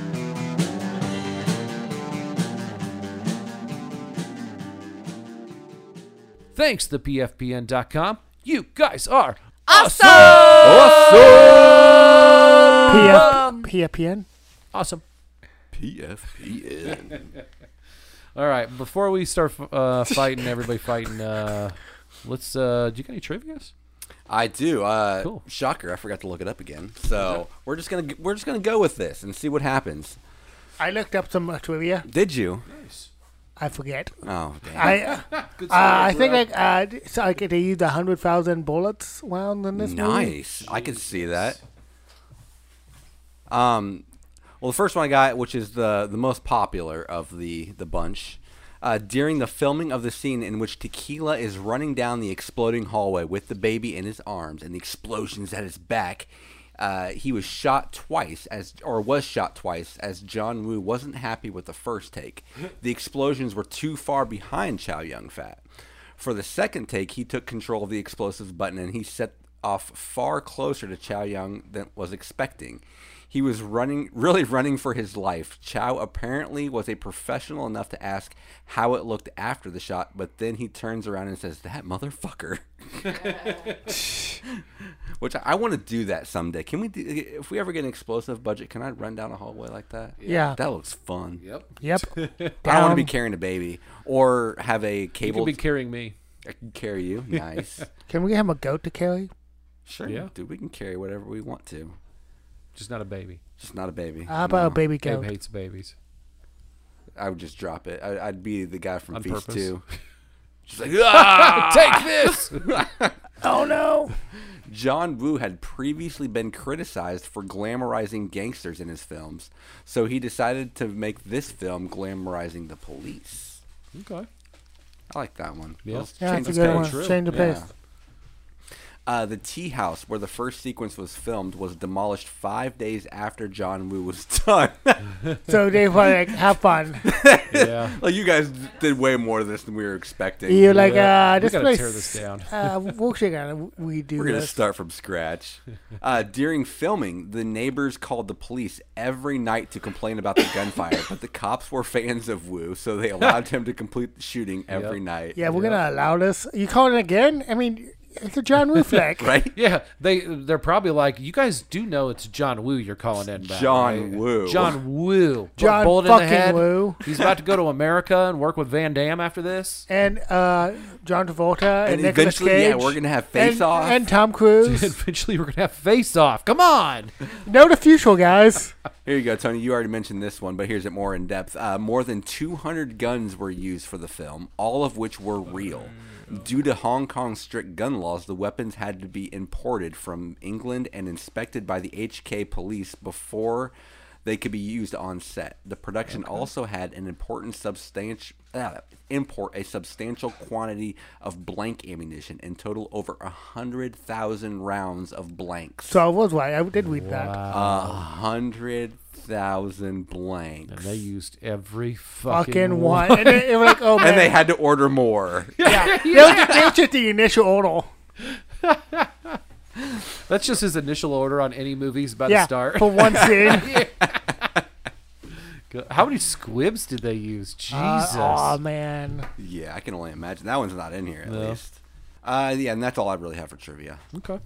Speaker 1: thanks the pfpn.com you guys are
Speaker 4: Awesome!
Speaker 3: PF, PFPN.
Speaker 1: awesome
Speaker 2: PFPN.
Speaker 1: All right, before we start f- uh, fighting, everybody fighting, uh, let's. Uh, do you got any trivia's?
Speaker 2: <laughs> I do. Uh,
Speaker 1: Cool.
Speaker 2: Shocker! I forgot to look it up again. So we're just gonna we're just gonna go with this and see what happens.
Speaker 3: I looked up some uh, trivia.
Speaker 2: Did you? <laughs>
Speaker 3: I forget.
Speaker 2: Oh, damn.
Speaker 3: I uh, uh, I think like uh, d- so like they used a hundred thousand bullets round in this movie.
Speaker 2: nice. I can see that. Um, well, the first one I got, which is the the most popular of the the bunch, uh, during the filming of the scene in which Tequila is running down the exploding hallway with the baby in his arms and the explosions at his back. Uh, he was shot twice as or was shot twice as John Woo wasn't happy with the first
Speaker 3: <laughs>
Speaker 2: take. The explosions were too far behind Chow Yun Fat. For the second take, he took control of the explosives button and he set off far closer to Chow Young than was expecting. He was running, <laughs> really running for his life. Chow apparently was a professional enough to ask how it looked after the shot, but then he turns around and says, "That motherfucker." <laughs> Which I, I want to do that someday. Can we? Do, if we ever get an explosive budget, can I run down a hallway like that?
Speaker 1: Uh,
Speaker 3: Yeah.
Speaker 2: that looks fun. Yep.
Speaker 3: Yep.
Speaker 2: <laughs> I don't want to be
Speaker 3: Down.
Speaker 2: carrying a baby or have a
Speaker 1: You
Speaker 2: cable.
Speaker 1: could be carrying me.
Speaker 2: I can carry
Speaker 3: <laughs>
Speaker 2: you. Nice.
Speaker 3: Can we have a goat to carry?
Speaker 2: Sure,
Speaker 1: Yeah.
Speaker 2: dude, we can carry whatever we want to.
Speaker 1: Just not a baby.
Speaker 2: Just not a baby.
Speaker 3: How about
Speaker 2: No.
Speaker 3: a baby
Speaker 1: Gabe
Speaker 3: goat?
Speaker 1: hates babies.
Speaker 2: I would just drop it. I, I'd be the guy from
Speaker 1: On
Speaker 2: Feast
Speaker 1: purpose.
Speaker 3: <laughs>
Speaker 2: Two. She's like, ah!
Speaker 1: Take this.
Speaker 3: Oh no!
Speaker 2: John Woo had previously been criticized for glamorizing gangsters in his films, so he decided to make this film glamorizing the police.
Speaker 1: okay.
Speaker 2: I like that one.
Speaker 1: Yeah.
Speaker 2: Let's
Speaker 3: Yeah,
Speaker 2: change
Speaker 3: that's a
Speaker 2: the
Speaker 3: good
Speaker 2: page.
Speaker 3: one.
Speaker 1: true.
Speaker 3: Change the
Speaker 2: Yeah.
Speaker 3: pace.
Speaker 2: Uh, the tea house where the first sequence was filmed was demolished five days after John Woo was <laughs> done.
Speaker 3: So they were like, have fun.
Speaker 1: Yeah.
Speaker 2: like you guys did way more of this than <laughs> we were expecting.
Speaker 3: You're like,
Speaker 1: Yeah.
Speaker 3: uh,
Speaker 1: We
Speaker 3: this
Speaker 1: gotta
Speaker 3: place.
Speaker 1: tear this down.
Speaker 3: <laughs> uh, we'll check out. We do
Speaker 2: We're gonna
Speaker 3: this.
Speaker 2: start from scratch.
Speaker 1: <laughs>
Speaker 2: Uh, during filming, the neighbors called the police every night to complain about the gunfire, but the cops were fans of Wu, so
Speaker 1: <laughs>
Speaker 2: they allowed him to complete the shooting every
Speaker 1: Yep.
Speaker 2: night.
Speaker 3: yeah, we're gonna allow this. You call it again? I mean, it's a John
Speaker 2: <laughs>
Speaker 3: Woo flick.
Speaker 2: Right?
Speaker 1: <laughs> Yeah, they they're probably like, you guys do know it's John Woo you're calling in back.
Speaker 2: John
Speaker 1: right?"
Speaker 2: Woo.
Speaker 1: John Woo.
Speaker 3: John
Speaker 1: Bullet in
Speaker 3: fucking
Speaker 1: the head.
Speaker 3: Woo.
Speaker 1: He's about to go to America and work with Van Damme after this.
Speaker 3: <laughs> And uh, John Travolta and,
Speaker 2: And
Speaker 3: Nicolas
Speaker 2: eventually,
Speaker 3: Cage.
Speaker 2: yeah, we're gonna have Face
Speaker 3: and-
Speaker 2: Off.
Speaker 3: and Tom
Speaker 2: <laughs>
Speaker 3: Cruise.
Speaker 1: Eventually, we're gonna have face off. Come on.
Speaker 3: no, the future guys.
Speaker 2: Here you go, Tony. You already mentioned this one, but here's it more in depth. Uh, more than 200 guns were used for the film, all of which were real. Due to Hong Kong's strict gun laws, the weapons had to be imported from England and inspected by the HK police before they could be used on set. The production also had an important substantial uh, import a substantial quantity of blank ammunition in total over a hundred thousand rounds of blanks.
Speaker 3: So I was right. I did read that.
Speaker 2: A hundred thousand blanks.
Speaker 1: And they used every fucking,
Speaker 3: Fucking one. And they, they were like, oh man.
Speaker 2: <laughs> And they had to order more. <laughs>
Speaker 3: yeah. They were just- they were just the initial order.
Speaker 1: That's just his initial order on any movies about
Speaker 3: yeah.
Speaker 1: to start. <laughs>
Speaker 3: For one scene.
Speaker 2: <laughs>
Speaker 1: How many squibs did they use? Jesus.
Speaker 3: Uh, oh man.
Speaker 2: yeah, I can only imagine. That one's not in here, at least. Uh, yeah, and that's all I really have for trivia.
Speaker 1: okay.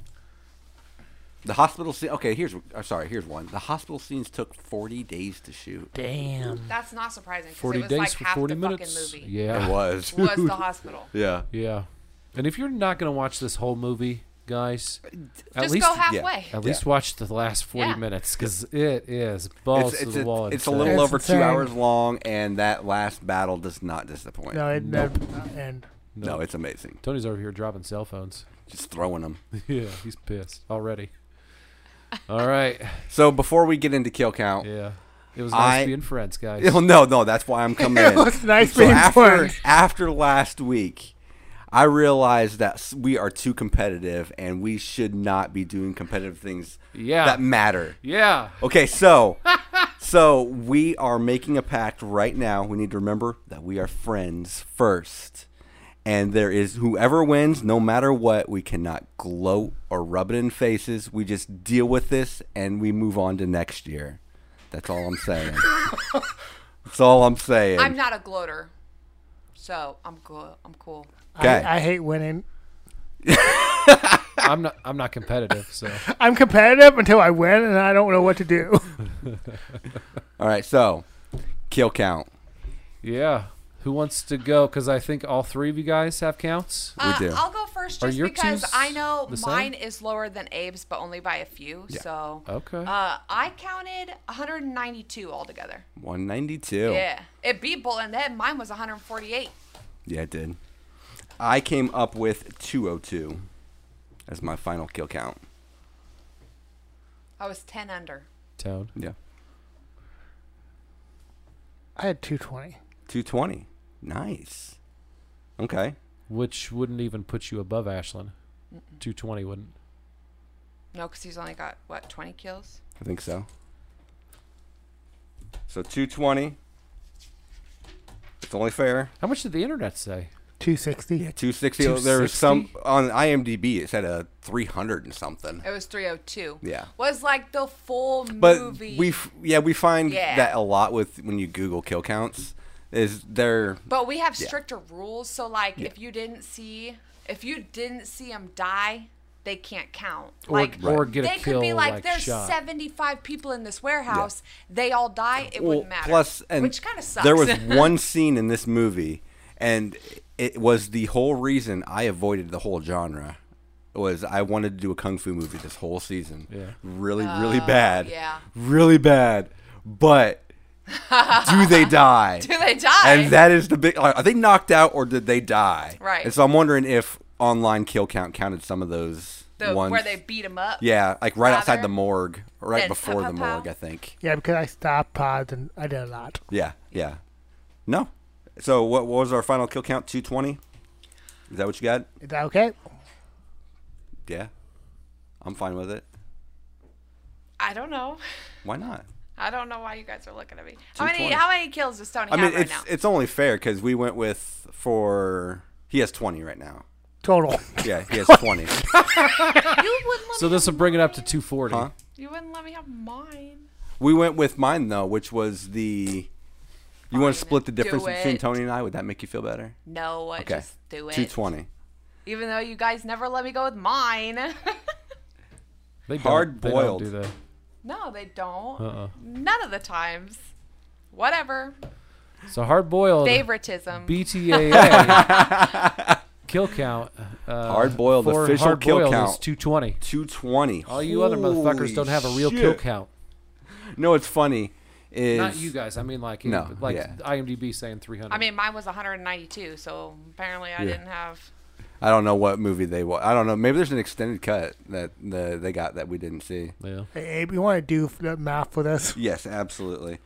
Speaker 2: The hospital scene. Okay, here's. Uh, sorry, here's one. The hospital scenes took 40 days to shoot.
Speaker 3: Damn.
Speaker 4: That's not surprising. 40
Speaker 1: Forty
Speaker 4: it was
Speaker 1: days
Speaker 4: like
Speaker 1: for
Speaker 4: half
Speaker 1: forty
Speaker 4: the
Speaker 1: minutes.
Speaker 4: Fucking movie
Speaker 1: Yeah.
Speaker 2: It was.
Speaker 1: <laughs>
Speaker 4: Was the hospital.
Speaker 2: <laughs> yeah.
Speaker 1: Yeah. And if you're not going to watch this whole movie, guys, at
Speaker 4: Uh, Just
Speaker 1: least
Speaker 4: go halfway.
Speaker 1: at least watch the last 40
Speaker 4: Yeah.
Speaker 1: minutes cuz it is balls
Speaker 2: It's,
Speaker 1: to
Speaker 2: it's,
Speaker 1: the wall.
Speaker 2: a, it's a
Speaker 1: insane.
Speaker 2: <laughs> little
Speaker 3: It's
Speaker 2: over two
Speaker 3: insane.
Speaker 2: hours long, and that last battle does not disappoint.
Speaker 3: No, it never and
Speaker 2: no it's amazing.
Speaker 1: Tony's over here dropping cell phones. <laughs>
Speaker 2: Just throwing them.
Speaker 1: yeah, he's pissed already. All right.
Speaker 2: So before we get into kill count,
Speaker 1: Yeah. It was nice
Speaker 2: I-
Speaker 1: being friends, guys.
Speaker 2: <laughs> Oh, no, no, that's why I'm coming in.
Speaker 3: was nice
Speaker 2: so
Speaker 3: being
Speaker 2: after,
Speaker 3: friends.
Speaker 2: after last week, I realized that s- we are too competitive and we should not be doing competitive things
Speaker 1: Yeah.
Speaker 2: that matter.
Speaker 1: Yeah.
Speaker 2: Okay, so so we are making a pact right now. We need to remember that we are friends first. And there is whoever wins, no matter what, we cannot gloat or rub it in faces. We just deal with this and we move on to next year. That's all I'm
Speaker 4: <laughs>
Speaker 2: saying. That's all I'm saying.
Speaker 4: I'm not a gloater, so I'm cool. I'm cool.
Speaker 2: okay.
Speaker 3: I, I hate winning.
Speaker 1: I'm not I'm not competitive, so
Speaker 3: I'm competitive until I win and I don't know what to do.
Speaker 2: all right, so kill count.
Speaker 1: yeah. Who wants to go cuz I think all three of you guys have counts?
Speaker 4: Uh,
Speaker 2: do.
Speaker 4: I'll go first
Speaker 1: Are
Speaker 4: just
Speaker 1: your
Speaker 4: because
Speaker 1: twos
Speaker 4: I know
Speaker 1: the same?
Speaker 4: mine is lower than Abe's, but only by a few. So
Speaker 1: Okay.
Speaker 4: uh, I counted 192 altogether.
Speaker 1: Oh.
Speaker 2: 192.
Speaker 4: Yeah, it beat Bull and then mine was 148.
Speaker 2: Yeah, it did. I came up with 202 as my final kill count.
Speaker 4: I was 10 under.
Speaker 1: Tone.
Speaker 2: Yeah.
Speaker 3: <laughs> I had 220.
Speaker 2: 220. Nice. Okay.
Speaker 1: Which wouldn't even put you above Ashlyn. 220 wouldn't.
Speaker 4: No, because he's only got what 20 kills.
Speaker 2: I think so. So 220. It's only fair.
Speaker 1: How much did the internet say?
Speaker 3: 260.
Speaker 2: 260. There was some
Speaker 1: 260?
Speaker 2: on IMDb. It said a 300 and something.
Speaker 4: It was 302.
Speaker 2: Yeah.
Speaker 4: was like the full
Speaker 2: But
Speaker 4: movie.
Speaker 2: we f- yeah we find
Speaker 4: Yeah.
Speaker 2: that a lot with when you Google kill counts is there
Speaker 4: But we have stricter rules, so like if you didn't see if you didn't see them die, they can't count.
Speaker 1: Or-
Speaker 4: like
Speaker 1: or get a
Speaker 4: they could be
Speaker 1: kill,
Speaker 4: like,
Speaker 1: like,
Speaker 4: there's
Speaker 1: shot.
Speaker 4: 75 people in this warehouse, they all die, it
Speaker 2: Well,
Speaker 4: wouldn't matter.
Speaker 2: Plus, and
Speaker 4: which kind of sucks.
Speaker 2: There
Speaker 4: <laughs>
Speaker 2: was one scene in this movie, and it was the whole reason I avoided the whole genre. Was I wanted to do a kung fu movie this whole season?
Speaker 1: Yeah.
Speaker 2: Really, really bad.
Speaker 4: Oh, yeah.
Speaker 2: Really bad.
Speaker 4: <laughs>
Speaker 2: But do they die?
Speaker 4: do they die?
Speaker 2: And that is the big. Are they knocked out or did they die?
Speaker 4: Right.
Speaker 2: And so I'm wondering if online kill count counted some of those
Speaker 4: The-
Speaker 2: ones.
Speaker 4: where they beat them up.
Speaker 2: yeah, like right outside
Speaker 4: Rather
Speaker 2: the morgue, right
Speaker 4: than
Speaker 2: before the
Speaker 4: pow-pow-pow.
Speaker 2: morgue, I think.
Speaker 3: Yeah, because I stopped pods and I did a lot.
Speaker 2: Yeah, yeah. No. So what, what was our final kill count? 220? Is that what you got?
Speaker 3: Is that okay?
Speaker 2: Yeah. I'm fine with it.
Speaker 4: I don't know.
Speaker 2: Why not?
Speaker 4: I don't know why you guys are looking at me. How many
Speaker 2: 220.
Speaker 4: how many kills does Tony
Speaker 2: I mean,
Speaker 4: have right
Speaker 2: it's
Speaker 4: now?
Speaker 2: it's only fair because we went with for he has 20 right now.
Speaker 3: Total.
Speaker 2: Yeah, he
Speaker 4: <laughs>
Speaker 2: has 20.
Speaker 4: you wouldn't let
Speaker 1: So
Speaker 4: me
Speaker 1: this will
Speaker 4: have
Speaker 1: bring it up to
Speaker 4: mine.
Speaker 1: 240.
Speaker 2: Huh?
Speaker 4: You wouldn't let me have mine.
Speaker 2: We went with mine though, which was the. You want to
Speaker 4: Fine,
Speaker 2: split the
Speaker 4: do
Speaker 2: difference between
Speaker 4: it.
Speaker 2: Tony and I? Would that make you feel better?
Speaker 4: No, uh,
Speaker 2: Okay.
Speaker 4: just do it.
Speaker 2: 220.
Speaker 4: Even though you guys never let me go with mine. <laughs>
Speaker 1: They don't-
Speaker 2: Hard
Speaker 1: they don't
Speaker 2: boiled.
Speaker 1: do that.
Speaker 4: no, they don't.
Speaker 1: Uh-uh.
Speaker 4: None of the times. Whatever.
Speaker 1: So hard boiled.
Speaker 4: Favoritism.
Speaker 1: BTAA
Speaker 2: <laughs>
Speaker 1: kill count. Uh,
Speaker 2: Hard boiled,
Speaker 1: for
Speaker 2: official
Speaker 1: hard
Speaker 2: kill
Speaker 1: boiled
Speaker 2: count.
Speaker 1: is 220.
Speaker 2: 220.
Speaker 1: All you other motherfuckers don't have a real kill count.
Speaker 2: No, it's funny. Is
Speaker 1: Not you guys. I mean, like,
Speaker 2: No,
Speaker 1: in- like
Speaker 2: yeah.
Speaker 1: IMDb saying 300.
Speaker 4: I mean, mine was 192, so apparently I
Speaker 2: Yeah.
Speaker 4: didn't have.
Speaker 2: I don't know what movie they wa I don't know. Maybe there's an extended cut that the they got that we didn't see.
Speaker 1: yeah.
Speaker 3: Hey, Abe, you want to do the math with us?
Speaker 2: Yes, absolutely.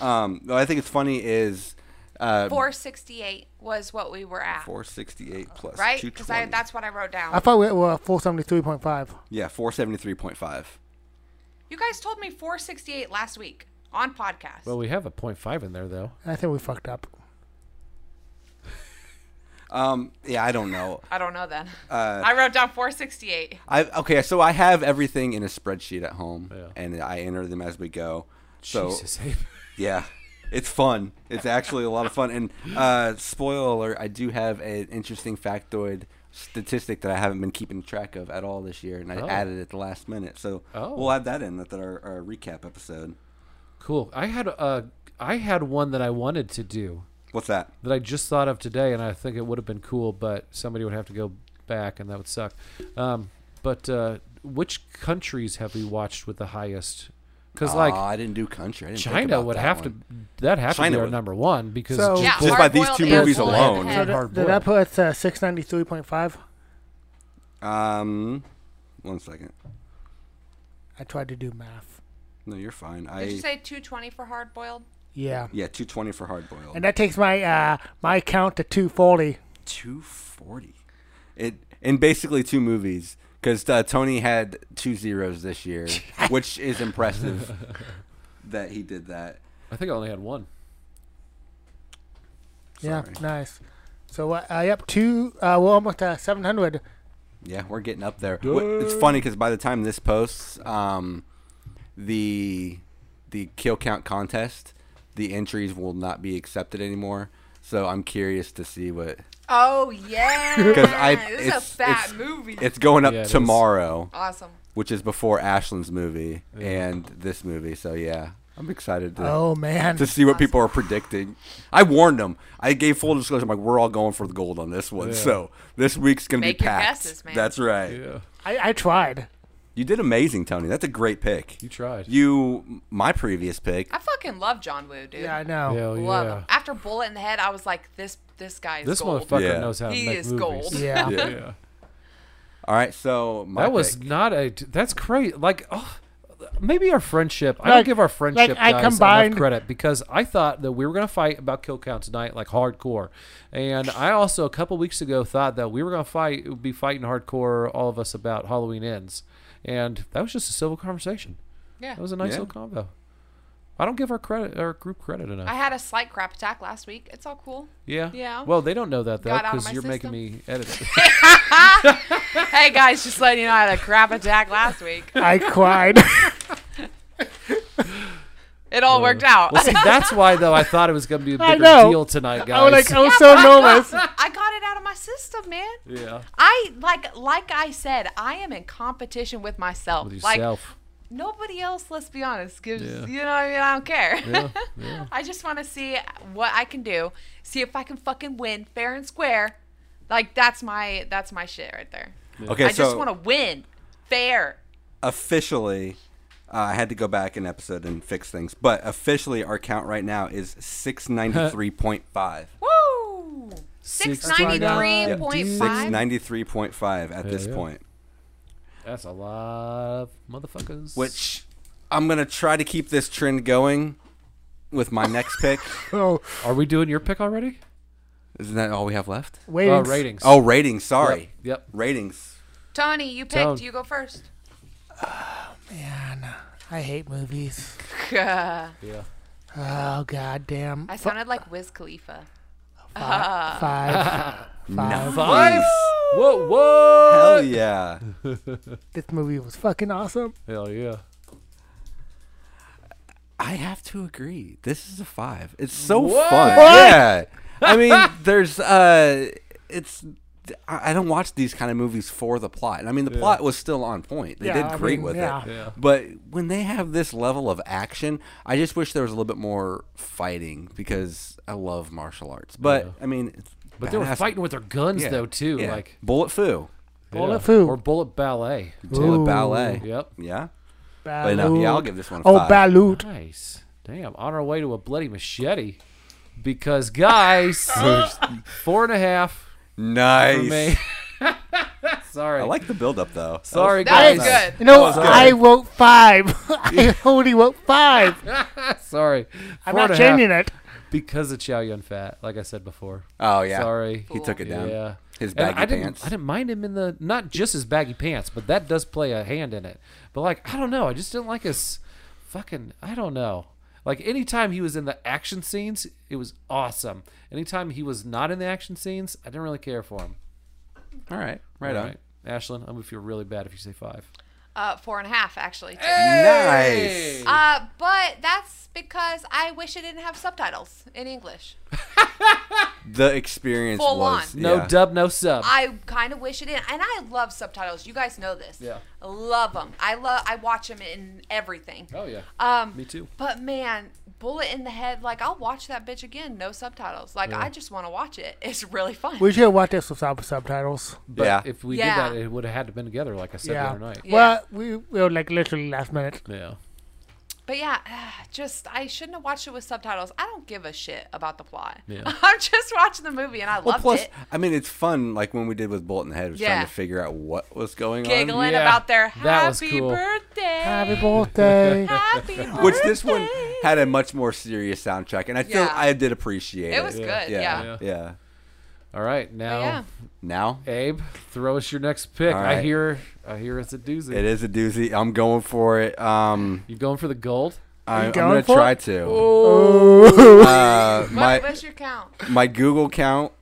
Speaker 2: Um, what I think it's funny is uh,
Speaker 4: 468 was what we were at.
Speaker 2: 468 plus
Speaker 4: right? Because
Speaker 2: 220.
Speaker 4: that's what I wrote down.
Speaker 3: I thought we were at 473.5.
Speaker 2: yeah, 473.5.
Speaker 4: you guys told me 468 last week on podcast.
Speaker 1: Well, we have a 0.5 in there, though.
Speaker 3: I think we fucked up.
Speaker 2: Um, yeah, I don't know.
Speaker 4: I don't know then.
Speaker 2: uh,
Speaker 4: <laughs> I wrote down 468.
Speaker 2: I okay, so I have everything in a spreadsheet at home,
Speaker 1: Yeah.
Speaker 2: and I enter them as we go. So
Speaker 1: Jesus, Abe.
Speaker 2: yeah, it's fun. It's actually a lot of fun. And uh, spoiler alert, I do have an interesting factoid statistic that I haven't been keeping track of at all this year, and I
Speaker 1: Oh.
Speaker 2: added at the last minute. So
Speaker 1: Oh.
Speaker 2: we'll add that in at our, our recap episode.
Speaker 1: Cool. I had a, I had one that I wanted to do
Speaker 2: What's that?
Speaker 1: that I just thought of today, and I think it would have been cool, but somebody would have to go back, and that would suck. Um, but uh, which countries have we watched with the highest? Because like
Speaker 2: Aw, I didn't do country. I didn't Ah, think
Speaker 1: China
Speaker 2: about
Speaker 1: would
Speaker 2: that
Speaker 1: have
Speaker 2: one.
Speaker 1: to. That have to
Speaker 2: China
Speaker 1: be our
Speaker 2: would-
Speaker 1: number one because
Speaker 3: So-
Speaker 1: just-
Speaker 4: Yeah,
Speaker 2: Just by these
Speaker 4: hard-boiled
Speaker 2: two
Speaker 4: and
Speaker 2: movies
Speaker 4: boiled
Speaker 2: alone.
Speaker 4: and
Speaker 1: So
Speaker 4: head.
Speaker 1: did- Hard
Speaker 3: Did I
Speaker 1: boiled.
Speaker 3: put uh, us at 693.5?
Speaker 2: Um, one second.
Speaker 3: I tried to do math.
Speaker 2: No, you're fine. I
Speaker 4: Did you say 220 for hard boiled?
Speaker 3: Yeah.
Speaker 2: yeah, two twenty for hard boiled.
Speaker 3: And that takes my uh, my count to 240.
Speaker 2: 240 it in basically two movies because uh, tony had two zeros this
Speaker 4: <laughs>
Speaker 2: year which is impressive <laughs> that he did that
Speaker 1: I think I only had one.
Speaker 3: Yeah,
Speaker 2: Sorry.
Speaker 3: nice. So, uh, uh, yep, two, uh, we're almost at 700.
Speaker 2: yeah we're getting up there Wh- it's funny because by the time this posts um, the the kill count contest the entries will not be accepted anymore so i'm curious to see what
Speaker 4: Oh yeah,
Speaker 2: because i
Speaker 4: this
Speaker 2: it's,
Speaker 4: is a fat
Speaker 2: it's-
Speaker 4: movie.
Speaker 2: it's going up
Speaker 1: Yeah, it is.
Speaker 2: tomorrow
Speaker 4: awesome.
Speaker 2: which is before Ashland's movie and this movie. So yeah, I'm excited to
Speaker 3: Oh, man.
Speaker 2: to see what people are predicting. I warned them. I gave full disclosure. I'm like, we're all going for the gold on this one. So this week's gonna
Speaker 4: Make
Speaker 2: be
Speaker 4: your
Speaker 2: packed.
Speaker 4: guesses, man.
Speaker 2: That's right.
Speaker 1: Yeah,
Speaker 3: I, I tried.
Speaker 2: You did amazing, Tony. That's a great pick.
Speaker 1: you tried.
Speaker 2: You my previous pick.
Speaker 4: I fucking love John Woo, dude.
Speaker 3: Yeah, I know.
Speaker 1: Hell
Speaker 4: Oh, love
Speaker 1: Oh, yeah.
Speaker 4: him. After Bullet in the Head, I was like, this this guy is
Speaker 1: This
Speaker 4: gold.
Speaker 1: motherfucker
Speaker 2: Yeah.
Speaker 1: knows how to
Speaker 4: He
Speaker 1: make
Speaker 4: is
Speaker 1: movies.
Speaker 4: gold.
Speaker 3: Yeah.
Speaker 4: <laughs>
Speaker 2: Yeah.
Speaker 1: Yeah.
Speaker 2: All right. So my
Speaker 1: That was
Speaker 2: pick.
Speaker 1: not a. That's great. Like, oh, maybe our friendship. I
Speaker 3: Like-
Speaker 1: don't give our friendship
Speaker 3: like I
Speaker 1: guys
Speaker 3: combined-
Speaker 1: enough credit because I thought that we were gonna fight about kill count tonight, like hardcore. And I also a couple weeks ago thought that we were gonna fight, be fighting hardcore, all of us about Halloween ends. And that was just a civil conversation.
Speaker 4: Yeah.
Speaker 1: That was a nice
Speaker 2: Yeah.
Speaker 1: little combo. I don't give our credit, our group credit enough.
Speaker 4: I had a slight crap attack last week. It's all cool.
Speaker 1: yeah.
Speaker 4: Yeah.
Speaker 1: Well, they don't know that though
Speaker 4: Got out of
Speaker 1: because
Speaker 4: my
Speaker 1: you're making
Speaker 4: system.
Speaker 1: me edit it.
Speaker 4: <laughs>
Speaker 3: <laughs>
Speaker 4: Hey guys, just letting you know I had a crap attack last week.
Speaker 3: I cried. <laughs>
Speaker 4: It
Speaker 1: Oh.
Speaker 4: all worked out. <laughs>
Speaker 1: well, see, that's why though I thought it was gonna be a
Speaker 3: I
Speaker 1: bigger
Speaker 3: know.
Speaker 1: deal tonight, guys.
Speaker 3: I was like, oh. I was <laughs> so nervous.
Speaker 4: I got it out of my system, man.
Speaker 1: <laughs> yeah.
Speaker 4: I like like I said, I am in competition with myself.
Speaker 1: With
Speaker 4: like
Speaker 1: yourself.
Speaker 4: nobody else, let's be honest, gives
Speaker 1: Yeah.
Speaker 4: you know what I mean, I don't care.
Speaker 1: Yeah,
Speaker 4: <laughs> I just want to see what I can do, see if I can fucking win fair and square. Like that's my that's my shit right there.
Speaker 2: okay.
Speaker 4: I
Speaker 2: so
Speaker 4: just want to win fair.
Speaker 2: officially, uh, I had to go back an episode and fix things, but officially our count right now is six ninety three point five.
Speaker 4: Woo!
Speaker 1: Six-
Speaker 4: Six ninety three point
Speaker 2: Six
Speaker 4: five.
Speaker 2: ninety three point five at this
Speaker 1: yeah.
Speaker 2: point.
Speaker 1: That's a lot of motherfuckers.
Speaker 2: Which I'm gonna try to keep this trend going with my next pick.
Speaker 3: Oh,
Speaker 1: are we doing your pick already?
Speaker 2: <laughs>
Speaker 1: Uh,
Speaker 2: Isn't that all we have left?
Speaker 3: ratings.
Speaker 1: ratings.
Speaker 2: Oh, ratings. Sorry.
Speaker 1: Yep, yep.
Speaker 2: Ratings.
Speaker 4: Tony, you picked.
Speaker 1: Tone.
Speaker 4: You go first.
Speaker 3: Man, I hate movies.
Speaker 4: I
Speaker 1: Yeah.
Speaker 3: Oh god damn.
Speaker 4: sounded like Wiz Khalifa.
Speaker 3: Fi- <laughs> Five. Five.
Speaker 1: Five. Whoa, whoa.
Speaker 2: Hell yeah.
Speaker 3: This movie was fucking awesome.
Speaker 1: Hell yeah.
Speaker 2: I have to agree. This is a five. It's so
Speaker 1: What?
Speaker 2: fun.
Speaker 3: <laughs>
Speaker 2: Yeah. I mean, there's uh, it's. I I don't watch these kind of movies for the plot. And I mean, the plot was still on point. They
Speaker 3: Yeah,
Speaker 2: did
Speaker 3: I
Speaker 2: great
Speaker 3: mean,
Speaker 2: with
Speaker 3: yeah.
Speaker 2: it.
Speaker 1: Yeah.
Speaker 2: But when they have this level of action, I just wish there was a little bit more fighting because I love martial arts. But I mean, it's
Speaker 1: But they were
Speaker 2: badass.
Speaker 1: fighting with their guns
Speaker 2: Yeah,
Speaker 1: though too.
Speaker 2: yeah.
Speaker 1: Like
Speaker 2: bullet foo,
Speaker 3: Bullet
Speaker 1: yeah.
Speaker 3: foo.
Speaker 1: or bullet ballet.
Speaker 2: bullet
Speaker 3: Ooh.
Speaker 2: ballet.
Speaker 1: Yep.
Speaker 2: Yeah.
Speaker 3: Balut.
Speaker 2: But no, yeah, I'll give this one a
Speaker 3: Oh,
Speaker 2: five.
Speaker 3: Balut.
Speaker 1: Nice. Damn. On our way to a bloody machete. Because
Speaker 2: <laughs>
Speaker 1: guys, four and a half for
Speaker 2: nice.
Speaker 1: me. <laughs> Sorry.
Speaker 2: I like the build up though. That was-
Speaker 1: Sorry,
Speaker 4: That was
Speaker 1: guys.
Speaker 4: good.
Speaker 3: You know,
Speaker 2: good.
Speaker 3: I wrote five. <laughs> I only wrote five.
Speaker 1: Sorry.
Speaker 3: I'm
Speaker 1: Four
Speaker 3: not
Speaker 1: and a half
Speaker 3: changing it.
Speaker 1: because of Chow Yun Fat, like I said before.
Speaker 2: Oh yeah.
Speaker 1: Sorry.
Speaker 2: He took it down.
Speaker 1: Yeah.
Speaker 2: His
Speaker 1: And
Speaker 2: baggy
Speaker 1: I didn't,
Speaker 2: pants.
Speaker 1: I didn't mind him in the not just his baggy pants, but that does play a hand in it. But like, I don't know. I just didn't like his fucking. I don't know. Like anytime he was in the action scenes, it was awesome. Anytime he was not in the action scenes, I didn't really care for him.
Speaker 2: All right. Right
Speaker 1: All
Speaker 2: on.
Speaker 1: right, Ashlyn, I'm gonna feel really bad if you say five.
Speaker 4: Uh, four and a half, actually. too.
Speaker 2: Nice.
Speaker 4: Uh, but that's because I wish it didn't have subtitles in English.
Speaker 2: The experience
Speaker 4: Full
Speaker 2: was
Speaker 4: on.
Speaker 1: No
Speaker 2: yeah.
Speaker 1: dub, no sub.
Speaker 4: I kind of wish it didn't, and I love subtitles. You guys know this.
Speaker 1: Yeah.
Speaker 4: Love them. I love. I watch them in everything.
Speaker 1: oh yeah.
Speaker 4: Um,
Speaker 1: Me too.
Speaker 4: But man, bullet in the head. Like I'll watch that bitch again, no subtitles. Like I just want to watch it. <laughs> It's really fun.
Speaker 3: We should have watched this without subtitles.
Speaker 1: But
Speaker 2: Yeah.
Speaker 1: if we
Speaker 4: Yeah.
Speaker 1: did that, it would have had to been together, like I said the
Speaker 3: Yeah.
Speaker 1: other night.
Speaker 3: Well, we, we were like literally last minute.
Speaker 1: Yeah.
Speaker 4: But yeah, <sighs> just I shouldn't have watched it with subtitles. I don't give a shit about the plot.
Speaker 1: Yeah.
Speaker 4: <laughs>
Speaker 1: um,
Speaker 4: I'm just watching the movie and I
Speaker 2: Well,
Speaker 4: loved
Speaker 2: plus,
Speaker 4: it.
Speaker 2: I mean, it's fun. Like when we did with Bolt in the Head, was
Speaker 4: Yeah.
Speaker 2: trying to figure out what was going on.
Speaker 4: Giggling
Speaker 1: Yeah,
Speaker 4: about their
Speaker 1: that was
Speaker 4: happy
Speaker 1: cool.
Speaker 4: birthday.
Speaker 3: Happy birthday.
Speaker 4: <laughs>
Speaker 1: <laughs>
Speaker 4: Happy birthday.
Speaker 2: Which this one had a much more serious soundtrack, and I feel
Speaker 4: Yeah.
Speaker 2: I did appreciate it.
Speaker 4: It was good, yeah.
Speaker 2: yeah.
Speaker 1: Yeah. All right, now
Speaker 4: yeah.
Speaker 2: Now
Speaker 1: Abe, throw us your next pick.
Speaker 2: All
Speaker 1: I
Speaker 2: right.
Speaker 1: hear, I hear it's a doozy.
Speaker 2: it is a doozy. I'm going for it. Um,
Speaker 1: You going for the gold?
Speaker 2: I, I'm
Speaker 3: going
Speaker 2: gonna
Speaker 3: for
Speaker 2: try
Speaker 3: it?
Speaker 2: to.
Speaker 1: Oh.
Speaker 2: Uh,
Speaker 4: <laughs> What,
Speaker 2: my
Speaker 4: what's your count?
Speaker 2: my Google count.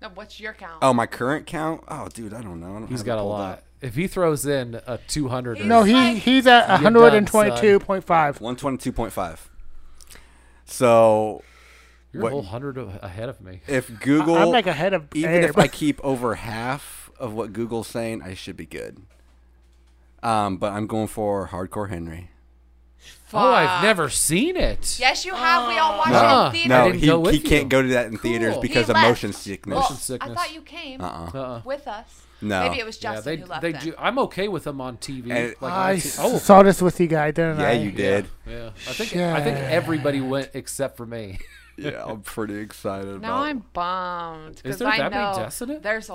Speaker 4: No, what's your count?
Speaker 2: Oh, my current count. Oh, dude, I don't know. I don't
Speaker 1: He's
Speaker 2: have it
Speaker 1: got a
Speaker 2: pulled
Speaker 1: lot.
Speaker 2: up.
Speaker 1: If he throws in a 200, or-
Speaker 3: No, he he's at
Speaker 1: done, son.
Speaker 3: 122.5.
Speaker 2: 122.5. So
Speaker 1: you're
Speaker 2: what-
Speaker 1: a whole hundred a- ahead of me.
Speaker 2: if Google,
Speaker 3: I'm like ahead of
Speaker 2: even if
Speaker 3: Abe.
Speaker 2: I keep over half of what Google's saying, I should be good. Um, but I'm going for Hardcore Henry.
Speaker 1: Oh, I've never seen it.
Speaker 4: Yes, you have. We all watched it
Speaker 1: No,
Speaker 4: in theater.
Speaker 1: I
Speaker 2: Oh, No,
Speaker 1: didn't
Speaker 2: he,
Speaker 1: go with
Speaker 2: he can't
Speaker 1: you.
Speaker 2: go to that in theaters
Speaker 1: Cool. Oh.
Speaker 2: because
Speaker 4: He
Speaker 2: of
Speaker 4: left.
Speaker 2: motion sickness.
Speaker 4: Well,
Speaker 1: Motion sickness.
Speaker 4: I thought you came
Speaker 1: Uh-uh.
Speaker 4: with us.
Speaker 2: No.
Speaker 4: Maybe it was
Speaker 1: Yeah,
Speaker 4: Justin
Speaker 1: they,
Speaker 4: who left
Speaker 1: they
Speaker 4: then.
Speaker 1: do. I'm okay with them on TV.
Speaker 2: And-
Speaker 1: like on
Speaker 3: I
Speaker 1: t-
Speaker 3: s-
Speaker 1: oh,
Speaker 3: saw this with you guys, didn't
Speaker 2: yeah,
Speaker 3: I?
Speaker 2: you did.
Speaker 1: yeah. I think I think everybody went except for me. <laughs>
Speaker 2: <laughs> Yeah, I'm pretty excited
Speaker 4: Now I'm bummed because
Speaker 1: there
Speaker 4: I
Speaker 1: that many
Speaker 4: know
Speaker 1: deaths in it?
Speaker 4: there's a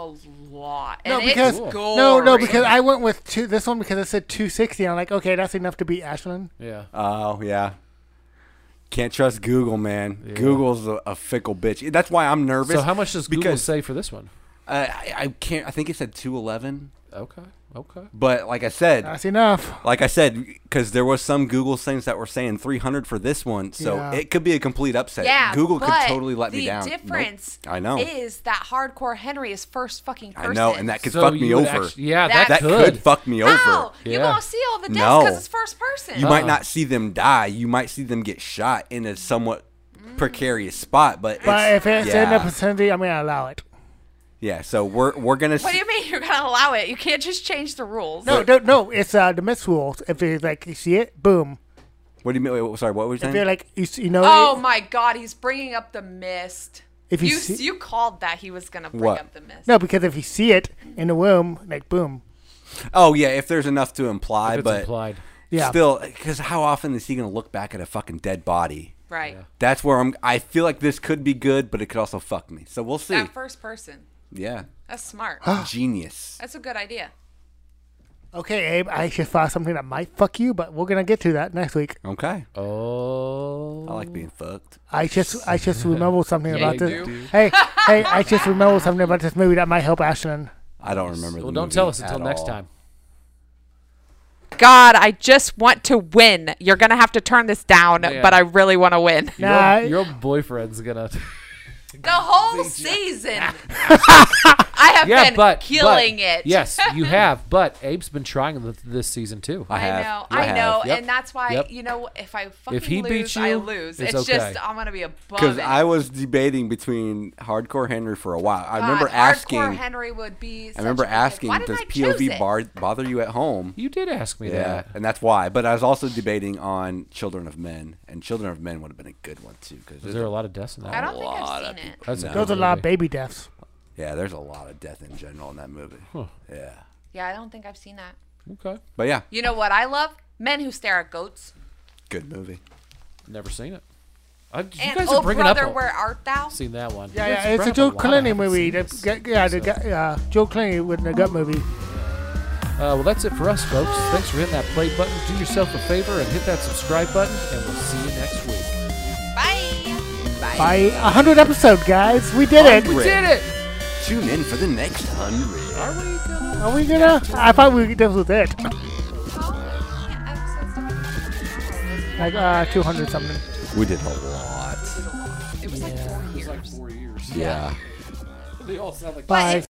Speaker 4: lot.
Speaker 3: No,
Speaker 4: and
Speaker 3: because
Speaker 4: it's gory.
Speaker 3: no, no, because I went with two, this one because it said 260. I'm like, okay, that's enough to beat Ashland.
Speaker 1: Yeah.
Speaker 2: Oh yeah. Can't trust Google, man. Google's a, a fickle bitch. That's why I'm nervous.
Speaker 1: So how much does Google
Speaker 2: because-
Speaker 1: say for this one?
Speaker 2: Uh, I, I can't. I think it said 211.
Speaker 1: Okay. Okay.
Speaker 2: But like I said,
Speaker 3: That's enough.
Speaker 2: like I said, because there was some Google things that were saying 300 for this one, so
Speaker 3: Yeah.
Speaker 2: it could be a complete upset.
Speaker 4: yeah,
Speaker 2: Google could
Speaker 4: but
Speaker 2: totally let me down.
Speaker 4: The
Speaker 2: Nope.
Speaker 4: difference
Speaker 2: I know,
Speaker 4: is that hardcore Henry is first fucking person.
Speaker 2: I know, and that could
Speaker 1: So
Speaker 2: fuck
Speaker 1: you
Speaker 2: me
Speaker 1: would
Speaker 2: over.
Speaker 1: actu- yeah,
Speaker 4: That
Speaker 1: that,
Speaker 2: that could. fuck me over.
Speaker 4: How? Oh, You
Speaker 1: Yeah.
Speaker 4: gonna see all the deaths
Speaker 2: No.
Speaker 4: because it's first person.
Speaker 2: You might not see them die. You might see them get shot in a somewhat precarious spot, but,
Speaker 3: But
Speaker 2: it's,
Speaker 3: if it's in
Speaker 2: yeah,
Speaker 3: the vicinity, I'm going to allow it.
Speaker 2: yeah. So we're we're gonna.
Speaker 4: What do
Speaker 2: See,
Speaker 4: you mean you're gonna allow it? You can't just change the rules.
Speaker 3: No, no, no, it's uh, the miss rules. If you like, you see it, boom.
Speaker 2: what do you mean? wait, wait, sorry, what were you
Speaker 3: If
Speaker 2: saying?
Speaker 3: you're like, you, s- you know,
Speaker 4: Oh my God, he's bringing up the mist.
Speaker 3: If you
Speaker 4: you you,
Speaker 3: see-
Speaker 4: called that he was gonna bring
Speaker 2: What?
Speaker 4: up the mist.
Speaker 3: no, because if you see it in the womb, like boom,
Speaker 2: oh yeah, if there's enough to imply,
Speaker 1: If it's
Speaker 2: but
Speaker 1: implied.
Speaker 3: yeah,
Speaker 2: still, because how often is he gonna look back at a fucking dead body?
Speaker 4: Right.
Speaker 2: That's where I'm. I feel like this could be good, but it could also fuck me. So we'll see.
Speaker 4: That first person.
Speaker 1: <gasps>
Speaker 2: Yeah.
Speaker 4: That's smart.
Speaker 1: Oh.
Speaker 2: Genius.
Speaker 4: That's a good idea.
Speaker 3: Okay, Abe, I just found something that might fuck you, but we're gonna get to that next week.
Speaker 2: Okay.
Speaker 1: Oh.
Speaker 2: I like being fucked.
Speaker 3: I just I just remembered something about
Speaker 1: you
Speaker 3: this.
Speaker 1: do.
Speaker 3: Hey, hey, I just remembered something about this movie that might help Ashton.
Speaker 2: I don't remember. The
Speaker 1: Well, don't tell
Speaker 2: movie
Speaker 1: us until
Speaker 2: at
Speaker 1: next
Speaker 2: all.
Speaker 1: time.
Speaker 4: God, I just want to win. You're gonna have to turn this down,
Speaker 1: Man.
Speaker 4: but I really want to win.
Speaker 1: Your,
Speaker 3: Nah.
Speaker 1: old- your old boyfriend's gonna.
Speaker 4: The whole
Speaker 1: <laughs>
Speaker 4: season, I have
Speaker 1: yeah,
Speaker 4: been
Speaker 1: but
Speaker 4: killing
Speaker 1: but-
Speaker 4: it.
Speaker 1: Yes, you have. But Abe's been trying th- this season too.
Speaker 2: I
Speaker 4: <laughs> I
Speaker 2: have.
Speaker 4: know,
Speaker 2: You
Speaker 4: I
Speaker 2: have.
Speaker 4: know,
Speaker 1: Yep.
Speaker 4: and that's why
Speaker 1: Yep.
Speaker 4: you know if I fucking
Speaker 1: he
Speaker 4: lose,
Speaker 1: beats
Speaker 4: I
Speaker 1: you,
Speaker 4: lose.
Speaker 1: it's
Speaker 4: It's,
Speaker 1: okay.
Speaker 4: just I'm gonna be above
Speaker 2: Because
Speaker 4: it.
Speaker 2: I was debating between Hardcore Henry for a while. I
Speaker 4: God,
Speaker 2: remember
Speaker 4: hardcore
Speaker 2: asking.
Speaker 4: Henry would be.
Speaker 2: I remember asking,
Speaker 4: Why did
Speaker 2: does
Speaker 4: I choose
Speaker 2: POV
Speaker 4: it?
Speaker 2: bar- bother you at home?
Speaker 1: You did ask me
Speaker 2: Yeah,
Speaker 1: that.
Speaker 2: and that's why. But I was also debating on Children of Men, and Children of Men would have been a good one too. Because
Speaker 1: Is there a lot of deaths in that?
Speaker 4: I don't think
Speaker 2: lot
Speaker 4: I've
Speaker 2: of
Speaker 4: seen it.
Speaker 1: That's
Speaker 2: No.
Speaker 1: good
Speaker 3: Those are a lot of
Speaker 1: movie.
Speaker 3: baby deaths.
Speaker 2: yeah, there's a lot of death in general in that movie. Yeah,
Speaker 4: Yeah, I don't think I've seen that.
Speaker 1: Okay,
Speaker 2: but yeah,
Speaker 4: You know what I love? Men who stare at goats.
Speaker 2: good movie.
Speaker 1: never seen it. I, you
Speaker 4: And
Speaker 1: guys
Speaker 4: oh
Speaker 1: are bringing
Speaker 4: brother,
Speaker 1: up.
Speaker 4: where
Speaker 1: Where...
Speaker 4: art thou?
Speaker 1: Seen that one?
Speaker 3: Yeah,
Speaker 1: You guys
Speaker 3: yeah,
Speaker 1: are
Speaker 3: it's a
Speaker 1: bringing
Speaker 3: Joe
Speaker 1: up lot I
Speaker 3: Clooney
Speaker 1: haven't
Speaker 3: movie.
Speaker 1: seen
Speaker 3: The,
Speaker 1: this
Speaker 3: gu- yeah, the,
Speaker 1: season,
Speaker 3: gu-
Speaker 1: so.
Speaker 3: uh, Joe Clooney with the gut movie.
Speaker 1: Uh, well, that's it for us, folks. Thanks for hitting that play button. Do yourself a favor and hit that subscribe button, and we'll see you next week.
Speaker 4: Bye.
Speaker 3: By a hundred episode, guys, we did it.
Speaker 2: Hundred.
Speaker 1: Did it?
Speaker 2: Tune in for the next hundred.
Speaker 1: Are we gonna?
Speaker 3: Are we gonna? I thought we this was it. Like uh, two hundred something.
Speaker 2: We did a lot.
Speaker 4: It was like four years.
Speaker 2: Yeah.
Speaker 1: <laughs> They all sound like.
Speaker 3: Bye.